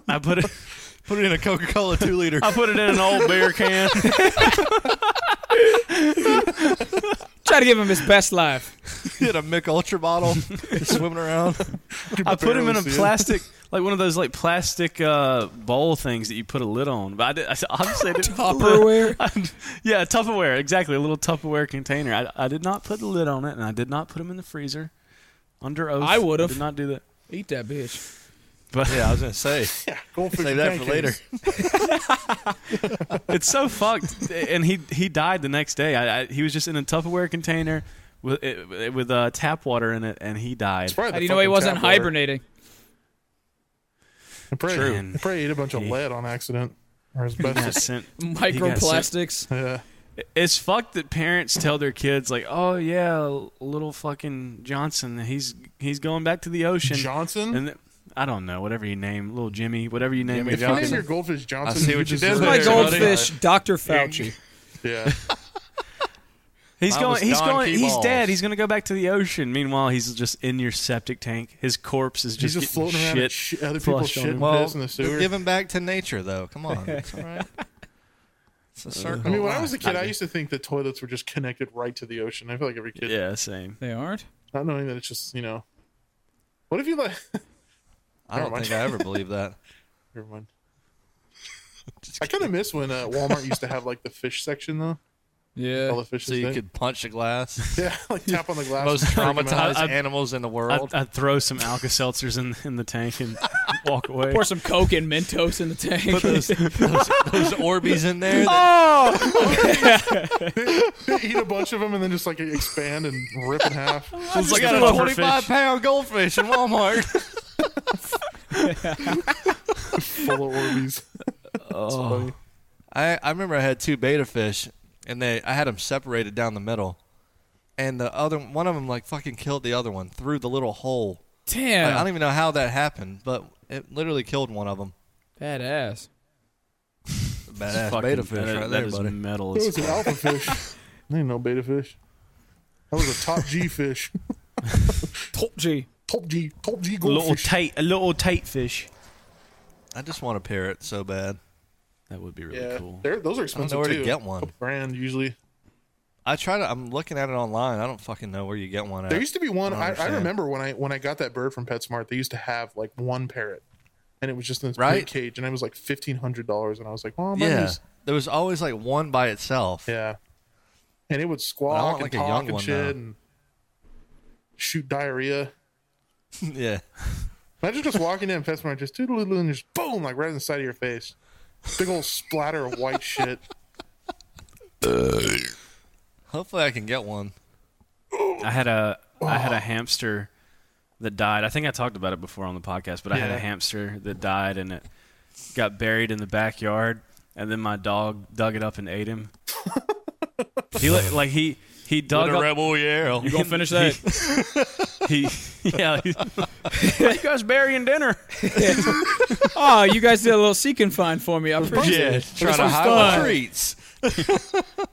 [SPEAKER 5] I put it. <laughs>
[SPEAKER 7] Put it in a Coca-Cola two liter. <laughs>
[SPEAKER 5] I put it in an old beer can.
[SPEAKER 6] Try to give him his best <laughs> life.
[SPEAKER 7] Hit a Mick Ultra bottle. just swimming around.
[SPEAKER 5] I put him in
[SPEAKER 4] barely
[SPEAKER 5] a
[SPEAKER 4] see it.
[SPEAKER 5] plastic, like one of those like plastic uh, bowl things that you put a lid on. But I, did, I s- obviously I didn't
[SPEAKER 6] <laughs> Tupperware?
[SPEAKER 5] I- yeah, Tupperware, exactly. A little Tupperware container. I, I did not put the lid on it, and I did not put him in the freezer. Under oath,
[SPEAKER 6] I would've.
[SPEAKER 5] did not do that.
[SPEAKER 6] Eat that bitch.
[SPEAKER 5] But
[SPEAKER 7] Yeah, I was gonna say.
[SPEAKER 4] Goldfish
[SPEAKER 7] Save that for later.
[SPEAKER 4] pancakes.
[SPEAKER 5] it's so fucked. And he he died the next day. I, I, he was just in a Tupperware container with it, it- with uh, tap water in it, and he
[SPEAKER 6] <laughs>
[SPEAKER 5] died.
[SPEAKER 4] probably
[SPEAKER 6] How do you know he wasn't hibernating?
[SPEAKER 4] I probably,
[SPEAKER 5] True.
[SPEAKER 4] I probably ate a bunch of lead on accident or
[SPEAKER 5] got
[SPEAKER 4] asbestos.
[SPEAKER 5] sent- he got sent-
[SPEAKER 6] Microplastics. <laughs>
[SPEAKER 4] yeah.
[SPEAKER 5] It's fucked that parents tell their kids like, "Oh yeah, little fucking Johnson, he's he's going back to the ocean."
[SPEAKER 4] Johnson?
[SPEAKER 5] and th- I don't know, whatever you name, little Jimmy, whatever you name,
[SPEAKER 4] If
[SPEAKER 5] it,
[SPEAKER 4] you name your goldfish Johnson,
[SPEAKER 5] I see what you
[SPEAKER 4] just
[SPEAKER 5] did
[SPEAKER 4] really
[SPEAKER 5] there,
[SPEAKER 6] My
[SPEAKER 5] Hey,
[SPEAKER 6] goldfish, Dr. Fauci.
[SPEAKER 4] Yeah.
[SPEAKER 5] He's
[SPEAKER 7] Mine was
[SPEAKER 5] going. He's
[SPEAKER 7] Don
[SPEAKER 5] going. He's
[SPEAKER 7] Keyballs.
[SPEAKER 5] dead. He's going to go back to the ocean. Meanwhile, he's just in your septic tank. His corpse is
[SPEAKER 4] He's
[SPEAKER 5] just,
[SPEAKER 4] just,
[SPEAKER 5] getting
[SPEAKER 4] floating around
[SPEAKER 5] shit
[SPEAKER 4] at sh- other people's
[SPEAKER 5] flushed
[SPEAKER 4] shit
[SPEAKER 5] on him.
[SPEAKER 4] and
[SPEAKER 7] Well,
[SPEAKER 4] piss in the
[SPEAKER 7] we're
[SPEAKER 4] sewer.
[SPEAKER 7] giving back to nature, though. Come on, it's all right. It's a circle.
[SPEAKER 4] I mean, when I was a kid, I used to think that toilets were just connected right to the ocean. I feel like every kid,
[SPEAKER 5] Yeah, same.
[SPEAKER 6] They aren't.
[SPEAKER 4] not knowing that it's just you know. What if you like?
[SPEAKER 7] I don't
[SPEAKER 4] Never
[SPEAKER 7] think I ever believed that.
[SPEAKER 4] <laughs> Never mind. I kind of miss when uh, Walmart used to have like the fish section though. All
[SPEAKER 6] Yeah.
[SPEAKER 4] the fish.
[SPEAKER 7] So you could punch a glass.
[SPEAKER 4] <laughs> yeah, like tap on the glass.
[SPEAKER 7] Most
[SPEAKER 4] and freak 'em out.
[SPEAKER 7] traumatized
[SPEAKER 5] I- I-
[SPEAKER 7] animals in the world.
[SPEAKER 5] I'd, I'd throw some Alka Seltzers in in the tank and walk away.
[SPEAKER 6] Pour some Coke and Mentos in the tank.
[SPEAKER 7] Put
[SPEAKER 6] <laughs>
[SPEAKER 7] those, those, those Orbeez
[SPEAKER 5] <laughs>
[SPEAKER 7] in there. that-
[SPEAKER 4] <laughs>
[SPEAKER 5] Ah,
[SPEAKER 4] eat a bunch of them and then just like expand and rip in half.
[SPEAKER 7] I just
[SPEAKER 5] like
[SPEAKER 7] got
[SPEAKER 5] a
[SPEAKER 7] a
[SPEAKER 5] puffer
[SPEAKER 7] 25
[SPEAKER 5] fish.
[SPEAKER 7] pound goldfish
[SPEAKER 5] <laughs>
[SPEAKER 7] in Walmart.
[SPEAKER 4] Full of Orbeez.
[SPEAKER 5] Oh.
[SPEAKER 7] I, I remember I had two beta fish, and they I had them separated down the middle, and the other one of them like fucking killed the other one through the little hole. Like, I
[SPEAKER 6] Damn.
[SPEAKER 7] don't even know how that happened, but it literally killed one of them.
[SPEAKER 6] Badass.
[SPEAKER 7] Badass
[SPEAKER 5] Fucking-
[SPEAKER 7] beta fish
[SPEAKER 5] that-
[SPEAKER 7] right
[SPEAKER 5] that
[SPEAKER 7] there,
[SPEAKER 5] is
[SPEAKER 7] buddy.
[SPEAKER 5] metal.
[SPEAKER 4] That
[SPEAKER 5] as
[SPEAKER 4] was an
[SPEAKER 5] fuck.
[SPEAKER 4] alpha fish. There ain't no beta fish. That was a top G
[SPEAKER 7] <laughs>
[SPEAKER 4] fish.
[SPEAKER 6] Top G.
[SPEAKER 4] Top G, top G
[SPEAKER 5] little
[SPEAKER 4] goldfish.
[SPEAKER 5] tight, a little tight fish. <laughs>
[SPEAKER 7] I just want a parrot so bad.
[SPEAKER 5] That would be really
[SPEAKER 4] yeah,
[SPEAKER 5] cool.
[SPEAKER 4] they're- those are
[SPEAKER 7] I don't
[SPEAKER 4] expensive
[SPEAKER 7] know where
[SPEAKER 4] too.
[SPEAKER 7] to get one.
[SPEAKER 4] Couple grand usually.
[SPEAKER 7] I try to. I'm looking at it online. I don't fucking know where you get one. At.
[SPEAKER 4] There used to be one.
[SPEAKER 7] don't
[SPEAKER 4] I, I
[SPEAKER 7] understand.
[SPEAKER 4] remember when I when I got that bird from PetSmart, they used to have like one parrot, and it was just in this big
[SPEAKER 7] Right?
[SPEAKER 4] cage, and it was like fifteen hundred dollars, and I was like, well,
[SPEAKER 7] yeah.
[SPEAKER 4] yeah,
[SPEAKER 7] There was always like one by itself.
[SPEAKER 4] yeah, and it would squawk and
[SPEAKER 7] like, a
[SPEAKER 4] talk
[SPEAKER 7] young
[SPEAKER 4] and
[SPEAKER 7] one,
[SPEAKER 4] shit,
[SPEAKER 7] though.
[SPEAKER 4] and shoot diarrhea.
[SPEAKER 7] <laughs> yeah.
[SPEAKER 4] Imagine just walking in PetSmart, just doodle and just boom, like right in the side of your face. Big old splatter of white shit.
[SPEAKER 7] Hopefully, I can get one.
[SPEAKER 5] I had a I had a hamster that died. I think I talked about it before on the podcast, but I had
[SPEAKER 4] Yeah.
[SPEAKER 5] a hamster that died and it got buried in the backyard and then my dog dug it up and ate
[SPEAKER 7] <laughs>
[SPEAKER 5] him. he looked like he he dug up
[SPEAKER 7] rebel yell. <laughs>
[SPEAKER 6] You gonna finish that?
[SPEAKER 5] <laughs> he yeah. He, you guys burying dinner?
[SPEAKER 6] <laughs> oh, you guys did a little seek and find for me. I appreciate
[SPEAKER 7] Yeah,
[SPEAKER 6] it.
[SPEAKER 7] trying to
[SPEAKER 6] some
[SPEAKER 7] hide
[SPEAKER 6] fun.
[SPEAKER 7] my treats.
[SPEAKER 5] <laughs>
[SPEAKER 7] <laughs>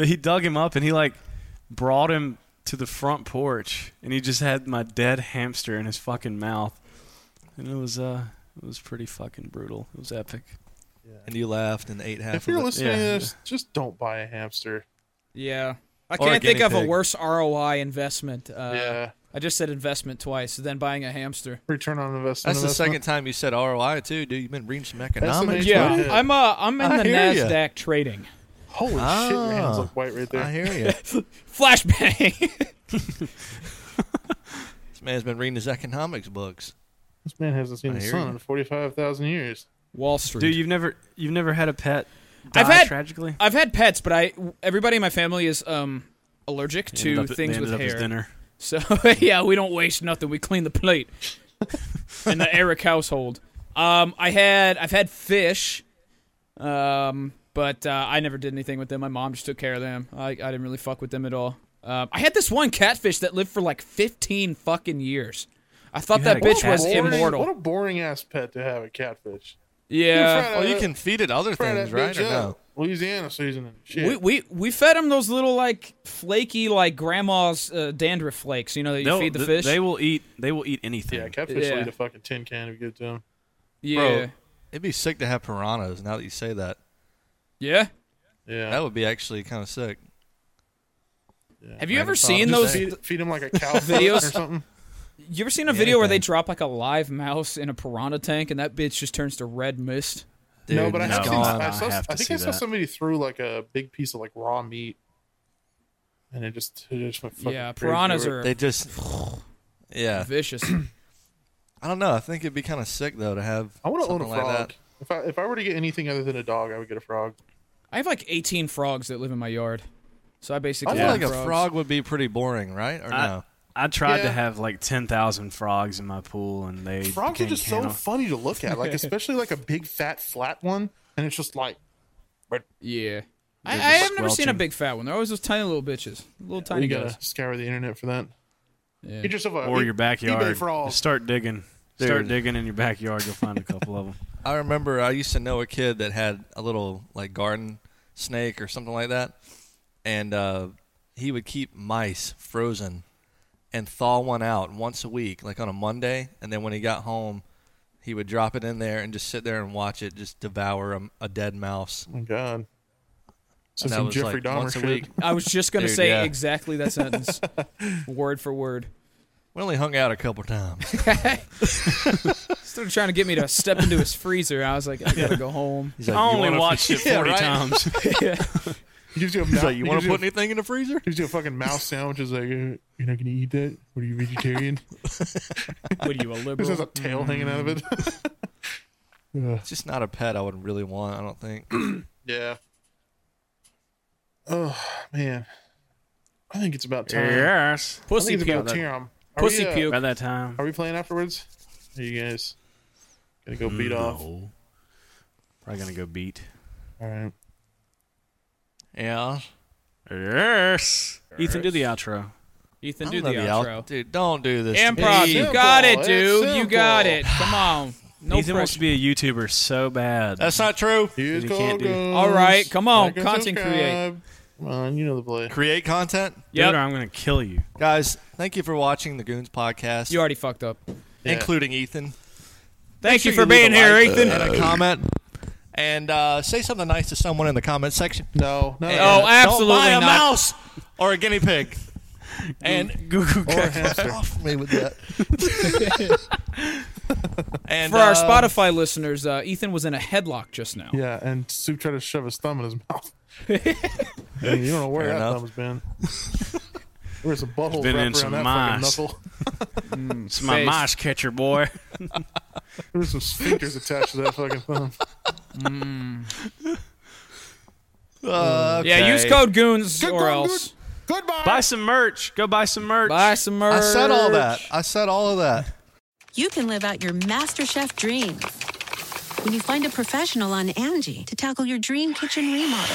[SPEAKER 5] He dug him up and he like brought him to the front porch and he just had my dead hamster in his fucking mouth. And it was uh it was pretty fucking brutal. It was epic.
[SPEAKER 7] And you laughed and ate half
[SPEAKER 4] If you're
[SPEAKER 7] of it.
[SPEAKER 4] listening to
[SPEAKER 5] yeah.
[SPEAKER 4] this, just don't buy a hamster.
[SPEAKER 6] Yeah. I
[SPEAKER 7] Or a
[SPEAKER 6] can't think
[SPEAKER 7] guinea
[SPEAKER 6] of a
[SPEAKER 7] pig.
[SPEAKER 6] worse ROI investment. Uh,
[SPEAKER 4] yeah.
[SPEAKER 6] I just said investment twice, then buying a hamster.
[SPEAKER 4] Return on investment.
[SPEAKER 7] That's the second time you said ROI too, dude. You've been reading some economics.
[SPEAKER 4] major- Yeah.
[SPEAKER 6] Yeah, I'm uh, I'm in
[SPEAKER 7] I
[SPEAKER 6] the
[SPEAKER 7] hear ya.
[SPEAKER 6] Nasdaq trading.
[SPEAKER 4] Holy shit, your hands
[SPEAKER 7] Ah.
[SPEAKER 4] look white right there.
[SPEAKER 7] I
[SPEAKER 4] <laughs>
[SPEAKER 7] hear you.
[SPEAKER 6] Flashbang.
[SPEAKER 7] this man's been reading his economics books.
[SPEAKER 4] this man hasn't seen
[SPEAKER 7] I
[SPEAKER 4] the
[SPEAKER 7] hear
[SPEAKER 4] sun
[SPEAKER 7] you.
[SPEAKER 4] in 45,000 years.
[SPEAKER 6] Wall Street.
[SPEAKER 5] Dude, you've never you've never had a pet die
[SPEAKER 6] I've had-
[SPEAKER 5] tragically.
[SPEAKER 6] I've had pets, but I everybody in my family is um allergic to
[SPEAKER 5] Ended up-
[SPEAKER 6] things
[SPEAKER 5] they
[SPEAKER 6] with
[SPEAKER 5] ended up as
[SPEAKER 6] hair.
[SPEAKER 5] dinner.
[SPEAKER 6] So <laughs> yeah, we don't waste nothing. We clean
[SPEAKER 5] <laughs>
[SPEAKER 6] the plate in the Eric household. Um, I had I've had fish, um, but uh, I never did anything with them. My mom just took care of them. I, I didn't really fuck with them at all. Um, I had this one catfish that lived for like 15 fucking years. I thought
[SPEAKER 5] You
[SPEAKER 6] that
[SPEAKER 5] had a
[SPEAKER 6] bitch was
[SPEAKER 5] catfish?
[SPEAKER 6] immortal.
[SPEAKER 4] What a boring ass pet to have a catfish.
[SPEAKER 6] yeah,
[SPEAKER 4] Fried
[SPEAKER 7] Well,
[SPEAKER 4] out-
[SPEAKER 7] Oh, you can feed it other
[SPEAKER 4] fried
[SPEAKER 7] things,
[SPEAKER 4] out
[SPEAKER 7] right?
[SPEAKER 4] Big
[SPEAKER 7] Or no?
[SPEAKER 4] Joe, Louisiana seasoning. Shit.
[SPEAKER 6] we, we we fed them those little like flaky like grandma's uh, dandruff flakes. You know that you
[SPEAKER 5] They'll-
[SPEAKER 6] feed the
[SPEAKER 5] th-
[SPEAKER 6] fish.
[SPEAKER 5] They will eat. They will eat anything.
[SPEAKER 4] yeah, catfish will
[SPEAKER 6] Yeah.
[SPEAKER 4] eat a fucking tin can if you give it to him.
[SPEAKER 6] yeah,
[SPEAKER 7] Bro, it'd be sick to have piranhas. Now that you say that,
[SPEAKER 6] yeah.
[SPEAKER 4] Yeah.
[SPEAKER 7] that would be actually kind of sick.
[SPEAKER 6] Have you
[SPEAKER 7] I
[SPEAKER 6] ever
[SPEAKER 7] just thought
[SPEAKER 6] seen
[SPEAKER 7] of
[SPEAKER 6] those?
[SPEAKER 7] that.
[SPEAKER 4] feed, feed him like a cow
[SPEAKER 6] Videos?
[SPEAKER 4] videos or something.
[SPEAKER 6] You ever seen a video where they
[SPEAKER 7] Anything.
[SPEAKER 6] drop like a live mouse in a piranha tank and that bitch just turns to red mist?
[SPEAKER 7] Dude,
[SPEAKER 4] no, but I
[SPEAKER 5] no.
[SPEAKER 4] have seen.
[SPEAKER 5] God,
[SPEAKER 4] I,
[SPEAKER 5] I
[SPEAKER 4] saw, I,
[SPEAKER 5] have to
[SPEAKER 4] think
[SPEAKER 5] see
[SPEAKER 4] I saw
[SPEAKER 5] that.
[SPEAKER 4] somebody threw like a big piece of like raw meat, and it just it just went fucking
[SPEAKER 6] yeah,
[SPEAKER 4] crazy
[SPEAKER 6] piranhas
[SPEAKER 4] over it.
[SPEAKER 6] are
[SPEAKER 7] They just, yeah.
[SPEAKER 6] vicious. <clears throat>
[SPEAKER 7] I don't know. I think it'd be kind of sick though to have.
[SPEAKER 4] I want to own a
[SPEAKER 7] something like
[SPEAKER 4] frog.
[SPEAKER 7] that.
[SPEAKER 4] if I if I were to get anything other than a dog, I would get a frog.
[SPEAKER 6] I have like 18 frogs that live in my yard. So I
[SPEAKER 7] I
[SPEAKER 6] basically
[SPEAKER 7] feel
[SPEAKER 6] like
[SPEAKER 7] like a frog would be pretty boring, right? Or
[SPEAKER 5] I,
[SPEAKER 7] no?
[SPEAKER 5] I tried to
[SPEAKER 4] Yeah.
[SPEAKER 5] have like ten thousand frogs in my pool, and they
[SPEAKER 4] Frogs are
[SPEAKER 5] became
[SPEAKER 4] just so
[SPEAKER 5] cannibal-
[SPEAKER 4] funny to look at,
[SPEAKER 5] <laughs>
[SPEAKER 4] like especially like a big fat flat one, and it's just like
[SPEAKER 6] Yeah. I, I
[SPEAKER 4] They're
[SPEAKER 6] have
[SPEAKER 4] just
[SPEAKER 6] never seen a
[SPEAKER 4] squelching.
[SPEAKER 6] big fat one. They're always those tiny little bitches, little tiny
[SPEAKER 4] you gotta
[SPEAKER 6] guys.
[SPEAKER 4] scour the internet for that.
[SPEAKER 6] Yeah.
[SPEAKER 4] Get yourself a
[SPEAKER 5] or
[SPEAKER 4] e-
[SPEAKER 5] your backyard.
[SPEAKER 4] eBay frog.
[SPEAKER 5] Just Start digging.
[SPEAKER 7] Dude.
[SPEAKER 5] Start digging in your backyard. You'll find a couple of them.
[SPEAKER 7] I remember I used to know a kid that had a little like garden snake or something like that, and uh, he would keep mice frozen and thaw one out once a week, like on a Monday, and then when he got home, he would drop it in there and just sit there and watch it just devour a, a dead mouse.
[SPEAKER 4] Oh my god! So
[SPEAKER 7] And that
[SPEAKER 4] some
[SPEAKER 7] was,
[SPEAKER 4] Jeffrey
[SPEAKER 7] like,
[SPEAKER 4] Dahmer
[SPEAKER 7] once a
[SPEAKER 4] shit.
[SPEAKER 7] week.
[SPEAKER 6] I was just gonna
[SPEAKER 7] Dude,
[SPEAKER 6] say
[SPEAKER 7] yeah.
[SPEAKER 6] exactly
[SPEAKER 7] <laughs>
[SPEAKER 6] that sentence, word for word.
[SPEAKER 7] We only hung out a couple times.
[SPEAKER 4] <laughs>
[SPEAKER 6] Started trying to get me to step into his freezer. I was like, I gotta go home.
[SPEAKER 7] He's like,
[SPEAKER 5] I <laughs>
[SPEAKER 7] "You
[SPEAKER 5] only
[SPEAKER 7] wanna- <laughs>
[SPEAKER 5] watched it
[SPEAKER 7] Yeah,
[SPEAKER 5] forty
[SPEAKER 4] <laughs>
[SPEAKER 7] right.
[SPEAKER 5] times.
[SPEAKER 4] He gives you a
[SPEAKER 7] He's
[SPEAKER 4] mou-
[SPEAKER 7] like, you
[SPEAKER 4] he
[SPEAKER 7] want
[SPEAKER 4] gives
[SPEAKER 7] to
[SPEAKER 4] you a-
[SPEAKER 7] put anything in the freezer?
[SPEAKER 4] He gives <laughs> you a fucking mouse sandwich. Is like, uh, you're not gonna eat that? What are you
[SPEAKER 7] <laughs>
[SPEAKER 4] vegetarian?
[SPEAKER 6] What are you a
[SPEAKER 4] This has a
[SPEAKER 6] liberal?
[SPEAKER 4] tail hanging out of it.
[SPEAKER 7] Mm.
[SPEAKER 4] Ugh.
[SPEAKER 7] It's just not a pet I would really want. I don't
[SPEAKER 6] <clears throat>
[SPEAKER 7] think.
[SPEAKER 4] <laughs> yeah. Oh man, I think it's about time. I
[SPEAKER 5] yes.
[SPEAKER 4] think
[SPEAKER 6] Pussy
[SPEAKER 4] it's about
[SPEAKER 6] puke.
[SPEAKER 4] time. Are
[SPEAKER 6] Pussy
[SPEAKER 4] we, uh,
[SPEAKER 6] puke.
[SPEAKER 5] By that time.
[SPEAKER 4] Are we playing afterwards? Are you guys gonna go beat off? All
[SPEAKER 5] No. Probably gonna go beat.
[SPEAKER 4] right.
[SPEAKER 7] Yeah.
[SPEAKER 5] Yes. Ethan, do the outro.
[SPEAKER 6] Ethan,
[SPEAKER 7] I
[SPEAKER 6] do
[SPEAKER 7] don't
[SPEAKER 6] the
[SPEAKER 7] know
[SPEAKER 6] outro.
[SPEAKER 7] Dude, don't do this. to
[SPEAKER 6] Improv.
[SPEAKER 7] me.
[SPEAKER 6] You got it,
[SPEAKER 4] Simple, it's
[SPEAKER 6] dude. You got it.
[SPEAKER 4] simple.
[SPEAKER 7] <sighs>
[SPEAKER 6] Come on. No
[SPEAKER 5] Ethan wants to
[SPEAKER 6] pressure.
[SPEAKER 5] be a YouTuber so bad.
[SPEAKER 7] That's not true.
[SPEAKER 4] Here's
[SPEAKER 5] You
[SPEAKER 4] Cole
[SPEAKER 5] can't do-
[SPEAKER 4] Goes.
[SPEAKER 6] All right, come on,
[SPEAKER 4] Like and
[SPEAKER 6] content
[SPEAKER 4] subscribe. Come on, you know the play.
[SPEAKER 7] Create content.
[SPEAKER 5] Dude,
[SPEAKER 6] Yep.
[SPEAKER 5] or I'm gonna kill you.
[SPEAKER 7] Guys, thank you for watching the Goons podcast,
[SPEAKER 6] You already fucked up.
[SPEAKER 7] including Ethan.
[SPEAKER 6] Thank you
[SPEAKER 7] Sure
[SPEAKER 6] for
[SPEAKER 7] leave
[SPEAKER 6] being
[SPEAKER 7] a
[SPEAKER 6] here,
[SPEAKER 7] like uh,
[SPEAKER 6] Ethan.
[SPEAKER 7] And a comment. And uh, say something nice to someone in the comment section.
[SPEAKER 4] No, no.
[SPEAKER 7] And
[SPEAKER 6] Oh, absolutely
[SPEAKER 7] Don't buy a
[SPEAKER 6] not.
[SPEAKER 7] mouse or a guinea
[SPEAKER 6] <laughs>
[SPEAKER 7] pig. <laughs> And Google <laughs> off me with that. and
[SPEAKER 6] For our
[SPEAKER 7] uh,
[SPEAKER 6] Spotify listeners, uh, Ethan was in a headlock just now.
[SPEAKER 4] Yeah, and Sue tried to shove his thumb in his
[SPEAKER 6] <laughs>
[SPEAKER 4] mouth. I mean, you don't know where
[SPEAKER 7] Fair
[SPEAKER 4] that
[SPEAKER 7] enough.
[SPEAKER 4] thumb's been.
[SPEAKER 5] <laughs>
[SPEAKER 4] Where's a butthole
[SPEAKER 5] been
[SPEAKER 4] wrapped around
[SPEAKER 5] in some
[SPEAKER 4] that
[SPEAKER 5] mice.
[SPEAKER 4] fucking knuckle?
[SPEAKER 5] It's my
[SPEAKER 6] Face.
[SPEAKER 5] mouse catcher, boy. <laughs>
[SPEAKER 4] There's some sphincters attached to that fucking thumb.
[SPEAKER 7] Uh,
[SPEAKER 6] Yeah, use code goons or else.
[SPEAKER 5] buy some merch. Go buy some merch.
[SPEAKER 6] Buy some merch.
[SPEAKER 7] I said all that. I said all of that.
[SPEAKER 10] You can live out your MasterChef dreams when you find a professional on Angie to tackle your dream kitchen remodel.